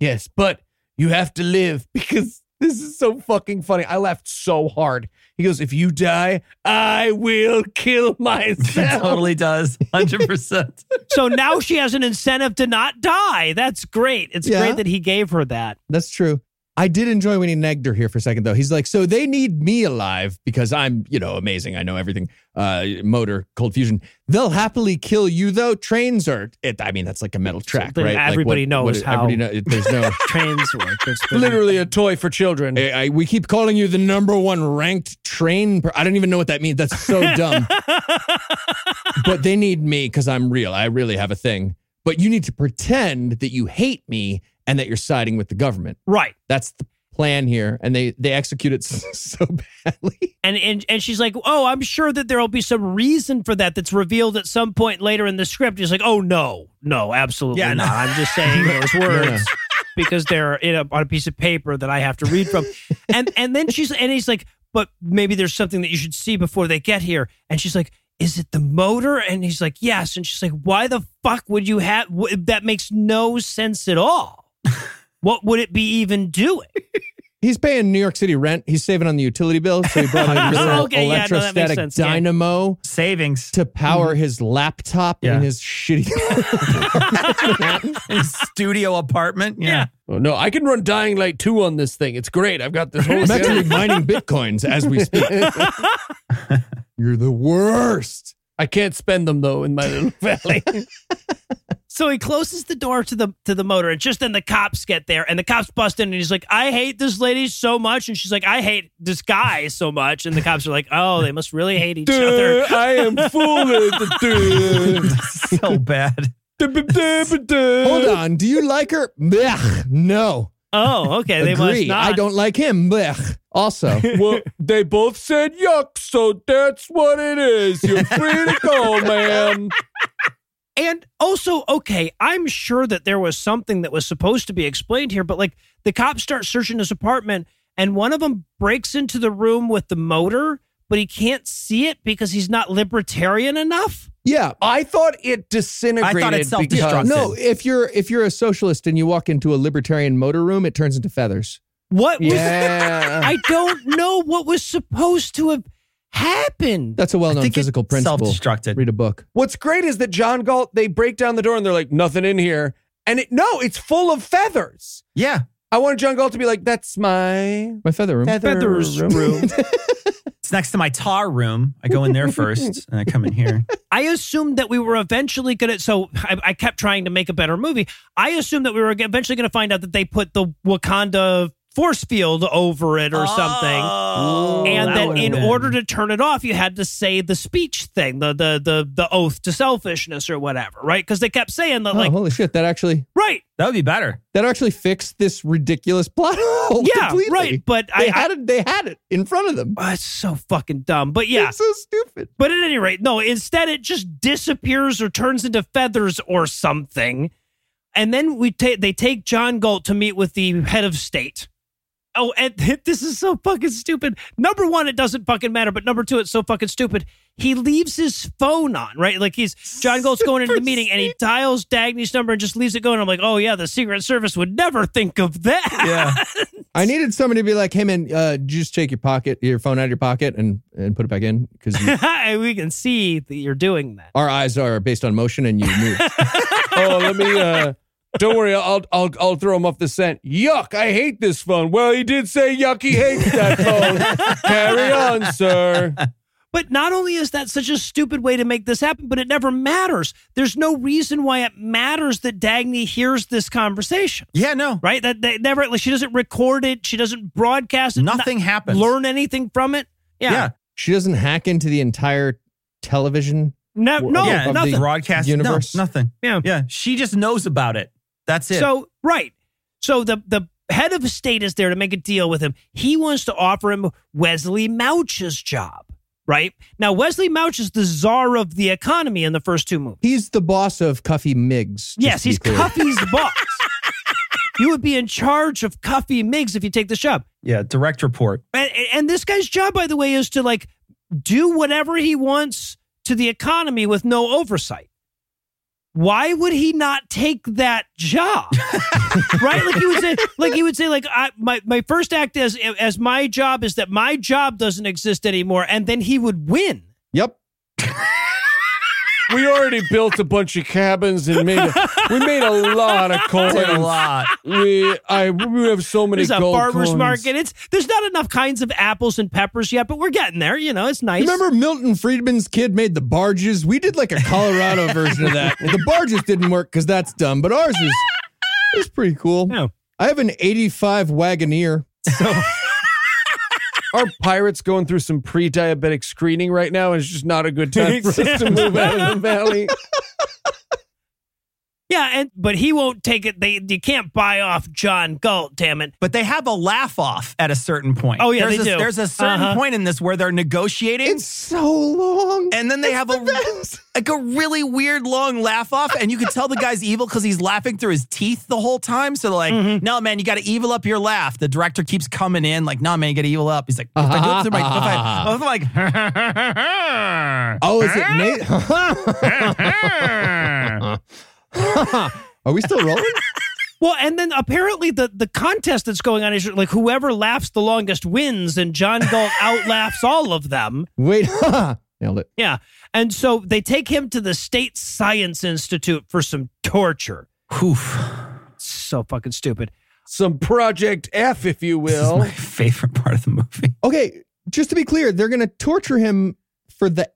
S4: Yes, but you have to live because this is so fucking funny. I laughed so hard. He goes, if you die, I will kill
S1: He
S4: myself.
S1: totally does. 100%.
S2: So now she has an incentive to not die. That's great. It's
S3: Yeah.
S2: great that he gave her that.
S3: That's true. I did enjoy when he negged her here for a second, though. He's like, so they need me alive because I'm, you know, amazing. I know everything. Uh, motor, cold fusion. They'll happily kill you, though. Trains are, it, I mean, that's like a metal track,
S2: Then
S3: right? Like,
S2: everybody knows
S3: is-
S2: how-
S3: Everybody know, there's no.
S2: Trains work. There's been-
S4: Literally a toy for children.
S3: I, I- we keep calling you the number one ranked train. Per, I don't even know what that means. That's so dumb. but they need me because I'm real. I really have a thing. But you need to pretend that you hate me and that you're siding with the government.
S2: Right.
S3: That's the plan here, and they they execute it s- so badly.
S2: And, and and she's like, oh, I'm sure that there'll be some reason for that that's revealed at some point later in the script. He's like, oh no, no, absolutely
S1: Yeah, no.
S2: not. I'm just saying those words
S3: Yeah.
S2: because they're in a, on a piece of paper that I have to read from. And and then she's and he's like, but maybe there's something that you should see before they get here. And she's like, is it the motor? And he's like, yes. And she's like, why the fuck would you have? W- that makes no sense at all. What would it be even doing?
S3: He's paying New York City rent. He's saving on the utility bill, so he brought in a little
S2: Okay, yeah, no, that makes
S3: electrostatic
S2: sense, yeah. Mm-hmm.
S3: dynamo.
S1: Savings.
S3: To power his laptop
S1: Yeah.
S3: in his shitty.
S1: His studio apartment. Yeah.
S4: Oh, no, I can run Dying Light 2 on this thing. It's great. I've got this whole
S3: I'm
S4: set.
S3: actually mining bitcoins as we speak. You're the worst.
S4: I can't spend them though in my little valley.
S2: So he closes the door to the to the motor, and just then the cops get there, and the cops bust in, and he's like, "I hate this lady so much," and she's like, "I hate this guy so much," and the cops are like, "Oh, they must really hate each other."
S4: I am fooled.
S1: So bad.
S3: Hold on. Do you like her? Blech. No.
S2: Oh, okay, they must
S3: Agree.
S2: not.
S3: I don't like him. Blech. Also.
S4: well, they both said yuck, so that's what it is. You're free to go, man.
S2: And also, okay, I'm sure that there was something that was supposed to be explained here, but like the cops start searching his apartment, and one of them breaks into the room with the motor, but he can't see it because he's not libertarian enough.
S3: Yeah.
S4: I thought it disintegrated.
S1: self-destructed.
S3: Uh, No, if you're if you're a socialist and you walk into a libertarian motor room, it turns into feathers.
S2: What was
S4: Yeah.
S2: I don't know what was supposed to have happened.
S3: That's a well-known physical principle.
S1: Self-destructed.
S3: Read a book.
S4: What's great is that John Galt, they break down the door and they're like, nothing in here. And it, no, it's full of feathers.
S1: Yeah.
S4: I wanted John Galt to be like, that's my
S3: My feather room.
S4: feathers room.
S1: It's next to my tar room. I go in there first and I come in here.
S2: I assumed that we were eventually going to. So I, I kept trying to make a better movie. I assumed that we were eventually going to find out that they put the Wakanda force field over it or something. and
S1: Oh, that
S2: that
S1: would've
S2: in
S1: been-
S2: order to turn it off, you had to say the speech thing, the the the the oath to selfishness or whatever, right? Because they kept saying that,
S3: Oh,
S2: like,
S3: holy shit! That actually
S2: right,
S1: That would be better.
S3: that actually fixed this ridiculous plot hole.
S2: yeah,
S3: completely.
S2: right. But
S3: They
S2: I, I
S3: had it. They had it in front of them.
S2: oh, it's so fucking dumb. But yeah,
S3: It's so stupid.
S2: But at any rate, no, instead it just disappears or turns into feathers or something. And then we take they take John Galt to meet with the head of state. Oh, and this is so fucking stupid. Number one, it doesn't fucking matter, but number two, it's so fucking stupid. He leaves his phone on, right? Like he's John Galt's going into the meeting and he dials Dagny's number and just leaves it going. I'm like, oh yeah, the Secret Service would never think of that.
S1: Yeah.
S3: I needed somebody to be like, "Hey man, uh, did you just take your pocket, your phone out of your pocket, and and put it back in because
S2: and we can see that you're doing that.
S3: our eyes are based on motion and you move."
S4: oh, let me. Uh, don't worry, I'll I'll I'll throw him off the scent. Yuck! I hate this phone. Well, he did say yuck. He hates that phone. Carry on, sir.
S2: But not only is that such a stupid way to make this happen, but it never matters. There's no reason why it matters that Dagny hears this conversation,
S1: Yeah, no.
S2: right? That they never, like, she doesn't record it, she doesn't broadcast it,
S1: Nothing
S2: not
S1: happens.
S2: learn anything from it. Yeah,
S1: Yeah.
S3: she doesn't hack into the entire television.
S2: no, no,
S3: Yeah, of the-
S2: nothing.
S1: broadcast
S3: universe.
S1: No, nothing.
S2: Yeah.
S1: Yeah. She just knows about it. That's it.
S2: So right. So the the head of state is there to make a deal with him. He wants to offer him Wesley Mouch's job. Right now, Wesley Mouch is the czar of the economy in the first two movies.
S3: He's the boss of Cuffy Miggs. just
S2: Yes,
S3: to be
S2: he's
S3: clear.
S2: Cuffy's boss. You would be in charge of Cuffy Miggs if you take this job.
S1: yeah, direct report.
S2: And, and this guy's job, by the way, is to like do whatever he wants to the economy with no oversight. Why would he not take that job? right? Like he would say, like he would say, like I, my my first act as as my job is that my job doesn't exist anymore, and then he would win.
S3: Yep.
S4: we already built a bunch of cabins and made a, we made a lot of coins.
S1: Did a lot.
S4: We I we have so many
S2: There's a
S4: gold
S2: farmer's
S4: coins.
S2: market. It's there's not enough kinds of apples and peppers yet, but we're getting there. You know, it's nice.
S3: You remember Milton Friedman's kid made the barges? We did like a Colorado version of that. The barges didn't work because that's dumb, but ours is is pretty cool.
S2: Yeah.
S3: I have an 85 Wagoneer.
S4: Our pirates going through some pre-diabetic screening right now, and it's just not a good time for us to move out of the valley.
S2: Yeah, and but he won't take it. They you can't buy off John Galt. Damn it.
S1: But they have a laugh off at a certain point.
S2: Oh, yeah,
S1: there's
S2: they
S1: a,
S2: do.
S1: There's a certain
S2: Uh-huh.
S1: point in this where they're negotiating,
S3: It's so long.
S1: and then they have a like a really weird long laugh off, and you can tell the guy's evil because he's laughing through his teeth the whole time. So they're like,
S2: Mm-hmm.
S1: no man, you got to evil up your laugh. The director keeps coming in like, no man, you got to evil up. He's like, if I do it through my, if I, if I'm like,
S3: Oh, is it Nate? Eh? Are we still rolling?
S2: Well, and then apparently the the contest that's going on is like whoever laughs the longest wins, and John Galt outlaughs all of them.
S3: Wait. Nailed it.
S2: Yeah, and so they take him to the State Science Institute for some torture.
S1: Oof.
S2: So fucking stupid.
S4: Some Project F, if you
S1: This is
S4: will.
S1: my favorite part of the movie.
S3: Okay, just to be clear, they're going to torture him for the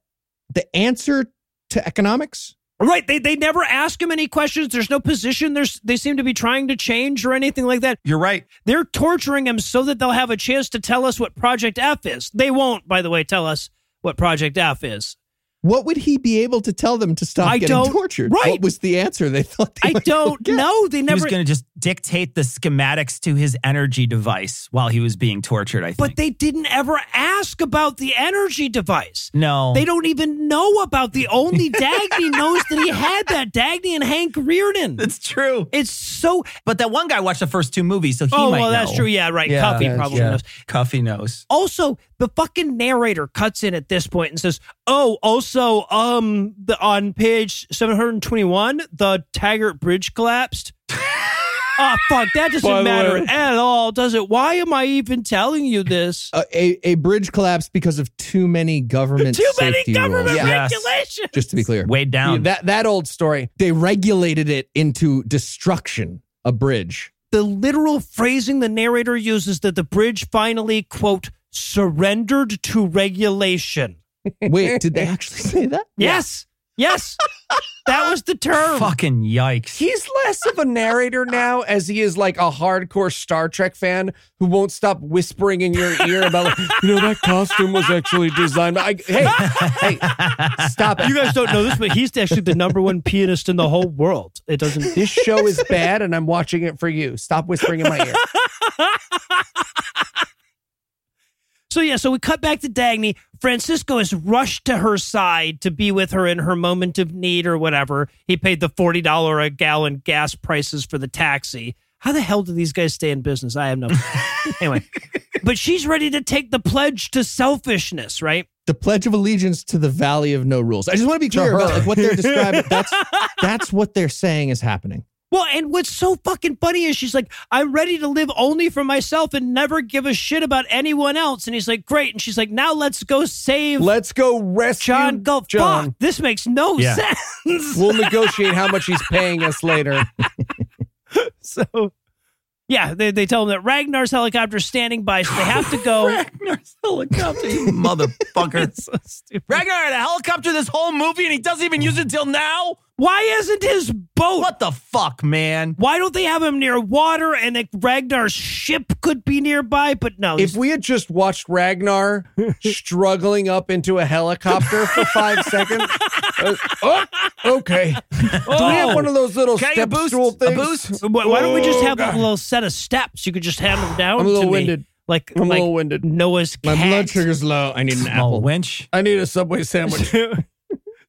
S3: the answer to economics.
S2: Right? They they never ask him any questions. There's no position. There's they seem to be trying to change or anything like that.
S1: You're right.
S2: They're torturing him so that they'll have a chance to tell us what Project F is. They won't, by the way, tell us what Project F is.
S3: What would he be able to tell them to stop
S2: I
S3: getting
S2: don't-
S3: tortured?
S2: right.
S3: What was the answer they thought? They
S2: I
S3: might
S2: don't
S3: get?
S2: know. They
S1: He was
S2: never.
S1: going to just dictate the schematics to his energy device while he was being tortured. I think.
S2: But they didn't ever ask about the energy device.
S1: no,
S2: They don't even know about the only Dagny knows that he had that Dagny and Hank Reardon.
S1: It's true.
S2: It's so.
S1: But that one guy watched the first two movies, so he
S2: oh
S1: might
S2: well, that's
S1: know.
S2: true. Yeah, right.
S1: Yeah,
S2: Cuffy
S1: that's-
S2: probably
S1: yeah.
S2: knows.
S1: Cuffy knows.
S2: Also, the fucking narrator cuts in at this point and says, "Oh, also, um, the, on page seven hundred and twenty-one, the Taggart Bridge collapsed." oh fuck, that
S4: By
S2: doesn't
S4: the
S2: matter
S4: way-
S2: at all, does it? Why am I even telling you this?
S3: A, a, a bridge collapsed because of too many government
S2: Too many
S3: safety
S2: government
S3: rules.
S1: Yeah. Yes.
S2: regulations.
S3: Just to be clear,
S1: Way down.
S4: that that old story.
S3: they regulated it into destruction. A bridge.
S2: The literal phrasing the narrator uses that the bridge finally quote surrendered to regulation.
S3: Wait, did they actually say that?
S2: Yes, yes, that was the term.
S1: Fucking yikes.
S4: He's less of a narrator now as he is like a hardcore Star Trek fan who won't stop whispering in your ear about, like, you know, that costume was actually designed by. I- hey, hey, stop it.
S2: You guys don't know this, but he's actually the number one pianist in the whole world. It doesn't.
S4: this show is bad and I'm watching it for you. Stop whispering in my ear.
S2: So yeah, so we cut back to Dagny. Francisco is rushed to her side to be with her in her moment of need or whatever. He paid the forty dollar a gallon gas prices for the taxi. How the hell do these guys stay in business? I have no. anyway, but she's ready to take the pledge to selfishness, right?
S3: the Pledge of Allegiance to the Valley of No Rules. I just want to be clear about like what they're describing. That's that's what they're saying is happening.
S2: Well, and what's so fucking funny is she's like, I'm ready to live only for myself and never give a shit about anyone else. And he's like, great. And she's like, now let's go save
S4: Let's go rescue
S2: John Gulf.
S4: John.
S2: Fuck, this makes no
S1: Yeah.
S2: sense.
S4: We'll negotiate how much he's paying us later.
S2: so, yeah, they, they tell him that Ragnar's helicopter is standing by, so they have to go.
S1: Ragnar's helicopter, you motherfucker.
S2: so stupid.
S1: Ragnar had a helicopter this whole movie and he doesn't even use it till now?
S2: Why isn't his boat?
S1: What the fuck, man?
S2: Why don't they have him near water and that Ragnar's ship could be nearby? But no,
S4: If we had just watched Ragnar struggling up into a helicopter for five seconds, uh, oh, okay. Do we have one of those little
S1: Can I get a
S4: step
S1: boost?
S4: stool
S1: A
S4: things?
S1: boost?
S2: Why, why don't we just have
S4: Oh,
S2: a little set of steps? You could just hand them down.
S4: I'm a little
S2: to me,
S4: winded.
S2: Like
S4: I'm a
S2: like
S4: little winded.
S2: Noah's cat.
S3: low. I need an
S1: Small winch.
S4: I need a Subway sandwich. Uh,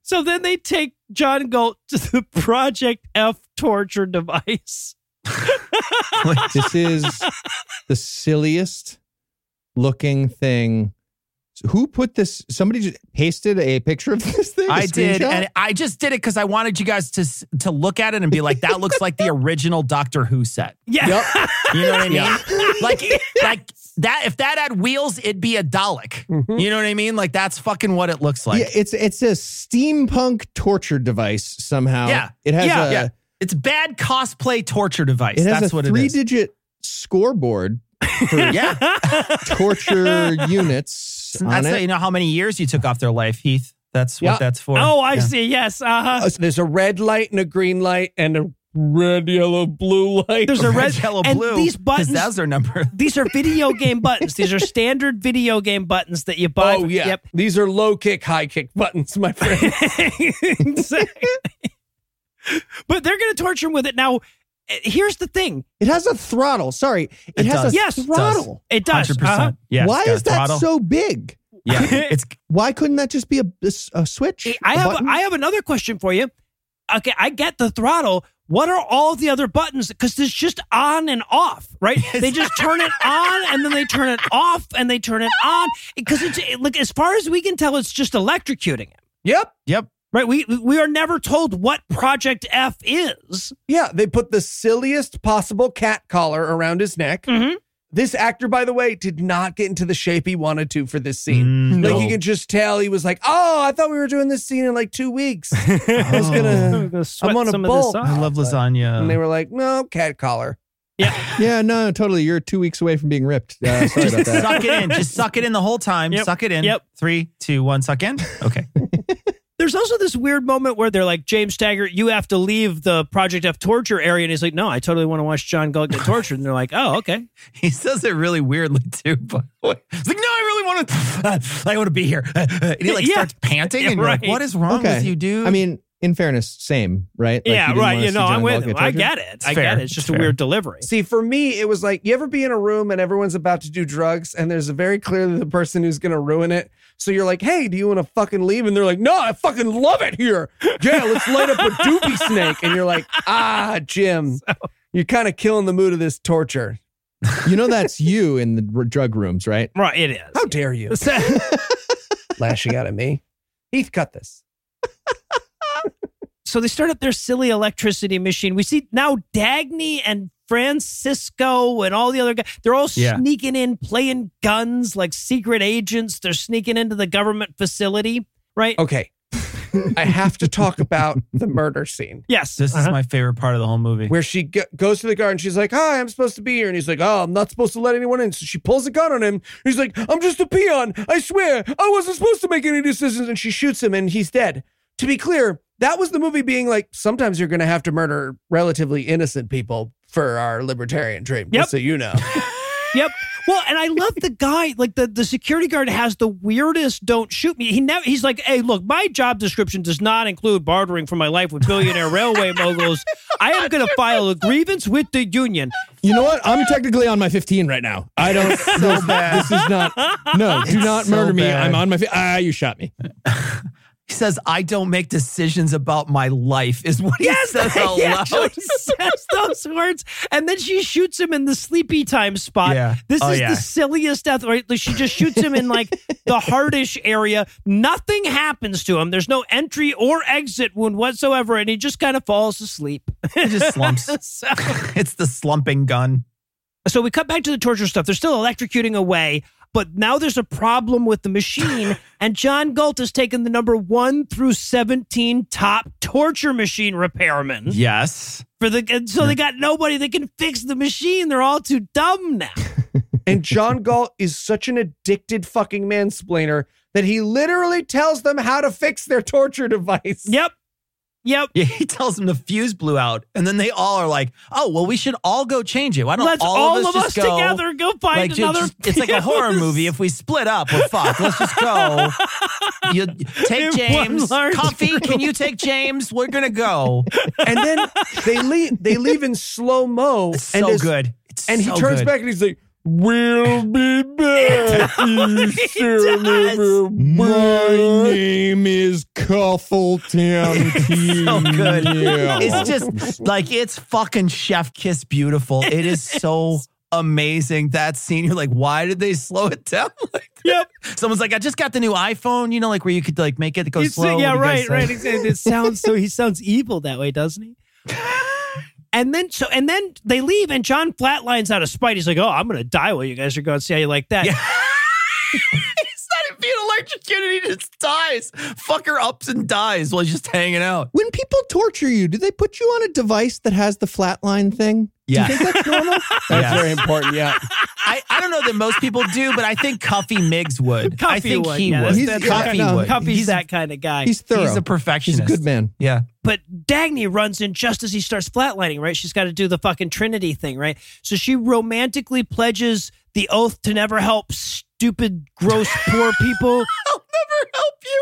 S2: So then they take John Galt to the Project F torture device.
S3: This is the silliest looking thing. So who put this? Somebody just pasted a picture of this thing. a
S1: I did,
S3: screenshot?
S1: and I just did it because I wanted you guys to s- to look at it and be like, "That looks like the original Doctor Who set."
S2: Yeah.
S1: You know what I mean? Like, like that. If that had wheels, it'd be a Dalek. You know what I mean? Like that's fucking what it looks like.
S3: Mm-hmm. yeah, it's it's a steampunk torture device somehow.
S1: Yeah.
S3: it has
S1: yeah,
S3: a
S1: yeah. It's bad cosplay torture device.
S3: it has
S1: That's
S3: a
S1: what
S3: three
S1: it is.
S3: digit scoreboard for
S1: yeah.
S3: torture units on
S1: That's how
S3: it.
S1: you know how many years you took off their life, Heath. That's
S3: Yeah.
S1: what that's for.
S2: Oh, I see. Yes. Uh-huh.
S4: Uh, so there's a red light and a green light and a red, yellow, blue light.
S2: There's a red,
S1: yellow,
S2: and
S1: blue.
S2: These
S1: 'cause
S2: buttons.
S1: that's their number.
S2: these are video game buttons. These are standard video game buttons that you buy.
S4: oh yeah.
S2: Yep.
S4: These are low kick, high kick buttons, my friend.
S2: exactly. But they're going to torture him with it. Now, eh, here's the thing.
S3: It has a throttle. Sorry, it,
S1: It
S3: has
S1: does.
S3: a
S2: Yes, it does.
S3: throttle.
S2: It does.
S1: 100%.
S2: uh-huh.
S1: Yeah, it's
S3: Why
S1: got a
S3: is that
S1: throttle.
S3: so big?
S1: Yeah, it's
S3: Why couldn't that just be a, a s- a switch?
S2: I
S3: a
S2: have
S3: button?
S2: I have another question for you. Okay, I get the throttle. What are all the other buttons? Because it's just on and off, right? They just turn it on and then they turn it off and they turn it on because it's it- look as far as we can tell, it's just electrocuting him,
S4: yep.
S1: yep.
S2: right? We we are never told what Project F is.
S4: Yeah, they put the silliest possible cat collar around his neck.
S2: Mhm.
S4: This actor, by the way, did not get into the shape he wanted to for this scene.
S1: Mm,
S4: like
S1: no.
S4: you could just tell he was like, "Oh, I thought we were doing this scene in like two weeks. I was gonna." Hmm. I'm on a bolt.
S1: I love lasagna.
S4: And they were like, "No, cat collar."
S3: Yeah, no, totally. You're two weeks away from being ripped. Uh, sorry about that.
S1: suck it in. Just suck it in the whole time.
S2: Yep.
S1: Suck it in.
S2: Yep.
S1: Three, two, one. Suck in. Okay.
S2: There's also this weird moment where they're like, James Taggart, you have to leave the Project F torture area. And he's like, no, I totally want to watch John Gull get tortured. And they're like, oh, okay.
S1: He says it really weirdly too. But he's like, no, I really want to. I want to be here. Uh, uh, and he like
S2: Yeah.
S1: starts panting. and
S2: Yeah,
S1: you're like,
S2: right.
S1: what is wrong
S3: Okay.
S1: with you, dude?
S3: I mean, in fairness, same, right? Like,
S2: yeah,
S3: didn't
S2: right.
S3: wanna
S2: You
S3: see
S2: know,
S3: John
S2: I'm with
S3: Galt
S2: him.
S3: get
S2: I
S3: tortured?
S2: get it. I
S1: fair.
S2: get it. It's just
S1: It's
S2: a
S1: fair.
S2: weird delivery.
S4: See, for me, it was like you ever be in a room and everyone's about to do drugs, and there's a very clearly the person who's gonna ruin it. So you're like, "Hey, do you want to fucking leave?" And they're like, "No, I fucking love it here. Yeah, let's light up a doopy snake." And you're like, "Ah, Jim, you're kind of killing the mood of this torture.
S3: You know, that's you in the r- drug rooms, right?
S2: Right, it is.
S4: How dare you lashing out at me, Heath? Cut this."
S2: so they start up their silly electricity machine. We see now Dagny and Francisco and all the other guys. They're all
S1: Yeah.
S2: sneaking in, playing guns like secret agents. They're sneaking into the government facility, right?
S4: Okay, I have to talk about the murder scene.
S2: Yes.
S1: this is
S2: Uh-huh.
S1: my favorite part of the whole movie.
S4: where she go- goes to the guard and she's like, "Hi, I'm supposed to be here," and he's like, "Oh, I'm not supposed to let anyone in." So she pulls a gun on him. He's like, "I'm just a peon. I swear, I wasn't supposed to make any decisions." And she shoots him, and he's dead. To be clear, that was the movie being like, sometimes you're going to have to murder relatively innocent people for our libertarian dream.
S2: Yep.
S4: Just so you know.
S2: Yep. Well, and I love the guy. Like the, the security guard has the weirdest "don't shoot me." He never. He's like, "Hey, look, my job description does not include bartering for my life with billionaire railway moguls. I am going to file a grievance with the union."
S3: You know what? I'm technically on my 15 right now. I don't. this, this is not. No, do not
S1: so
S3: murder me.
S1: bad.
S3: I'm on my. fi- Ah, you shot me.
S1: He says, I don't make decisions about my life, is what he says out
S2: he
S1: loud.
S2: actually says those words, and then she shoots him in the sleepy time spot.
S1: Yeah.
S2: This
S1: Oh,
S2: is
S1: yeah.
S2: the silliest death. Right? Like, she just shoots him in like the heartish area. Nothing happens to him. There's no entry or exit wound whatsoever, and he just kind of falls asleep.
S1: He just slumps.
S2: so,
S1: it's the slumping gun.
S2: so we cut back to the torture stuff. They're still electrocuting away, but now there's a problem with the machine, and John Galt has taken the number one through seventeen top torture machine repairman
S1: Yes.
S2: for the. And so they got nobody that can fix the machine. They're all too dumb now.
S4: and John Galt is such an addicted fucking mansplainer that he literally tells them how to fix their torture device.
S2: yep, yep.
S1: Yeah, he tells them the fuse blew out, and then they all are like, "Oh, well, we should all go change it. Why don't
S2: Let's
S1: all, of us, just go,
S2: together go find
S1: Like, ju-
S2: another.
S1: just- it's like a horror
S2: fuse.
S1: movie. If we split up, we're fucked. Let's just go. You take
S2: In one
S1: James.
S2: large
S1: Coffee,
S2: room.
S1: can you take James? We're gonna go.
S4: And then they leave. They leave in slow mo.
S1: It's so good. It's
S4: and he
S1: so
S4: turns
S1: good.
S4: back and he's like, "We'll be back." you son of a
S3: My name is Cuffleton.
S1: so good.
S3: Yeah.
S1: It's just like it's fucking chef kiss beautiful. It is so amazing that scene. You're like, why did they slow it down? Like, yep. Someone's like, I just got the new iPhone. You know, like where you could like make it go
S2: It's-
S1: slow.
S2: yeah,
S1: What do you guys
S2: right,
S1: say?
S2: right. It, it sounds so. He sounds evil that way, doesn't he? And then so and then they leave, and John flatlines out of spite. He's like, "Oh, I'm gonna die while you guys are gone. See how you like that."
S6: He's not being electrocuted. He just dies. Fucker ups and dies while he's just hanging out.
S3: When people torture you, do they put you on a device that has the flatline thing?
S1: Yeah.
S3: Do you think that's normal?
S4: That's
S1: Yeah.
S4: very important. Yeah.
S1: I, I don't know that most people do, but I think Cuffy Miggs would. I
S2: Cuffy
S1: think
S2: would,
S1: he
S2: yeah,
S1: would.
S3: that's- that's-
S1: Cuffy
S3: yeah, no,
S1: would.
S2: Cuffy's
S1: he's,
S2: that kind of guy.
S3: He's thorough.
S1: he's a
S3: He's
S1: perfectionist.
S3: a good man.
S1: Yeah.
S2: but Dagny runs in just as he starts flatlining, right? She's got to do the fucking Trinity thing, right? So she romantically pledges the oath to never help stupid, gross, poor people.
S6: I'll never help you.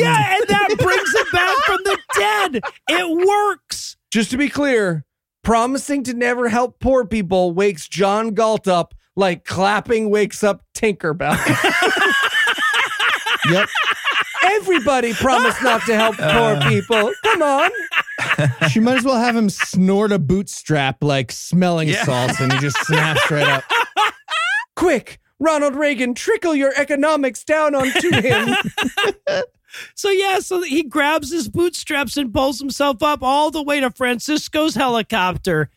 S2: yeah, and that brings him back from the dead. It works.
S4: Just to be clear, promising to never help poor people wakes John Galt up like clapping wakes up Tinkerbell.
S3: Yep.
S4: Everybody promised not to help
S1: Uh.
S4: poor people. Come on.
S3: She might as well have him snort a bootstrap like smelling
S1: Yeah.
S3: salts and he just snaps right up.
S4: Quick, Ronald Reagan, trickle your economics down onto him.
S2: So yeah, so he grabs his bootstraps and pulls himself up all the way to Francisco's helicopter.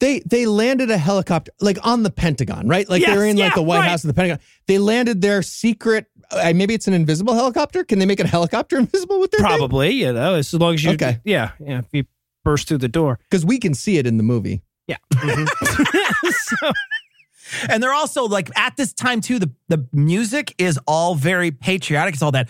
S3: They they landed a helicopter like on the Pentagon, right? Like
S2: Yes,
S3: they're in
S2: yeah,
S3: like the White
S2: right.
S3: House and the Pentagon. They landed their secret uh, maybe it's an invisible helicopter. Can they make a helicopter invisible with their
S2: Probably, you know, as long as you
S3: Okay.
S2: yeah, yeah, if he burst through the door.
S3: Because we can see it in the movie.
S2: So-
S1: And they're also like at this time too. The the music is all very patriotic. It's all that.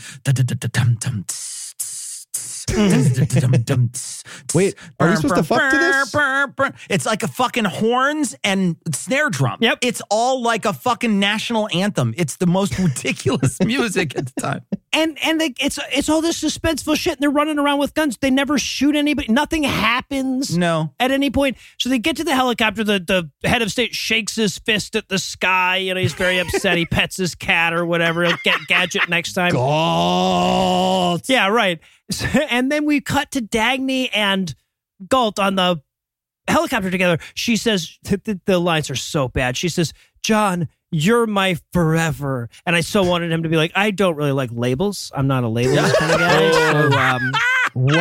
S3: Wait, are we supposed to fuck to this?
S1: It's like a fucking horns and snare drum.
S2: Yep.
S1: It's all like a fucking national anthem. It's the most ridiculous music at the time.
S2: and and they, it's it's all this suspenseful shit and they're running around with guns they never shoot anybody nothing happens
S1: No.
S2: at any point so they get to the helicopter the, the head of state shakes his fist at the sky you know he's very upset he pets his cat or whatever he'll get gadget next time
S3: Galt.
S2: yeah right and then we cut to dagny and galt on the helicopter together she says the, the, the lines are so bad she says john you're my forever and i so wanted him to be like i don't really like labels i'm not a labels kind of guy so, um,
S3: Oh. Wow.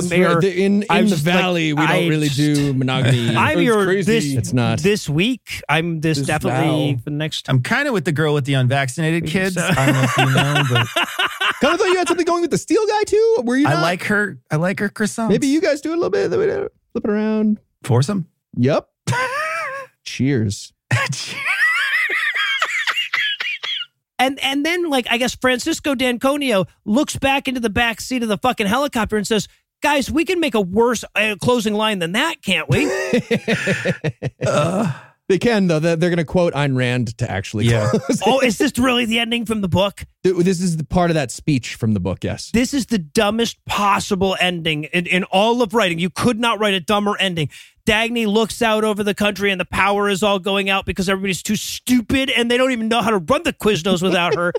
S2: That's why I'm here.
S3: in in
S2: I'm
S3: the
S2: just like,
S3: valley, we
S2: I
S3: don't really
S2: just-
S3: do monogamy.
S2: I'm your
S4: crazy.
S2: this
S3: It's not.
S2: this week. I'm this,
S4: This
S2: definitely
S4: now.
S2: for the next time.
S1: I'm kind of with the girl with the unvaccinated kids. I don't know if you know, but
S3: Kind of thought you had something going with the steel guy too. Were you?
S1: I
S3: not?
S1: like her. I like her croissants.
S3: Maybe you guys do it a little bit. then we do- Flip it around.
S1: foursome.
S3: Yep. Cheers.
S2: And and then like I guess Francisco Danconio looks back into the back seat of the fucking helicopter and says, "Guys, we can make a worse uh, closing line than that, can't we?"
S3: They can though. They're they're going to quote Ayn Rand to actually.
S1: Yeah.
S3: close.
S2: oh, is this really the ending from the book?
S3: this is the part of that speech from the book. Yes.
S2: This is the dumbest possible ending in, in all of writing. You could not write a dumber ending. Dagny looks out over the country and the power is all going out because everybody's too stupid and they don't even know how to run the Quiznos without her.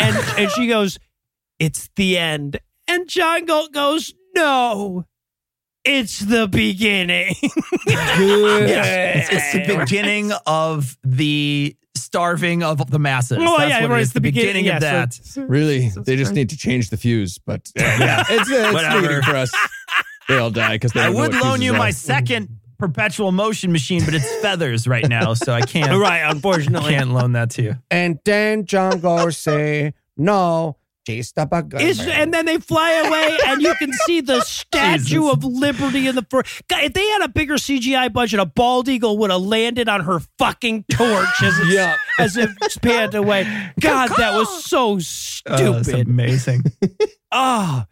S2: and and she goes, It's the end. And John Galt goes, No, it's the beginning.
S1: Yes, it's, it's the beginning of the starving of the masses.
S2: Oh,
S1: That's
S2: yeah,
S1: what
S2: right,
S1: it is.
S2: it's the beginning,
S1: of
S2: yeah,
S1: that.
S2: so-
S3: Really, they just need to change the fuse. But yeah, it's, uh, it's
S1: Whatever.
S3: negative for us. They all die because they.
S1: I
S3: don't know
S1: would
S3: what
S1: loan
S3: fuses
S1: you
S3: are.
S1: my second perpetual motion machine, but it's feathers right now, so I can't.
S2: right, unfortunately.
S1: Can't loan that to you.
S4: And then John Galt say, no, chase the gun.
S2: Is, and then they fly away, and you can see the Statue of Liberty in the front. God, if they had a bigger CGI budget, a bald eagle would have landed on her fucking torch as it,
S4: Yeah.
S2: as it spanned away. God, that was so
S1: it's
S2: stupid.
S1: Uh, amazing.
S2: Oh,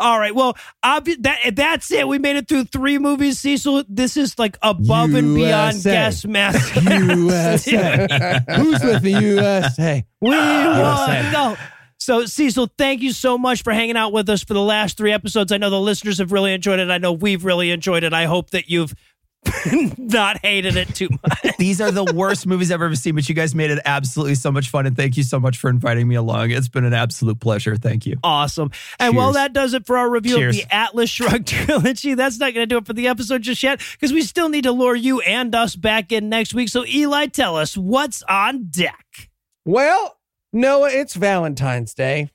S2: all right. Well, obvi- that that's it. We made it through three movies, Cecil. This is like above and beyond
S3: USA.
S2: gas mask.
S3: USA. Who's with the USA?
S2: We
S3: USA.
S2: won. No. So, Cecil, thank you so much for hanging out with us for the last three episodes. I know the listeners have really enjoyed it. I know we've really enjoyed it. I hope that you've not hated it too much.
S1: These are the worst movies I've ever seen, but you guys made it absolutely so much fun. And thank you so much for inviting me along. It's been an absolute pleasure. Thank you.
S2: awesome. And while
S3: Cheers.
S2: that does it for our review
S1: Cheers.
S2: of the Atlas Shrugged trilogy, that's not going to do it for the episode just yet because we still need to lure you and us back in next week. So, Eli, tell us what's on deck.
S4: Well, Noah, it's Valentine's Day.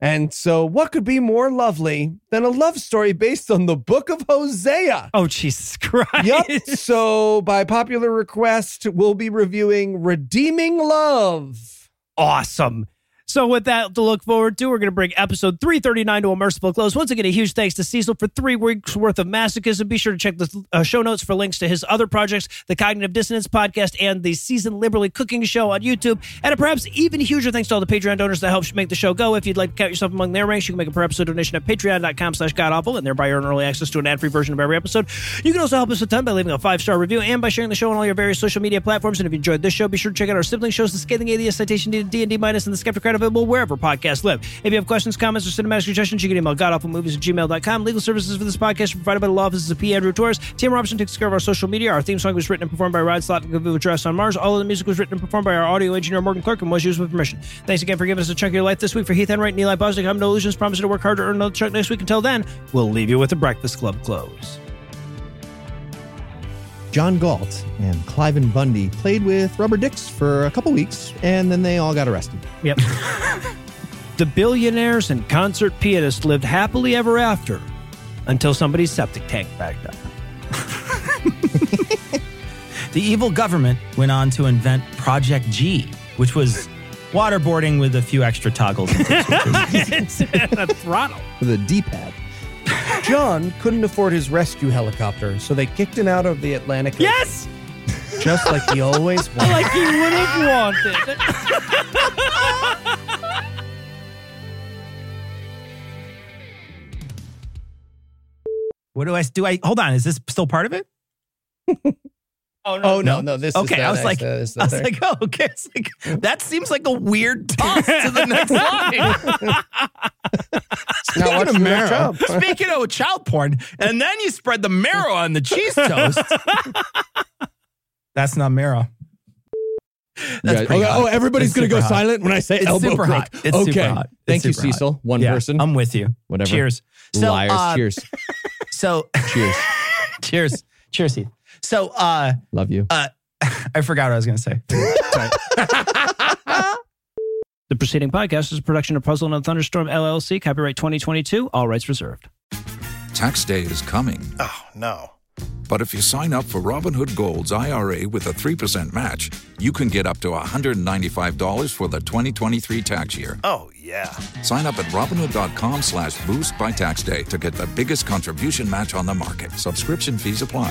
S4: And so, what could be more lovely than a love story based on the book of Hosea?
S2: Oh, Jesus Christ.
S4: Yup. so, by popular request, we'll be reviewing Redeeming Love.
S2: awesome. So, with that to look forward to, we're going to bring episode 339 to a merciful close. Once again, a huge thanks to Cecil for three weeks worth of masochism. Be sure to check the uh, show notes for links to his other projects, the Cognitive Dissonance podcast, and the Season Liberally Cooking Show on YouTube. And a perhaps even huger thanks to all the Patreon donors that help make the show go. If you'd like to count yourself among their ranks, you can make a per episode donation at patreon.com slash godawful and thereby earn early access to an ad-free version of every episode. You can also help us a ton by leaving a five-star review and by sharing the show on all your various social media platforms. And if you enjoyed this show, be sure to check out our sibling shows, The Scathing Atheist, Citation Needed, D&D Minus, and The Skeptic Crowd, available wherever podcasts live. If you have questions, comments, or cinematic suggestions, you can email godawfulmovies at gmail.com. Legal services for this podcast are provided by the law offices of P. Andrew Torres. Tim Robinson takes care of our social media. Our theme song was written and performed by Rod Slot and Gavu Dress on Mars. All of the music was written and performed by our audio engineer, Morgan Clark, and was used with permission. Thanks again for giving us a chunk of your life this week. For Heath Enright and Eli Bosnick, I'm No Illusions, promising to work harder to earn another chunk next week. Until then, we'll leave you with the Breakfast Club close.
S3: John Galt and Cliven Bundy played with rubber dicks for a couple weeks, and then they all got arrested.
S2: Yep. the billionaires and concert pianists lived happily ever after until somebody's septic tank backed up.
S1: The evil government went on to invent Project G, which was waterboarding with a few extra toggles. and things.
S2: it's a throttle.
S3: The D-pad.
S4: John couldn't afford his rescue helicopter, so they kicked him out of the Atlantic. Ocean,
S2: Yes!
S4: Just like he always wanted.
S2: Like he would have wanted.
S1: what do I do? I hold on. Is this still part of it?
S3: Oh, no, no, this
S1: Okay,
S3: is the
S1: I was like,
S3: next, uh, this is the
S1: I was
S3: third.
S1: like, oh, okay. It's like, that seems like a weird toss to the next line.
S3: now watch the next job.
S1: Speaking of child porn, and then you spread the marrow on the cheese toast. That's not marrow. That's
S3: Yeah,
S1: pretty
S3: okay,
S1: hot.
S3: oh, everybody's
S1: It's
S3: gonna
S1: super
S3: go
S1: hot.
S3: silent when I say
S1: It's
S3: elbow
S1: super
S3: crack.
S1: hot. It's
S3: okay.
S1: super hot. It's
S3: Thank you,
S1: super hot.
S3: Cecil. One
S1: Yeah,
S3: person.
S1: I'm with you.
S3: Whatever.
S1: Cheers. So,
S3: Liars.
S1: uh,
S3: Cheers.
S1: So
S3: Cheers.
S1: cheers. Cheers, Heath. So uh
S3: Love you.
S1: I forgot what I was gonna say.
S2: The preceding podcast is a production of Puzzle and Thunderstorm LLC, copyright 2022, all rights reserved.
S7: Tax day is coming.
S5: Oh, no.
S7: But if you sign up for Robinhood Gold's IRA with a 3% match, you can get up to $195 for the 2023 tax year.
S5: Oh, yeah.
S7: Sign up at Robinhood.com slash boost by tax day to get the biggest contribution match on the market. Subscription fees apply.